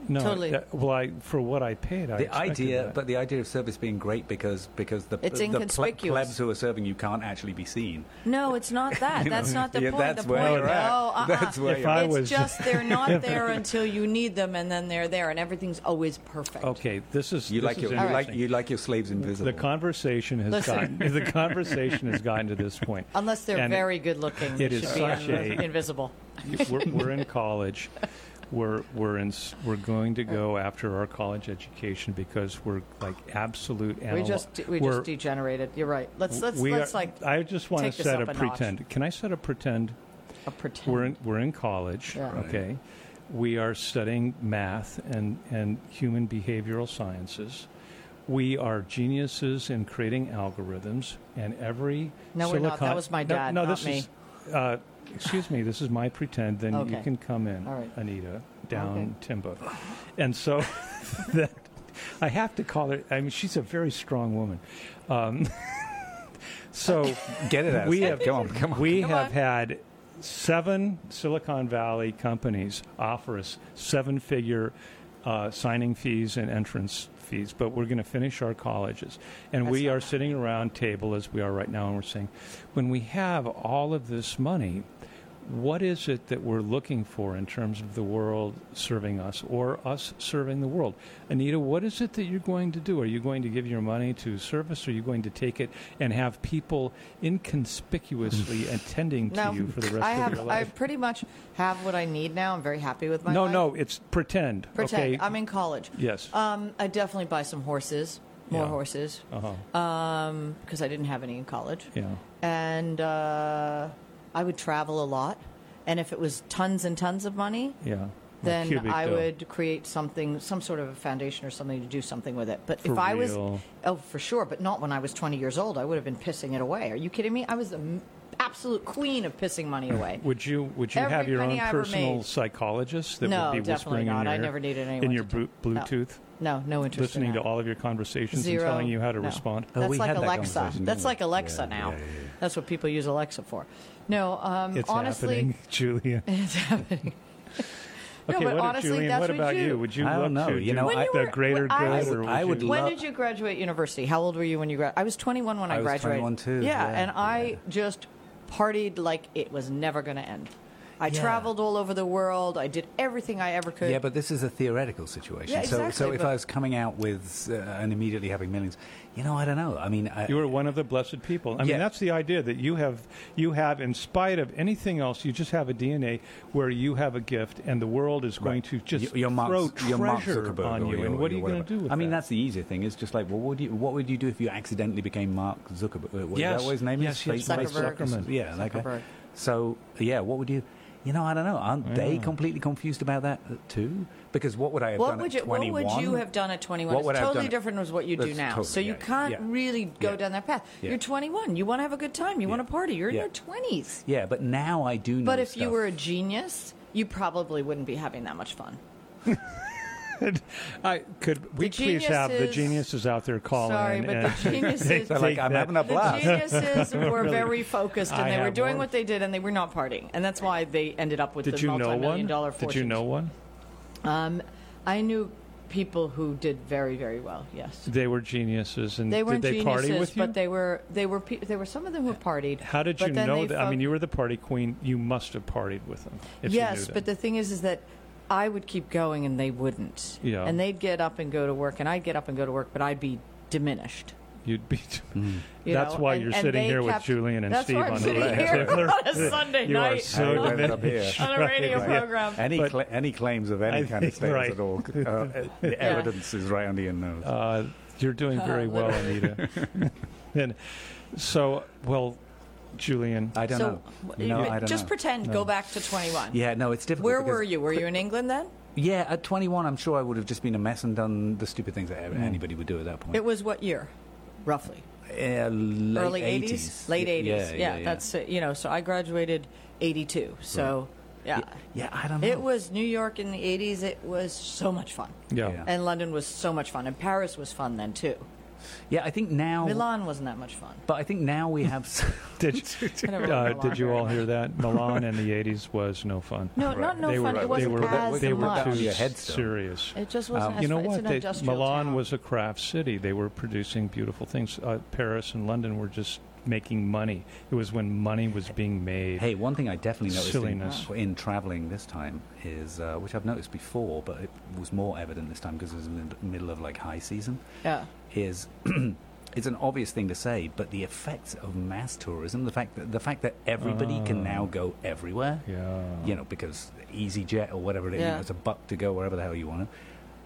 [SPEAKER 2] No,
[SPEAKER 4] Totally.
[SPEAKER 2] that- well, I, for what I paid, I
[SPEAKER 3] the
[SPEAKER 2] expected
[SPEAKER 3] idea,
[SPEAKER 2] that.
[SPEAKER 3] but the idea of service being great because because the
[SPEAKER 4] It's
[SPEAKER 3] the ple-
[SPEAKER 4] inconspicuous.
[SPEAKER 3] plebs who are serving you can't actually be seen.
[SPEAKER 4] No, it's not that. That's not the
[SPEAKER 3] Yeah,
[SPEAKER 4] point.
[SPEAKER 3] that's
[SPEAKER 4] the
[SPEAKER 3] where
[SPEAKER 4] point.
[SPEAKER 3] you're at.
[SPEAKER 4] No, uh-uh.
[SPEAKER 3] That's where If
[SPEAKER 2] you're I at.
[SPEAKER 4] it's
[SPEAKER 2] was-
[SPEAKER 4] just they're not there until you need them, and then they're there, and everything's always perfect.
[SPEAKER 2] okay, this is
[SPEAKER 3] You
[SPEAKER 2] this
[SPEAKER 3] like
[SPEAKER 2] is
[SPEAKER 3] your you
[SPEAKER 2] interesting.
[SPEAKER 3] like you like your slaves invisible.
[SPEAKER 2] The conversation has
[SPEAKER 4] Listen.
[SPEAKER 2] gotten the conversation has gotten to this point.
[SPEAKER 4] Unless they're
[SPEAKER 2] And
[SPEAKER 4] very good looking,
[SPEAKER 2] it
[SPEAKER 4] they
[SPEAKER 2] is
[SPEAKER 4] should be
[SPEAKER 2] such
[SPEAKER 4] un-
[SPEAKER 2] a-
[SPEAKER 4] invisible.
[SPEAKER 2] we're, we're in college. We're we're in s- we're going to go after our college education because we're like absolute.
[SPEAKER 4] We
[SPEAKER 2] anal-
[SPEAKER 4] just we
[SPEAKER 2] we're-
[SPEAKER 4] just degenerated. You're right. Let's let's
[SPEAKER 2] we
[SPEAKER 4] let's
[SPEAKER 2] are-
[SPEAKER 4] like
[SPEAKER 2] I just want
[SPEAKER 4] take
[SPEAKER 2] to
[SPEAKER 4] this
[SPEAKER 2] set
[SPEAKER 4] up a notch.
[SPEAKER 2] pretend. Can I set a pretend?
[SPEAKER 4] a uh, pretend.
[SPEAKER 2] We're in we're in college.
[SPEAKER 4] Yeah. Right.
[SPEAKER 2] Okay, we are studying math and and human behavioral sciences. We are geniuses in creating algorithms, and every
[SPEAKER 4] No, we're not.
[SPEAKER 2] silicon-
[SPEAKER 4] That was my
[SPEAKER 2] No,
[SPEAKER 4] dad,
[SPEAKER 2] No,
[SPEAKER 4] not
[SPEAKER 2] this is. Uh, excuse me. This is my pretend. Then you
[SPEAKER 4] Okay.
[SPEAKER 2] can come in,
[SPEAKER 4] All right.
[SPEAKER 2] Anita, down Timbo, and so that I have to call her. I mean, she's a very strong woman. Um, so
[SPEAKER 3] Get it out.
[SPEAKER 2] we
[SPEAKER 3] Steve.
[SPEAKER 2] have
[SPEAKER 3] come on, come on.
[SPEAKER 2] we have had seven Silicon Valley companies offer us seven-figure uh, signing fees and entrance fees, but we're going to finish our colleges, and we are sitting around table as we are right now, and we're saying, when we have all of this money. What is it that we're looking for in terms of the world serving us or us serving the world? Anita, what is it that you're going to do? Are you going to give your money to service? Or are you going to take it and have people inconspicuously attending to
[SPEAKER 4] no,
[SPEAKER 2] you for the rest
[SPEAKER 4] I
[SPEAKER 2] of
[SPEAKER 4] have
[SPEAKER 2] your
[SPEAKER 4] I
[SPEAKER 2] life?
[SPEAKER 4] pretty much have what I need now. I'm very happy with my
[SPEAKER 2] no,
[SPEAKER 4] life.
[SPEAKER 2] no, it's pretend.
[SPEAKER 4] pretend.
[SPEAKER 2] Okay.
[SPEAKER 4] I'm in college.
[SPEAKER 2] Yes.
[SPEAKER 4] Um, I definitely buy some horses, more
[SPEAKER 2] Yeah.
[SPEAKER 4] horses,
[SPEAKER 2] uh-huh.
[SPEAKER 4] because I didn't have any in college.
[SPEAKER 2] Yeah.
[SPEAKER 4] And uh, I would travel a lot. And if it was tons and tons of money,
[SPEAKER 2] Yeah. Well,
[SPEAKER 4] then
[SPEAKER 2] cubic,
[SPEAKER 4] I
[SPEAKER 2] though.
[SPEAKER 4] would create something, some sort of a foundation or something to do something with it. But
[SPEAKER 2] For
[SPEAKER 4] if I
[SPEAKER 2] real.
[SPEAKER 4] was, oh, for sure, but not when I was 20 years old. I would have been pissing it away. Are you kidding me? I was the m- absolute queen of pissing money away.
[SPEAKER 2] Would you would you
[SPEAKER 4] Every
[SPEAKER 2] have your own
[SPEAKER 4] penny I ever
[SPEAKER 2] personal
[SPEAKER 4] made.
[SPEAKER 2] psychologist that would
[SPEAKER 4] No,
[SPEAKER 2] be
[SPEAKER 4] definitely
[SPEAKER 2] whispering
[SPEAKER 4] not.
[SPEAKER 2] in your
[SPEAKER 4] I
[SPEAKER 2] ear-
[SPEAKER 4] never needed anyone
[SPEAKER 2] in your
[SPEAKER 4] to
[SPEAKER 2] blu-
[SPEAKER 4] tell- no.
[SPEAKER 2] Bluetooth,
[SPEAKER 4] No, no interest.
[SPEAKER 2] listening
[SPEAKER 4] in
[SPEAKER 2] to
[SPEAKER 4] that.
[SPEAKER 2] all of your conversations
[SPEAKER 4] Zero.
[SPEAKER 2] and telling you how to
[SPEAKER 4] no. Mm,
[SPEAKER 2] respond?
[SPEAKER 3] Oh,
[SPEAKER 4] That's
[SPEAKER 3] we
[SPEAKER 4] like
[SPEAKER 3] had that
[SPEAKER 4] Alexa.
[SPEAKER 3] conversation,
[SPEAKER 4] That's
[SPEAKER 3] didn't we?
[SPEAKER 4] like Alexa
[SPEAKER 3] Yeah,
[SPEAKER 4] now.
[SPEAKER 3] yeah, yeah, yeah.
[SPEAKER 4] That's what people use Alexa for. No, um,
[SPEAKER 2] It's
[SPEAKER 4] honestly,
[SPEAKER 2] happening, Julia.
[SPEAKER 4] it's happening.
[SPEAKER 2] Okay,
[SPEAKER 4] no, but
[SPEAKER 2] what,
[SPEAKER 4] honestly,
[SPEAKER 2] Julian,
[SPEAKER 4] that's
[SPEAKER 2] what about you? Would you
[SPEAKER 3] I
[SPEAKER 2] love
[SPEAKER 3] don't know.
[SPEAKER 2] to?
[SPEAKER 3] You
[SPEAKER 2] do
[SPEAKER 3] know, When I-
[SPEAKER 4] you
[SPEAKER 2] the
[SPEAKER 4] were-
[SPEAKER 2] greater
[SPEAKER 4] when I
[SPEAKER 2] good,
[SPEAKER 4] was-
[SPEAKER 2] or
[SPEAKER 3] I would
[SPEAKER 2] you-
[SPEAKER 3] love-
[SPEAKER 4] when did you graduate university? How old were you when you graduated? I was 21 when I,
[SPEAKER 3] I was
[SPEAKER 4] graduated.
[SPEAKER 3] 21 too,
[SPEAKER 4] Yeah,
[SPEAKER 3] yeah.
[SPEAKER 4] and I
[SPEAKER 3] Yeah.
[SPEAKER 4] just partied like it was never going to end. I
[SPEAKER 3] Yeah.
[SPEAKER 4] traveled all over the world. I did everything I ever could.
[SPEAKER 3] Yeah, but this is a theoretical situation.
[SPEAKER 4] Yeah,
[SPEAKER 3] so, so
[SPEAKER 4] exactly,
[SPEAKER 3] if
[SPEAKER 4] but-
[SPEAKER 3] I was coming out with uh, and immediately having millions, you know, I don't know. I mean, I,
[SPEAKER 2] You are one of the blessed people. I mean,
[SPEAKER 3] Yeah.
[SPEAKER 2] that's the idea that you have. You have, in spite of anything else, you just have a DNA where you have a gift, and the world is going to just
[SPEAKER 3] Y- your Mark-
[SPEAKER 2] throw
[SPEAKER 3] your Mark
[SPEAKER 2] treasure
[SPEAKER 3] Zuckerberg
[SPEAKER 2] on
[SPEAKER 3] or
[SPEAKER 2] you.
[SPEAKER 3] your-
[SPEAKER 2] and what are
[SPEAKER 3] your
[SPEAKER 2] you going to
[SPEAKER 3] whatever.
[SPEAKER 2] do with
[SPEAKER 3] I mean,
[SPEAKER 2] that?
[SPEAKER 3] that's the easier thing. It's just like, well, what, do you, what would you do if you accidentally became Mark Zuckerberg? uh, What, is
[SPEAKER 2] Yes.
[SPEAKER 3] that what his name
[SPEAKER 2] Yes,
[SPEAKER 3] is?
[SPEAKER 2] yes,
[SPEAKER 3] Facebook-
[SPEAKER 4] Zuckerberg.
[SPEAKER 2] Zuckerman.
[SPEAKER 3] Yeah, like that.
[SPEAKER 4] Zuckerberg.
[SPEAKER 3] So, yeah, what would you? You know, I don't know. Aren't they
[SPEAKER 2] Yeah.
[SPEAKER 3] completely confused about that uh, too? Because what would I have
[SPEAKER 4] what
[SPEAKER 3] done
[SPEAKER 4] would
[SPEAKER 3] at
[SPEAKER 4] you, what
[SPEAKER 3] 21?
[SPEAKER 4] would you have done at 21?
[SPEAKER 3] What
[SPEAKER 4] It's
[SPEAKER 3] would I have done
[SPEAKER 4] totally
[SPEAKER 3] at-
[SPEAKER 4] different was what you do
[SPEAKER 3] That's
[SPEAKER 4] now.
[SPEAKER 3] totally-
[SPEAKER 4] so you
[SPEAKER 3] yeah,
[SPEAKER 4] can't
[SPEAKER 3] yeah.
[SPEAKER 4] really go
[SPEAKER 3] Yeah.
[SPEAKER 4] down that path.
[SPEAKER 3] Yeah.
[SPEAKER 4] You're 21. You want to have a good time. You want to party. You're in
[SPEAKER 3] Yeah.
[SPEAKER 4] your 20s.
[SPEAKER 3] Yeah, but now I do know
[SPEAKER 4] But if you
[SPEAKER 3] stuff.
[SPEAKER 4] were a genius you probably wouldn't be having that much fun.
[SPEAKER 2] I could we
[SPEAKER 4] The
[SPEAKER 2] please have the
[SPEAKER 4] geniuses-
[SPEAKER 2] geniuses out there calling?
[SPEAKER 4] Sorry, but the geniuses.
[SPEAKER 2] They're
[SPEAKER 3] like,
[SPEAKER 2] Take
[SPEAKER 3] I'm
[SPEAKER 2] that.
[SPEAKER 3] having a
[SPEAKER 4] The
[SPEAKER 3] blast.
[SPEAKER 4] geniuses were very focused and
[SPEAKER 2] I
[SPEAKER 4] they were
[SPEAKER 2] have
[SPEAKER 4] doing
[SPEAKER 2] work.
[SPEAKER 4] what they did and they were not partying. And that's why they ended up with
[SPEAKER 2] did
[SPEAKER 4] the
[SPEAKER 2] you know
[SPEAKER 4] multi-million
[SPEAKER 2] one?
[SPEAKER 4] dollar
[SPEAKER 2] Did you
[SPEAKER 4] fortunes.
[SPEAKER 2] know one?
[SPEAKER 4] Um, I knew people who did very, very well, yes.
[SPEAKER 2] They were geniuses, and
[SPEAKER 4] They
[SPEAKER 2] did
[SPEAKER 4] weren't
[SPEAKER 2] they
[SPEAKER 4] geniuses,
[SPEAKER 2] party with you?
[SPEAKER 4] but they were they were pe- there were some of them who partied.
[SPEAKER 2] How did
[SPEAKER 4] but
[SPEAKER 2] you
[SPEAKER 4] then
[SPEAKER 2] know
[SPEAKER 4] they
[SPEAKER 2] that? I
[SPEAKER 4] fo-
[SPEAKER 2] mean, you were the party queen. You must have partied with them. If
[SPEAKER 4] yes,
[SPEAKER 2] you knew
[SPEAKER 4] but
[SPEAKER 2] them.
[SPEAKER 4] the thing is, is that I would keep going and they wouldn't.
[SPEAKER 2] Yeah.
[SPEAKER 4] And they'd get up and go to work, and I'd get up and go to work, but I'd be diminished.
[SPEAKER 2] you'd be.
[SPEAKER 4] you
[SPEAKER 2] that's
[SPEAKER 4] know,
[SPEAKER 2] why
[SPEAKER 4] and-
[SPEAKER 2] you're
[SPEAKER 4] and
[SPEAKER 2] sitting
[SPEAKER 4] they
[SPEAKER 2] here with
[SPEAKER 4] kept-
[SPEAKER 2] Julian and
[SPEAKER 4] that's
[SPEAKER 2] Steve
[SPEAKER 4] why I'm
[SPEAKER 2] on the
[SPEAKER 4] sitting
[SPEAKER 2] left.
[SPEAKER 4] here on a Sunday
[SPEAKER 2] you are
[SPEAKER 4] night
[SPEAKER 2] so
[SPEAKER 3] I ended up
[SPEAKER 2] diminished.
[SPEAKER 3] here.
[SPEAKER 4] on a radio program.
[SPEAKER 3] Any,
[SPEAKER 2] But-
[SPEAKER 3] cla any claims of any
[SPEAKER 2] I
[SPEAKER 3] kind of
[SPEAKER 2] think-
[SPEAKER 3] status
[SPEAKER 2] right.
[SPEAKER 3] at all, uh, the evidence is right under your nose.
[SPEAKER 2] Uh, you're doing very well, Anita. and so, well, Julian,
[SPEAKER 3] I don't
[SPEAKER 4] so
[SPEAKER 3] know.
[SPEAKER 4] w-
[SPEAKER 3] No,
[SPEAKER 4] but
[SPEAKER 3] I don't
[SPEAKER 4] just
[SPEAKER 3] know.
[SPEAKER 4] pretend. Go back to 21.
[SPEAKER 3] Yeah, no, it's difficult.
[SPEAKER 4] Where
[SPEAKER 3] because-
[SPEAKER 4] were you? Were you in England then?
[SPEAKER 3] Yeah, at 21, I'm sure I would have just been a mess and done the stupid things that anybody would do at that point.
[SPEAKER 4] Hmm. It was what year, roughly?
[SPEAKER 3] Uh, late
[SPEAKER 4] Early 80s,
[SPEAKER 3] 80s.
[SPEAKER 4] late
[SPEAKER 3] Yeah,
[SPEAKER 4] 80s.
[SPEAKER 3] Yeah,
[SPEAKER 4] that's it. You know, so I graduated 82. So, yeah.
[SPEAKER 3] Yeah, I don't know.
[SPEAKER 4] It was New York in the 80s. It was so much fun.
[SPEAKER 2] yeah.
[SPEAKER 3] yeah.
[SPEAKER 4] And London was so much fun. And Paris was fun then, too.
[SPEAKER 3] Yeah, I think
[SPEAKER 2] Oh.
[SPEAKER 3] now.
[SPEAKER 4] Milan wasn't that much fun.
[SPEAKER 3] But I think now we have. s-
[SPEAKER 2] Did,
[SPEAKER 4] I don't
[SPEAKER 2] uh,
[SPEAKER 4] remember
[SPEAKER 2] did you
[SPEAKER 4] Milan
[SPEAKER 2] all
[SPEAKER 4] very
[SPEAKER 2] hear that? Milan in the 80s was no fun.
[SPEAKER 4] No, not no
[SPEAKER 2] they
[SPEAKER 4] fun.
[SPEAKER 2] Were,
[SPEAKER 4] It wasn't
[SPEAKER 2] they were,
[SPEAKER 4] as
[SPEAKER 2] they
[SPEAKER 4] much.
[SPEAKER 2] were
[SPEAKER 3] Down
[SPEAKER 2] too
[SPEAKER 3] your head still.
[SPEAKER 2] serious.
[SPEAKER 4] It just wasn't as
[SPEAKER 2] you know
[SPEAKER 4] fun.
[SPEAKER 2] what?
[SPEAKER 4] It's an
[SPEAKER 2] They-
[SPEAKER 4] industrial
[SPEAKER 2] Milan
[SPEAKER 4] town.
[SPEAKER 2] was a craft city. They were producing beautiful things. Uh, Paris and London were just making money. It was when money was being made.
[SPEAKER 3] hey, one thing I definitely noticed in,
[SPEAKER 2] Silliness.
[SPEAKER 3] in traveling this time is, uh, which I've noticed before, but it was more evident this time because it was in the middle of like high season,
[SPEAKER 4] Yeah.
[SPEAKER 3] is. It's an obvious thing to say, but the effects of mass tourism, the fact that the fact that everybody can
[SPEAKER 4] Oh.
[SPEAKER 3] now go everywhere,
[SPEAKER 2] Yeah.
[SPEAKER 3] you know, because EasyJet or whatever it is, you
[SPEAKER 4] Yeah.
[SPEAKER 3] know, it's a buck to go wherever the hell you want to.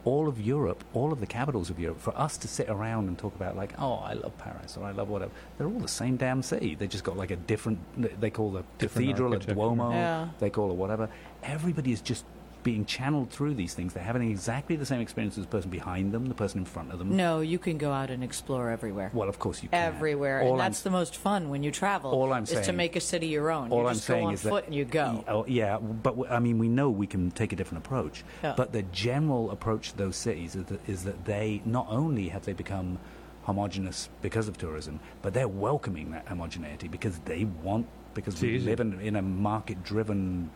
[SPEAKER 3] All of Europe, all of the capitals of Europe, for us to sit around and talk about, like, oh, I love Paris or I love whatever, they're all the same damn city. They just got like a different, they call the
[SPEAKER 2] Different
[SPEAKER 3] cathedral a
[SPEAKER 2] architecture.
[SPEAKER 3] Duomo,
[SPEAKER 4] Yeah.
[SPEAKER 3] they call it whatever. Everybody is just being channeled through these things. They're having exactly the same experience as the person behind them, the person in front of them.
[SPEAKER 4] No, you can go out and explore everywhere.
[SPEAKER 3] Well, of course you can.
[SPEAKER 4] everywhere,
[SPEAKER 3] All
[SPEAKER 4] and
[SPEAKER 3] I'm
[SPEAKER 4] that's the most fun when you travel.
[SPEAKER 3] all I'm
[SPEAKER 4] is to
[SPEAKER 3] saying-
[SPEAKER 4] make a city your own.
[SPEAKER 3] All
[SPEAKER 4] you
[SPEAKER 3] I'm
[SPEAKER 4] just
[SPEAKER 3] saying
[SPEAKER 4] go on
[SPEAKER 3] is
[SPEAKER 4] foot
[SPEAKER 3] that,
[SPEAKER 4] and you go.
[SPEAKER 3] Oh, yeah, but w- I mean, we know we can take a different approach.
[SPEAKER 4] Yeah.
[SPEAKER 3] But the general approach to those cities is that, is that they not only have they become homogenous because of tourism, but they're welcoming that homogeneity because they want because we
[SPEAKER 2] easy.
[SPEAKER 3] live in, in a market-driven,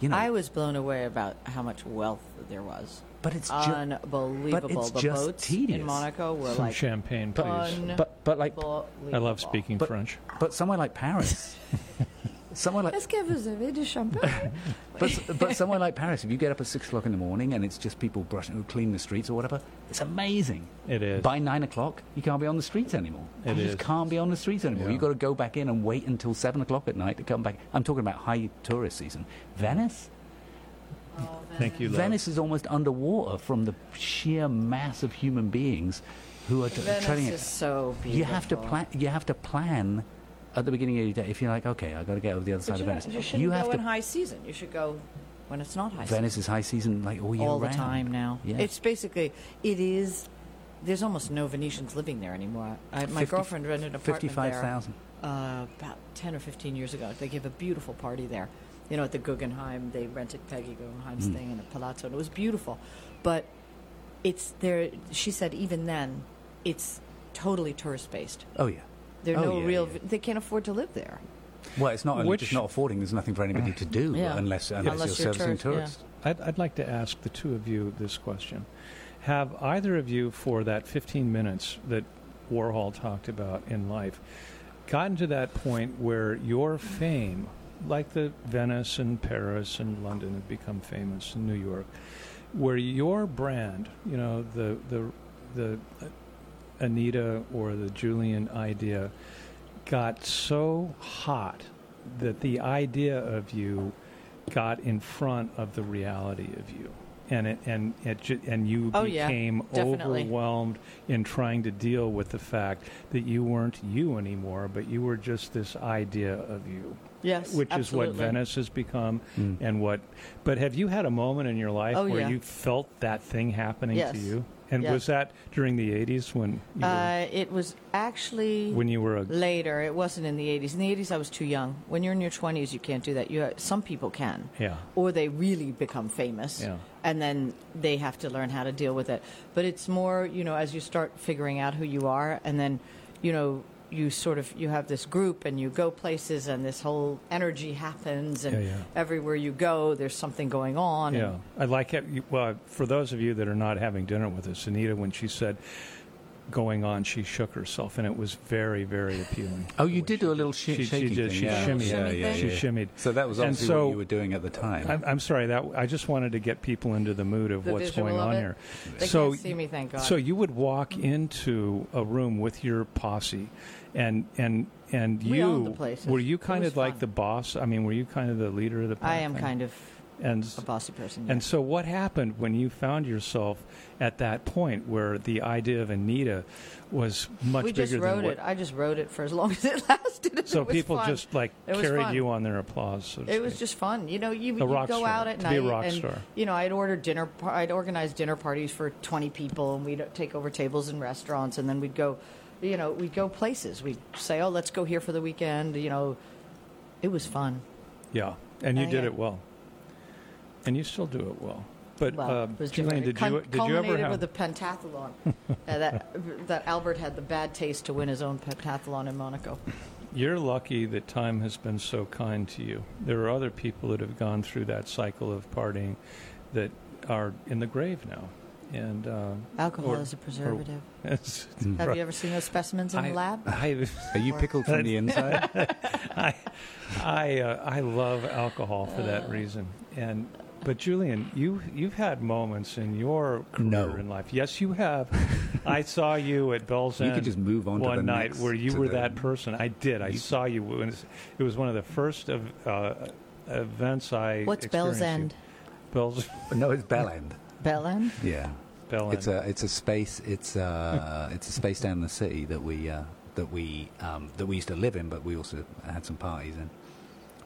[SPEAKER 3] you know.
[SPEAKER 4] I was blown away about how much wealth there was.
[SPEAKER 3] but it's just
[SPEAKER 4] Unbelievable.
[SPEAKER 3] but it's
[SPEAKER 4] the
[SPEAKER 3] just
[SPEAKER 4] boats
[SPEAKER 3] tedious.
[SPEAKER 4] in Monaco were
[SPEAKER 2] Some
[SPEAKER 4] like
[SPEAKER 2] champagne, please.
[SPEAKER 3] but but like
[SPEAKER 2] I love speaking
[SPEAKER 3] But-
[SPEAKER 2] French.
[SPEAKER 3] but somewhere like Paris, somewhere like
[SPEAKER 4] Est-ce que vous avez du champagne?
[SPEAKER 3] But, s- but somewhere like Paris, if you get up at six o'clock in the morning and it's just people brushing, who clean the streets or whatever, it's amazing.
[SPEAKER 2] It is.
[SPEAKER 3] By nine o'clock, you can't be on the streets anymore.
[SPEAKER 2] It
[SPEAKER 3] you
[SPEAKER 2] is.
[SPEAKER 3] just can't be on the streets anymore.
[SPEAKER 2] Yeah.
[SPEAKER 3] You've got to go back in and wait until seven o'clock at night to come back. I'm talking about high tourist season. Venice,
[SPEAKER 4] Oh,
[SPEAKER 2] Thank you, love.
[SPEAKER 3] Venice is almost underwater from the sheer mass of human beings who are t- treading
[SPEAKER 4] Venice
[SPEAKER 3] it.
[SPEAKER 4] is so beautiful.
[SPEAKER 3] you have to plan. You have to plan at the beginning of your day. If you're like, okay, I've got to get over the other
[SPEAKER 4] But
[SPEAKER 3] side
[SPEAKER 4] you,
[SPEAKER 3] of Venice,
[SPEAKER 4] don't- you shouldn't
[SPEAKER 3] have
[SPEAKER 4] go
[SPEAKER 3] to.
[SPEAKER 4] in high season. You should go when it's not high
[SPEAKER 3] Venice is high season like all
[SPEAKER 4] season.
[SPEAKER 3] year
[SPEAKER 4] All the
[SPEAKER 3] round.
[SPEAKER 4] time now.
[SPEAKER 3] Yeah.
[SPEAKER 4] It's basically, it is, there's almost no Venetians living there anymore. I, my
[SPEAKER 3] 50
[SPEAKER 4] girlfriend rented an apartment there.
[SPEAKER 3] 55,000.
[SPEAKER 4] uh, about 10 or 15 years ago. They gave a beautiful party there. You know, at the Guggenheim, they rented Peggy Guggenheim's thing in the Palazzo, and it was beautiful. But it's there, she said, even then, it's totally tourist based.
[SPEAKER 3] Oh yeah.
[SPEAKER 4] There are
[SPEAKER 3] Oh,
[SPEAKER 4] no
[SPEAKER 3] yeah,
[SPEAKER 4] real,
[SPEAKER 3] yeah.
[SPEAKER 4] they can't afford to live there.
[SPEAKER 3] Well, it's not.
[SPEAKER 2] Which-
[SPEAKER 3] Which, it's not affording. There's nothing for anybody to do
[SPEAKER 4] Yeah.
[SPEAKER 3] unless, unless,
[SPEAKER 4] Unless
[SPEAKER 3] you're,
[SPEAKER 4] you're
[SPEAKER 3] servicing
[SPEAKER 4] tourist,
[SPEAKER 3] tourists.
[SPEAKER 2] I'd, I'd like to ask the two of you this question. Have either of you, for that 15 minutes that Warhol talked about in life, gotten to that point where your fame, like the Venice and Paris and London have become famous in New York, where your brand, you know, the, the, the Anita or the Julian idea got so hot that the idea of you got in front of the reality of you. And it, and it ju- and you
[SPEAKER 4] Oh, yeah,
[SPEAKER 2] became
[SPEAKER 4] definitely.
[SPEAKER 2] overwhelmed in trying to deal with the fact that you weren't you anymore, but you were just this idea of you,
[SPEAKER 4] Yes.
[SPEAKER 2] which is what Venice has become,
[SPEAKER 3] Mm.
[SPEAKER 2] and what. But have you had a moment in your life
[SPEAKER 4] Oh,
[SPEAKER 2] where
[SPEAKER 4] yeah.
[SPEAKER 2] you felt that thing happening
[SPEAKER 4] Yes.
[SPEAKER 2] to you? And
[SPEAKER 4] Yes.
[SPEAKER 2] was that during the 80s when you were,
[SPEAKER 4] Uh, it was actually
[SPEAKER 2] when you were a
[SPEAKER 4] later. It wasn't in the 80s. In the 80s, I was too young. When you're in your 20s, you can't do that. You some people can.
[SPEAKER 2] Yeah.
[SPEAKER 4] Or they really become famous.
[SPEAKER 2] Yeah.
[SPEAKER 4] And then they have to learn how to deal with it. But it's more, you know, as you start figuring out who you are, and then, you know, you sort of you have this group and you go places and this whole energy happens and
[SPEAKER 2] Yeah, yeah.
[SPEAKER 4] everywhere you go there's something going on and-
[SPEAKER 2] Yeah, I like it. you- Well, for those of you that are not having dinner with us, Anita, when she said going on, she shook herself, and it was very, very appealing.
[SPEAKER 3] Oh, you did do a little sh-
[SPEAKER 2] She- she
[SPEAKER 3] shaking
[SPEAKER 2] did-
[SPEAKER 3] thing.
[SPEAKER 2] she
[SPEAKER 3] yeah.
[SPEAKER 2] shimmied.
[SPEAKER 3] Yeah, yeah,
[SPEAKER 2] She
[SPEAKER 3] yeah.
[SPEAKER 2] shimmied.
[SPEAKER 3] So that was
[SPEAKER 2] And
[SPEAKER 3] obviously
[SPEAKER 2] so-
[SPEAKER 3] what you were doing at the time.
[SPEAKER 2] I'm, I'm sorry that I just wanted to get people into the mood of
[SPEAKER 4] The
[SPEAKER 2] what's
[SPEAKER 4] visual
[SPEAKER 2] going
[SPEAKER 4] of
[SPEAKER 2] on
[SPEAKER 4] it.
[SPEAKER 2] here.
[SPEAKER 4] They
[SPEAKER 2] so,
[SPEAKER 4] can't see me, thank God.
[SPEAKER 2] So you would walk into a room with your posse, and and and
[SPEAKER 4] We
[SPEAKER 2] you
[SPEAKER 4] owned the places.
[SPEAKER 2] were you
[SPEAKER 4] It
[SPEAKER 2] kind
[SPEAKER 4] was
[SPEAKER 2] of like
[SPEAKER 4] fun.
[SPEAKER 2] the boss? I mean, were you kind of the leader of the?
[SPEAKER 4] I
[SPEAKER 2] pack
[SPEAKER 4] am
[SPEAKER 2] then?
[SPEAKER 4] kind of
[SPEAKER 2] and
[SPEAKER 4] a bossy person.
[SPEAKER 2] And so, what happened when you found yourself at that point where the idea of Anita was much
[SPEAKER 4] we
[SPEAKER 2] bigger
[SPEAKER 4] just wrote
[SPEAKER 2] than what?
[SPEAKER 4] it. I just wrote it for as long as it lasted. and
[SPEAKER 2] so
[SPEAKER 4] it was
[SPEAKER 2] people
[SPEAKER 4] fun.
[SPEAKER 2] just like
[SPEAKER 4] It was
[SPEAKER 2] carried
[SPEAKER 4] fun.
[SPEAKER 2] you on their applause. So to
[SPEAKER 4] It was
[SPEAKER 2] speak.
[SPEAKER 4] just fun, you know. You
[SPEAKER 2] A
[SPEAKER 4] you'd
[SPEAKER 2] rock
[SPEAKER 4] go
[SPEAKER 2] star,
[SPEAKER 4] out at
[SPEAKER 2] to
[SPEAKER 4] night,
[SPEAKER 2] be a rock
[SPEAKER 4] and
[SPEAKER 2] star.
[SPEAKER 4] you know, I'd order dinner. par- I'd organize dinner parties for twenty people, and we'd take over tables in restaurants, and then we'd go, you know, we'd go places. We'd say, "Oh, let's go here for the weekend," you know. It was fun.
[SPEAKER 2] yeah, and you
[SPEAKER 4] Oh,
[SPEAKER 2] did
[SPEAKER 4] yeah.
[SPEAKER 2] it well, and you still do it well. But
[SPEAKER 4] Well,
[SPEAKER 2] uh,
[SPEAKER 4] it was
[SPEAKER 2] Julian,
[SPEAKER 4] different. It
[SPEAKER 2] did
[SPEAKER 4] cul-
[SPEAKER 2] you did you
[SPEAKER 4] culminated
[SPEAKER 2] ever have?
[SPEAKER 4] with a pentathlon uh, that that Albert had the bad taste to win his own pentathlon in Monaco.
[SPEAKER 2] You're lucky that time has been so kind to you. There are other people that have gone through that cycle of partying that are in the grave now, and uh,
[SPEAKER 4] Alcohol
[SPEAKER 2] or-
[SPEAKER 4] is a preservative.
[SPEAKER 2] It's-
[SPEAKER 4] Have you ever seen those specimens in
[SPEAKER 2] I-
[SPEAKER 4] the lab?
[SPEAKER 2] I-
[SPEAKER 3] Are you pickled from the inside?
[SPEAKER 2] I, I, uh, I love alcohol for
[SPEAKER 4] Uh.
[SPEAKER 2] that reason. And but Julian, you you've had moments in your career
[SPEAKER 3] No.
[SPEAKER 2] in life. Yes, you have. I saw you at Bell's
[SPEAKER 3] You could
[SPEAKER 2] End
[SPEAKER 3] just move on to
[SPEAKER 2] one
[SPEAKER 3] the
[SPEAKER 2] night
[SPEAKER 3] next-
[SPEAKER 2] where you
[SPEAKER 3] to
[SPEAKER 2] were
[SPEAKER 3] the-
[SPEAKER 2] that person. I did. I saw you. When it was one of the first of, uh, events I.
[SPEAKER 4] What's Bell's
[SPEAKER 2] experienced
[SPEAKER 4] End?
[SPEAKER 2] you- Bell's
[SPEAKER 3] no, it's Bell End.
[SPEAKER 4] Bell End?
[SPEAKER 3] Yeah.
[SPEAKER 2] Bell
[SPEAKER 3] It's
[SPEAKER 2] End.
[SPEAKER 3] a it's a space it's uh it's a space down the city that we uh, that we um, that we used to live in, but we also had some parties in.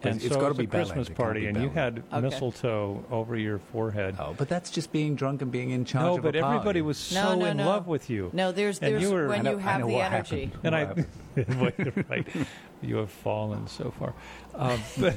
[SPEAKER 3] But
[SPEAKER 2] and
[SPEAKER 3] it's
[SPEAKER 2] so
[SPEAKER 3] got
[SPEAKER 2] it
[SPEAKER 3] to
[SPEAKER 2] was
[SPEAKER 3] be
[SPEAKER 2] a
[SPEAKER 3] Bell End,
[SPEAKER 2] Christmas
[SPEAKER 3] it can't
[SPEAKER 2] party,
[SPEAKER 3] be
[SPEAKER 2] and
[SPEAKER 3] Bell
[SPEAKER 2] you
[SPEAKER 3] End.
[SPEAKER 2] had
[SPEAKER 4] Okay.
[SPEAKER 2] mistletoe over your forehead.
[SPEAKER 3] Oh, but that's just being drunk and being in charge.
[SPEAKER 2] no,
[SPEAKER 3] of
[SPEAKER 2] but
[SPEAKER 3] a party.
[SPEAKER 2] everybody was
[SPEAKER 4] No,
[SPEAKER 2] so
[SPEAKER 4] no,
[SPEAKER 2] in
[SPEAKER 4] no.
[SPEAKER 2] love with you.
[SPEAKER 4] No, there's
[SPEAKER 2] And
[SPEAKER 4] there's
[SPEAKER 2] you were-
[SPEAKER 4] when
[SPEAKER 3] I know-
[SPEAKER 4] you
[SPEAKER 3] I
[SPEAKER 4] have
[SPEAKER 3] know
[SPEAKER 4] the
[SPEAKER 3] what
[SPEAKER 4] energy.
[SPEAKER 3] happened.
[SPEAKER 2] And I,
[SPEAKER 3] Wow.
[SPEAKER 2] right, right. you have fallen so far. Um, but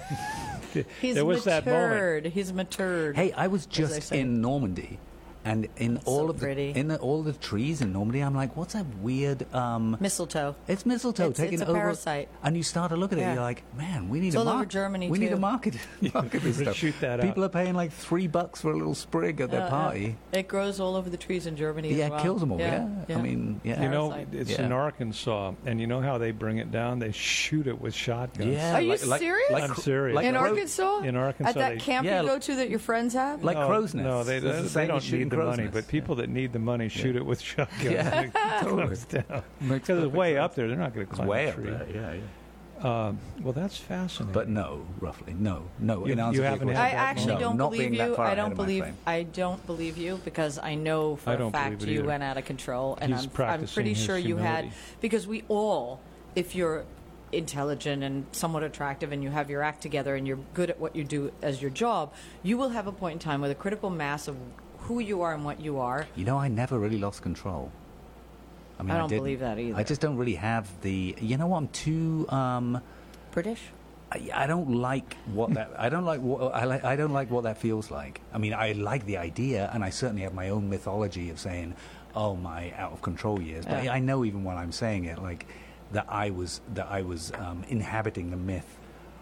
[SPEAKER 4] He's
[SPEAKER 2] there was that moment.
[SPEAKER 4] matured. He's matured.
[SPEAKER 3] Hey, I was
[SPEAKER 4] they
[SPEAKER 3] just
[SPEAKER 4] say.
[SPEAKER 3] in Normandy, and in all
[SPEAKER 4] so
[SPEAKER 3] of the
[SPEAKER 4] pretty.
[SPEAKER 3] in the, all the trees in Normandy, I'm like, what's that weird? Um,
[SPEAKER 4] mistletoe.
[SPEAKER 3] it's mistletoe
[SPEAKER 4] It's-
[SPEAKER 3] taking
[SPEAKER 4] it's a
[SPEAKER 3] over.
[SPEAKER 4] parasite.
[SPEAKER 3] And you start to look at it,
[SPEAKER 4] Yeah.
[SPEAKER 3] you're like, man, we need
[SPEAKER 4] It's
[SPEAKER 3] a
[SPEAKER 4] all over
[SPEAKER 3] market.
[SPEAKER 4] Germany,
[SPEAKER 3] we need
[SPEAKER 4] too.
[SPEAKER 3] a market. market this stuff.
[SPEAKER 2] Shoot that out.
[SPEAKER 3] People are paying like three bucks for a little sprig at their party.
[SPEAKER 4] It grows all over the trees in Germany. as
[SPEAKER 3] yeah,
[SPEAKER 4] Uh, well.
[SPEAKER 3] it kills them all. Yeah, I mean, yeah.
[SPEAKER 2] You know,
[SPEAKER 4] Parasite.
[SPEAKER 2] it's
[SPEAKER 3] Yeah.
[SPEAKER 2] in Arkansas, and you know how they bring it down? They shoot it with shotguns.
[SPEAKER 3] yeah,
[SPEAKER 4] Are you
[SPEAKER 3] like- like-
[SPEAKER 4] serious?
[SPEAKER 3] Like,
[SPEAKER 2] I'm serious.
[SPEAKER 3] Like
[SPEAKER 4] in
[SPEAKER 3] a crow-
[SPEAKER 4] Arkansas.
[SPEAKER 2] in Arkansas,
[SPEAKER 4] at that
[SPEAKER 2] they-
[SPEAKER 4] camp
[SPEAKER 3] Yeah,
[SPEAKER 4] you go to that your friends have.
[SPEAKER 3] Like
[SPEAKER 2] no,
[SPEAKER 3] crow's nest.
[SPEAKER 2] Oh, No, they,
[SPEAKER 3] It's the
[SPEAKER 2] they,
[SPEAKER 3] same as
[SPEAKER 2] don't
[SPEAKER 3] shooting
[SPEAKER 2] need the
[SPEAKER 3] crow's
[SPEAKER 2] money,
[SPEAKER 3] nest.
[SPEAKER 2] but people that need the money shoot it with shotguns.
[SPEAKER 3] Yeah.
[SPEAKER 2] and it
[SPEAKER 3] Totally.
[SPEAKER 2] comes down.
[SPEAKER 3] Makes
[SPEAKER 2] Because it's
[SPEAKER 3] perfect
[SPEAKER 2] way
[SPEAKER 3] sense.
[SPEAKER 2] up there. They're not going to
[SPEAKER 3] It's
[SPEAKER 2] climb
[SPEAKER 3] way
[SPEAKER 2] a
[SPEAKER 3] up
[SPEAKER 2] tree.
[SPEAKER 3] there. Yeah, yeah.
[SPEAKER 2] Um, well, that's fascinating.
[SPEAKER 3] But no, roughly, no, no.
[SPEAKER 2] You-
[SPEAKER 3] in answer
[SPEAKER 2] you
[SPEAKER 3] to your
[SPEAKER 2] haven't
[SPEAKER 3] question.
[SPEAKER 2] had
[SPEAKER 4] I
[SPEAKER 2] that
[SPEAKER 4] actually
[SPEAKER 2] No,
[SPEAKER 4] don't
[SPEAKER 3] not
[SPEAKER 4] believe
[SPEAKER 3] being that
[SPEAKER 4] you.
[SPEAKER 3] far
[SPEAKER 4] I
[SPEAKER 3] ahead
[SPEAKER 4] don't
[SPEAKER 3] of my
[SPEAKER 4] believe.
[SPEAKER 3] frame.
[SPEAKER 4] I don't believe you because I know for
[SPEAKER 2] I
[SPEAKER 4] a
[SPEAKER 2] don't
[SPEAKER 4] fact
[SPEAKER 2] believe it
[SPEAKER 4] you
[SPEAKER 2] either.
[SPEAKER 4] went out of control, and
[SPEAKER 2] He's
[SPEAKER 4] I'm, I'm
[SPEAKER 2] practicing
[SPEAKER 4] pretty
[SPEAKER 2] his
[SPEAKER 4] sure you had
[SPEAKER 2] humility.
[SPEAKER 4] because we all, if you're intelligent and somewhat attractive, and you have your act together, and you're good at what you do as your job, you will have a point in time with a critical mass of who you are and what you are.
[SPEAKER 3] You know, I never really lost control. mean,
[SPEAKER 4] I don't
[SPEAKER 3] didn't.
[SPEAKER 4] believe that either.
[SPEAKER 3] I just don't really have the. You know, what, I'm too. Um,
[SPEAKER 4] British.
[SPEAKER 3] I, I don't like what that. I don't like what I like. I don't like what that feels like. I mean, I like the idea, and I certainly have my own mythology of saying, "Oh, my out of control years." But I know even while I'm saying it, like that I was that I was um, inhabiting the myth.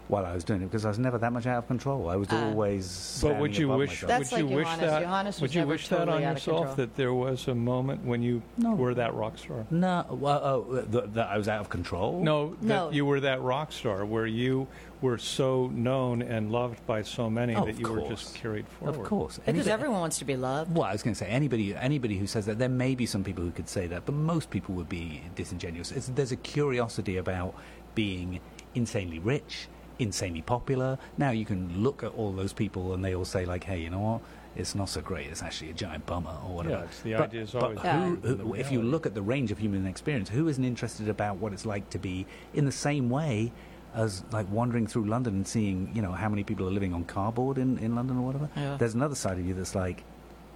[SPEAKER 3] While I was doing it, because I was never that much out of control. I was always.
[SPEAKER 2] But would
[SPEAKER 3] standing
[SPEAKER 2] you
[SPEAKER 3] above
[SPEAKER 2] wish?
[SPEAKER 3] myself.
[SPEAKER 4] Uh, That's
[SPEAKER 2] would you
[SPEAKER 4] like
[SPEAKER 2] wish
[SPEAKER 4] Johannes.
[SPEAKER 2] that?
[SPEAKER 4] Johannes was
[SPEAKER 2] would you
[SPEAKER 4] never
[SPEAKER 2] wish that on
[SPEAKER 4] totally out of
[SPEAKER 2] yourself
[SPEAKER 4] control.
[SPEAKER 2] that there was a moment when you
[SPEAKER 3] No.
[SPEAKER 2] were that rock star?
[SPEAKER 3] No, well, uh, that that I was out of control.
[SPEAKER 2] No, that
[SPEAKER 4] No.
[SPEAKER 2] you were that rock star where you were so known and loved by so many
[SPEAKER 3] Oh,
[SPEAKER 2] that
[SPEAKER 3] of
[SPEAKER 2] you were
[SPEAKER 3] course.
[SPEAKER 2] just carried forward.
[SPEAKER 3] of course.
[SPEAKER 4] Because
[SPEAKER 3] Anybody-
[SPEAKER 4] everyone wants to be loved.
[SPEAKER 3] Well, I was going to say anybody anybody who says that there may be some people who could say that, but most people would be disingenuous. It's, there's a curiosity about being insanely rich, insanely popular. Now you can look at all those people and they all say like, "Hey, you know what? It's not so great. It's actually a giant bummer or whatever."
[SPEAKER 2] it's- the
[SPEAKER 3] but,
[SPEAKER 2] idea's
[SPEAKER 3] but
[SPEAKER 2] always
[SPEAKER 3] who,
[SPEAKER 2] bigger than
[SPEAKER 3] who-
[SPEAKER 2] the
[SPEAKER 3] if you
[SPEAKER 2] reality.
[SPEAKER 3] look at the range of human experience, who isn't interested about what it's like to be in the same way? As like wandering through London and seeing, you know, how many people are living on cardboard in, in London or whatever.
[SPEAKER 4] Yeah.
[SPEAKER 3] There's another side of you that's like,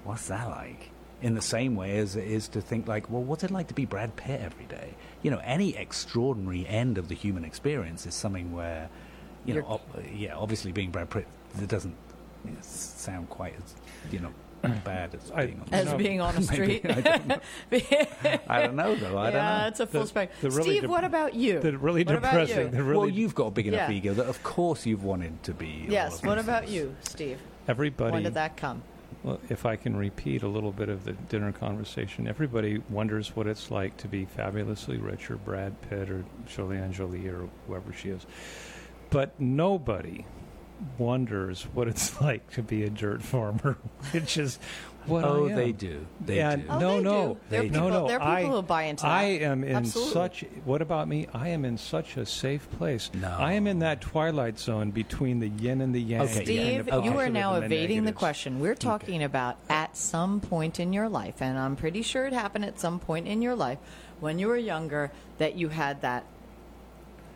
[SPEAKER 3] What's that like? in the same way as it is to think like, well, what's it like to be Brad Pitt every day? You know, any extraordinary end of the human experience is something where, you know, ob- yeah, obviously being Brad Pitt, it doesn't you know, sound quite as, you know, bad as
[SPEAKER 2] I-
[SPEAKER 3] being on the
[SPEAKER 9] as
[SPEAKER 2] No.
[SPEAKER 9] being on a
[SPEAKER 3] Maybe,
[SPEAKER 9] street.
[SPEAKER 3] I don't know. I don't know though. I
[SPEAKER 9] yeah,
[SPEAKER 3] don't know.
[SPEAKER 9] it's a full
[SPEAKER 2] The- the
[SPEAKER 9] spectrum.
[SPEAKER 2] really
[SPEAKER 9] Steve,
[SPEAKER 2] dep-
[SPEAKER 9] what about you?
[SPEAKER 2] the really
[SPEAKER 9] What about
[SPEAKER 2] depressing.
[SPEAKER 9] you?
[SPEAKER 2] The really
[SPEAKER 3] well, you've got a big enough
[SPEAKER 9] Yeah.
[SPEAKER 3] ego that, of course, you've wanted to be. all
[SPEAKER 9] Yes.
[SPEAKER 3] of
[SPEAKER 9] What
[SPEAKER 3] these
[SPEAKER 9] about
[SPEAKER 3] things.
[SPEAKER 9] you, Steve?
[SPEAKER 2] everybody.
[SPEAKER 9] When did that come?
[SPEAKER 2] Well, if I can repeat a little bit of the dinner conversation, everybody wonders what it's like to be fabulously rich or Brad Pitt or Julianne Jolie or whoever she is. But nobody wonders what it's like to be a dirt farmer, which is what
[SPEAKER 3] Oh,
[SPEAKER 2] I am.
[SPEAKER 3] they do. They
[SPEAKER 2] And
[SPEAKER 3] do.
[SPEAKER 9] Oh,
[SPEAKER 2] no, no,
[SPEAKER 3] They
[SPEAKER 9] they do. There are people,
[SPEAKER 2] no, no.
[SPEAKER 9] There are people
[SPEAKER 2] I-
[SPEAKER 9] who buy into that.
[SPEAKER 2] I am in
[SPEAKER 9] Absolutely.
[SPEAKER 2] such. What about me? I am in such a safe place.
[SPEAKER 3] No.
[SPEAKER 2] I am in that twilight zone between the yin and the yang.
[SPEAKER 3] Okay, yeah.
[SPEAKER 2] between
[SPEAKER 9] Steve,
[SPEAKER 2] the
[SPEAKER 9] you are
[SPEAKER 2] positive
[SPEAKER 9] now
[SPEAKER 2] and the
[SPEAKER 9] evading the
[SPEAKER 2] negatives.
[SPEAKER 9] question. We're talking about at some point in your life, and I'm pretty sure it happened at some point in your life when you were younger that you had that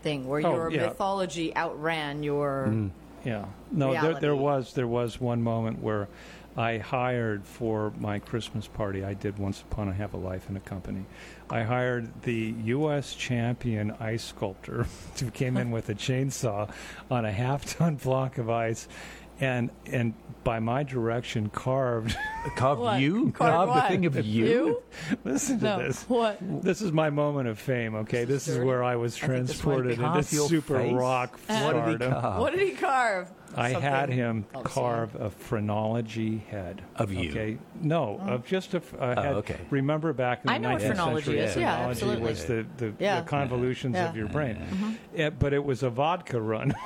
[SPEAKER 9] thing where
[SPEAKER 2] Oh,
[SPEAKER 9] your
[SPEAKER 2] yeah. Mm.
[SPEAKER 9] mythology outran your.
[SPEAKER 2] Yeah. No, there,
[SPEAKER 9] reality.
[SPEAKER 2] there was there was one moment where I hired for my Christmas party. I did once upon a half a life in a company. I hired the U.S. champion ice sculptor who came in with a chainsaw on a half-ton block of ice, and and by my direction carved.
[SPEAKER 3] Carved
[SPEAKER 9] What?
[SPEAKER 3] you?
[SPEAKER 9] Carved
[SPEAKER 3] Carved the
[SPEAKER 9] what?
[SPEAKER 3] thing of you?
[SPEAKER 9] You?
[SPEAKER 2] listen to
[SPEAKER 9] No.
[SPEAKER 2] this.
[SPEAKER 9] What?
[SPEAKER 2] This is my moment of fame. Okay, this, is
[SPEAKER 9] dirty.
[SPEAKER 2] where I was
[SPEAKER 3] think this might be
[SPEAKER 2] transported into
[SPEAKER 3] half your
[SPEAKER 2] super
[SPEAKER 3] face.
[SPEAKER 2] rock
[SPEAKER 3] What did he
[SPEAKER 2] Florida.
[SPEAKER 3] carve?
[SPEAKER 9] What did he carve?
[SPEAKER 2] I had
[SPEAKER 9] Something.
[SPEAKER 2] him
[SPEAKER 9] Oh,
[SPEAKER 2] carve a phrenology head
[SPEAKER 3] Of you? Oh,
[SPEAKER 2] Okay, no, of just a f- a head.
[SPEAKER 3] okay.
[SPEAKER 2] Remember back in the
[SPEAKER 9] Mm-hmm. I know what
[SPEAKER 2] 19th
[SPEAKER 9] phrenology
[SPEAKER 2] century,
[SPEAKER 9] is. Yeah,
[SPEAKER 2] phrenology
[SPEAKER 9] absolutely.
[SPEAKER 2] was the, the,
[SPEAKER 9] Yeah.
[SPEAKER 2] the convolutions
[SPEAKER 9] Yeah. Mm-hmm.
[SPEAKER 2] of your brain. It- but it was a vodka run.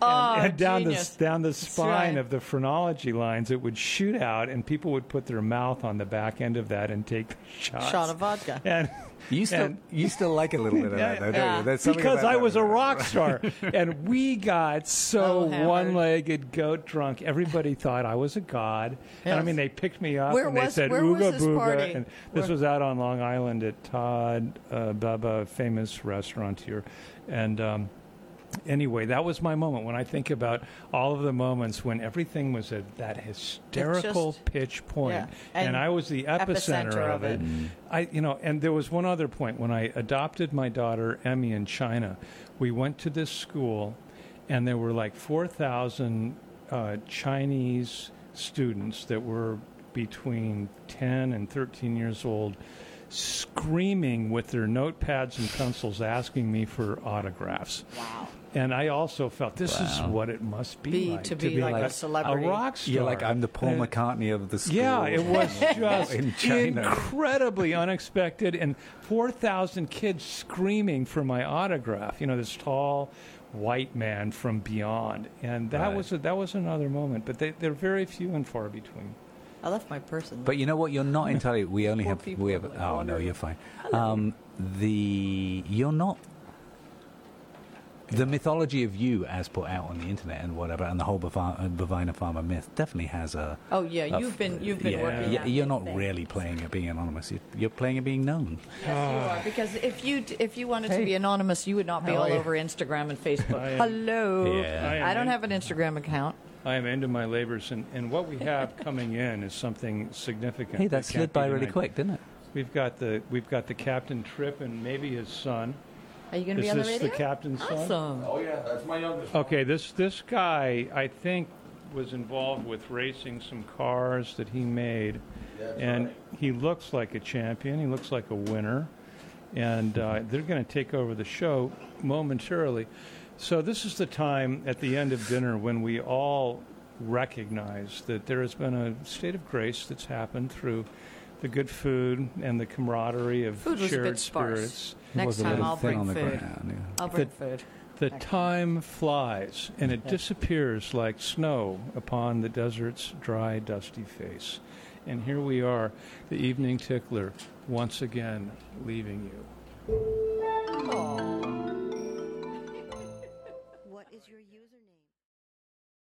[SPEAKER 2] And, and down
[SPEAKER 9] Oh, genius.
[SPEAKER 2] the down the spine
[SPEAKER 9] right.
[SPEAKER 2] of the phrenology lines, it would shoot out, and people would put their mouth on the back end of that and take shots.
[SPEAKER 9] Shot of vodka.
[SPEAKER 2] And
[SPEAKER 3] You still,
[SPEAKER 2] And-
[SPEAKER 3] you still like a little bit of that, though, don't you? There's something
[SPEAKER 2] because
[SPEAKER 3] about
[SPEAKER 2] I
[SPEAKER 3] that
[SPEAKER 2] was a
[SPEAKER 3] about-
[SPEAKER 2] rock star, and we got so
[SPEAKER 9] Oh, hammered.
[SPEAKER 2] one-legged goat drunk. Everybody thought I was a god, and I
[SPEAKER 9] Yes.
[SPEAKER 2] mean they picked me up
[SPEAKER 9] Where
[SPEAKER 2] and they
[SPEAKER 9] was-
[SPEAKER 2] said
[SPEAKER 9] where was
[SPEAKER 2] "ooga
[SPEAKER 9] this
[SPEAKER 2] booga."
[SPEAKER 9] party?
[SPEAKER 2] And this
[SPEAKER 9] Where-
[SPEAKER 2] was out on Long Island at Todd uh, Bubba, famous restaurant here, and. Um, Anyway, that was my moment when I think about all of the moments when everything was at that hysterical
[SPEAKER 9] just-
[SPEAKER 2] pitch point,
[SPEAKER 9] yeah.
[SPEAKER 2] and,
[SPEAKER 9] And
[SPEAKER 2] I was the epicenter,
[SPEAKER 9] epicenter
[SPEAKER 2] of
[SPEAKER 9] of
[SPEAKER 2] it.
[SPEAKER 9] it.
[SPEAKER 3] Mm-hmm.
[SPEAKER 2] I, you know, and there was one other point when I adopted my daughter Emmy in China. We went to this school, and there were like four thousand uh, Chinese students that were between ten and thirteen years old, screaming with their notepads and pencils, asking me for autographs. Wow. And I also felt this is what it must be,
[SPEAKER 9] Be-
[SPEAKER 2] like
[SPEAKER 9] to be like a celebrity.
[SPEAKER 2] a rock star.
[SPEAKER 3] You're like I'm the Paul
[SPEAKER 2] And-
[SPEAKER 3] McCartney of the school.
[SPEAKER 2] yeah, it was just
[SPEAKER 3] in China.
[SPEAKER 2] incredibly unexpected, and four thousand kids screaming for my autograph. You know, this tall white man from beyond, and that
[SPEAKER 3] Right.
[SPEAKER 2] was a, that was another moment. But they, they're very few and far between.
[SPEAKER 9] I left my person.
[SPEAKER 3] But you know what? You're not entirely. We only
[SPEAKER 9] Poor
[SPEAKER 3] have.
[SPEAKER 9] people
[SPEAKER 3] We have.
[SPEAKER 9] are like
[SPEAKER 3] Oh no,
[SPEAKER 9] wandering.
[SPEAKER 3] you're fine. Um, the you're not. The mythology of you, as put out on the internet and whatever, and the whole Bavi- uh, Bavina Farmer myth, definitely has a.
[SPEAKER 9] oh yeah,
[SPEAKER 3] a
[SPEAKER 9] you've
[SPEAKER 3] f-
[SPEAKER 9] been you've been
[SPEAKER 3] yeah,
[SPEAKER 9] working.
[SPEAKER 3] yeah,
[SPEAKER 9] on
[SPEAKER 3] you're
[SPEAKER 9] that
[SPEAKER 3] not
[SPEAKER 9] thing.
[SPEAKER 3] really playing at being anonymous. You're, you're playing at being known.
[SPEAKER 9] Yes, you are. Because if you d- if you wanted to be anonymous, you would not be
[SPEAKER 2] How are
[SPEAKER 9] all
[SPEAKER 2] you?
[SPEAKER 9] over Instagram and Facebook.
[SPEAKER 2] I am-
[SPEAKER 9] Hello.
[SPEAKER 3] Yeah.
[SPEAKER 2] I am
[SPEAKER 9] I don't
[SPEAKER 2] in-
[SPEAKER 9] have an Instagram account.
[SPEAKER 2] I am into my labors, and, and what we have coming in is something significant.
[SPEAKER 3] Hey,
[SPEAKER 2] that
[SPEAKER 3] that slid
[SPEAKER 2] can't be
[SPEAKER 3] by really
[SPEAKER 2] denied.
[SPEAKER 3] quick, didn't it?
[SPEAKER 2] We've got the we've got the captain Tripp and maybe his son.
[SPEAKER 9] Are you going to
[SPEAKER 2] Is
[SPEAKER 9] be on the
[SPEAKER 2] this
[SPEAKER 9] radio?
[SPEAKER 2] the captain's son?
[SPEAKER 9] awesome.
[SPEAKER 10] Oh yeah, that's my youngest.
[SPEAKER 2] Okay, this this guy I think was involved with racing some cars that he made,
[SPEAKER 10] That's
[SPEAKER 2] and
[SPEAKER 10] right.
[SPEAKER 2] he looks like a champion. He looks like a winner, and uh, they're going to take over the show momentarily. So this is the time at the end of dinner when we all recognize that there has been a state of grace that's happened through the good food and the camaraderie of
[SPEAKER 9] Food was a
[SPEAKER 2] shared
[SPEAKER 9] bit sparse.
[SPEAKER 2] spirits.
[SPEAKER 9] Next
[SPEAKER 3] was a
[SPEAKER 9] time
[SPEAKER 3] little
[SPEAKER 9] I'll
[SPEAKER 3] thin
[SPEAKER 9] bring
[SPEAKER 3] on the
[SPEAKER 9] food.
[SPEAKER 3] ground, yeah.
[SPEAKER 9] I'll bring food.
[SPEAKER 2] The time flies, and it disappears like snow upon the desert's dry, dusty face. And here we are, the evening tickler, once again leaving you.
[SPEAKER 9] Oh.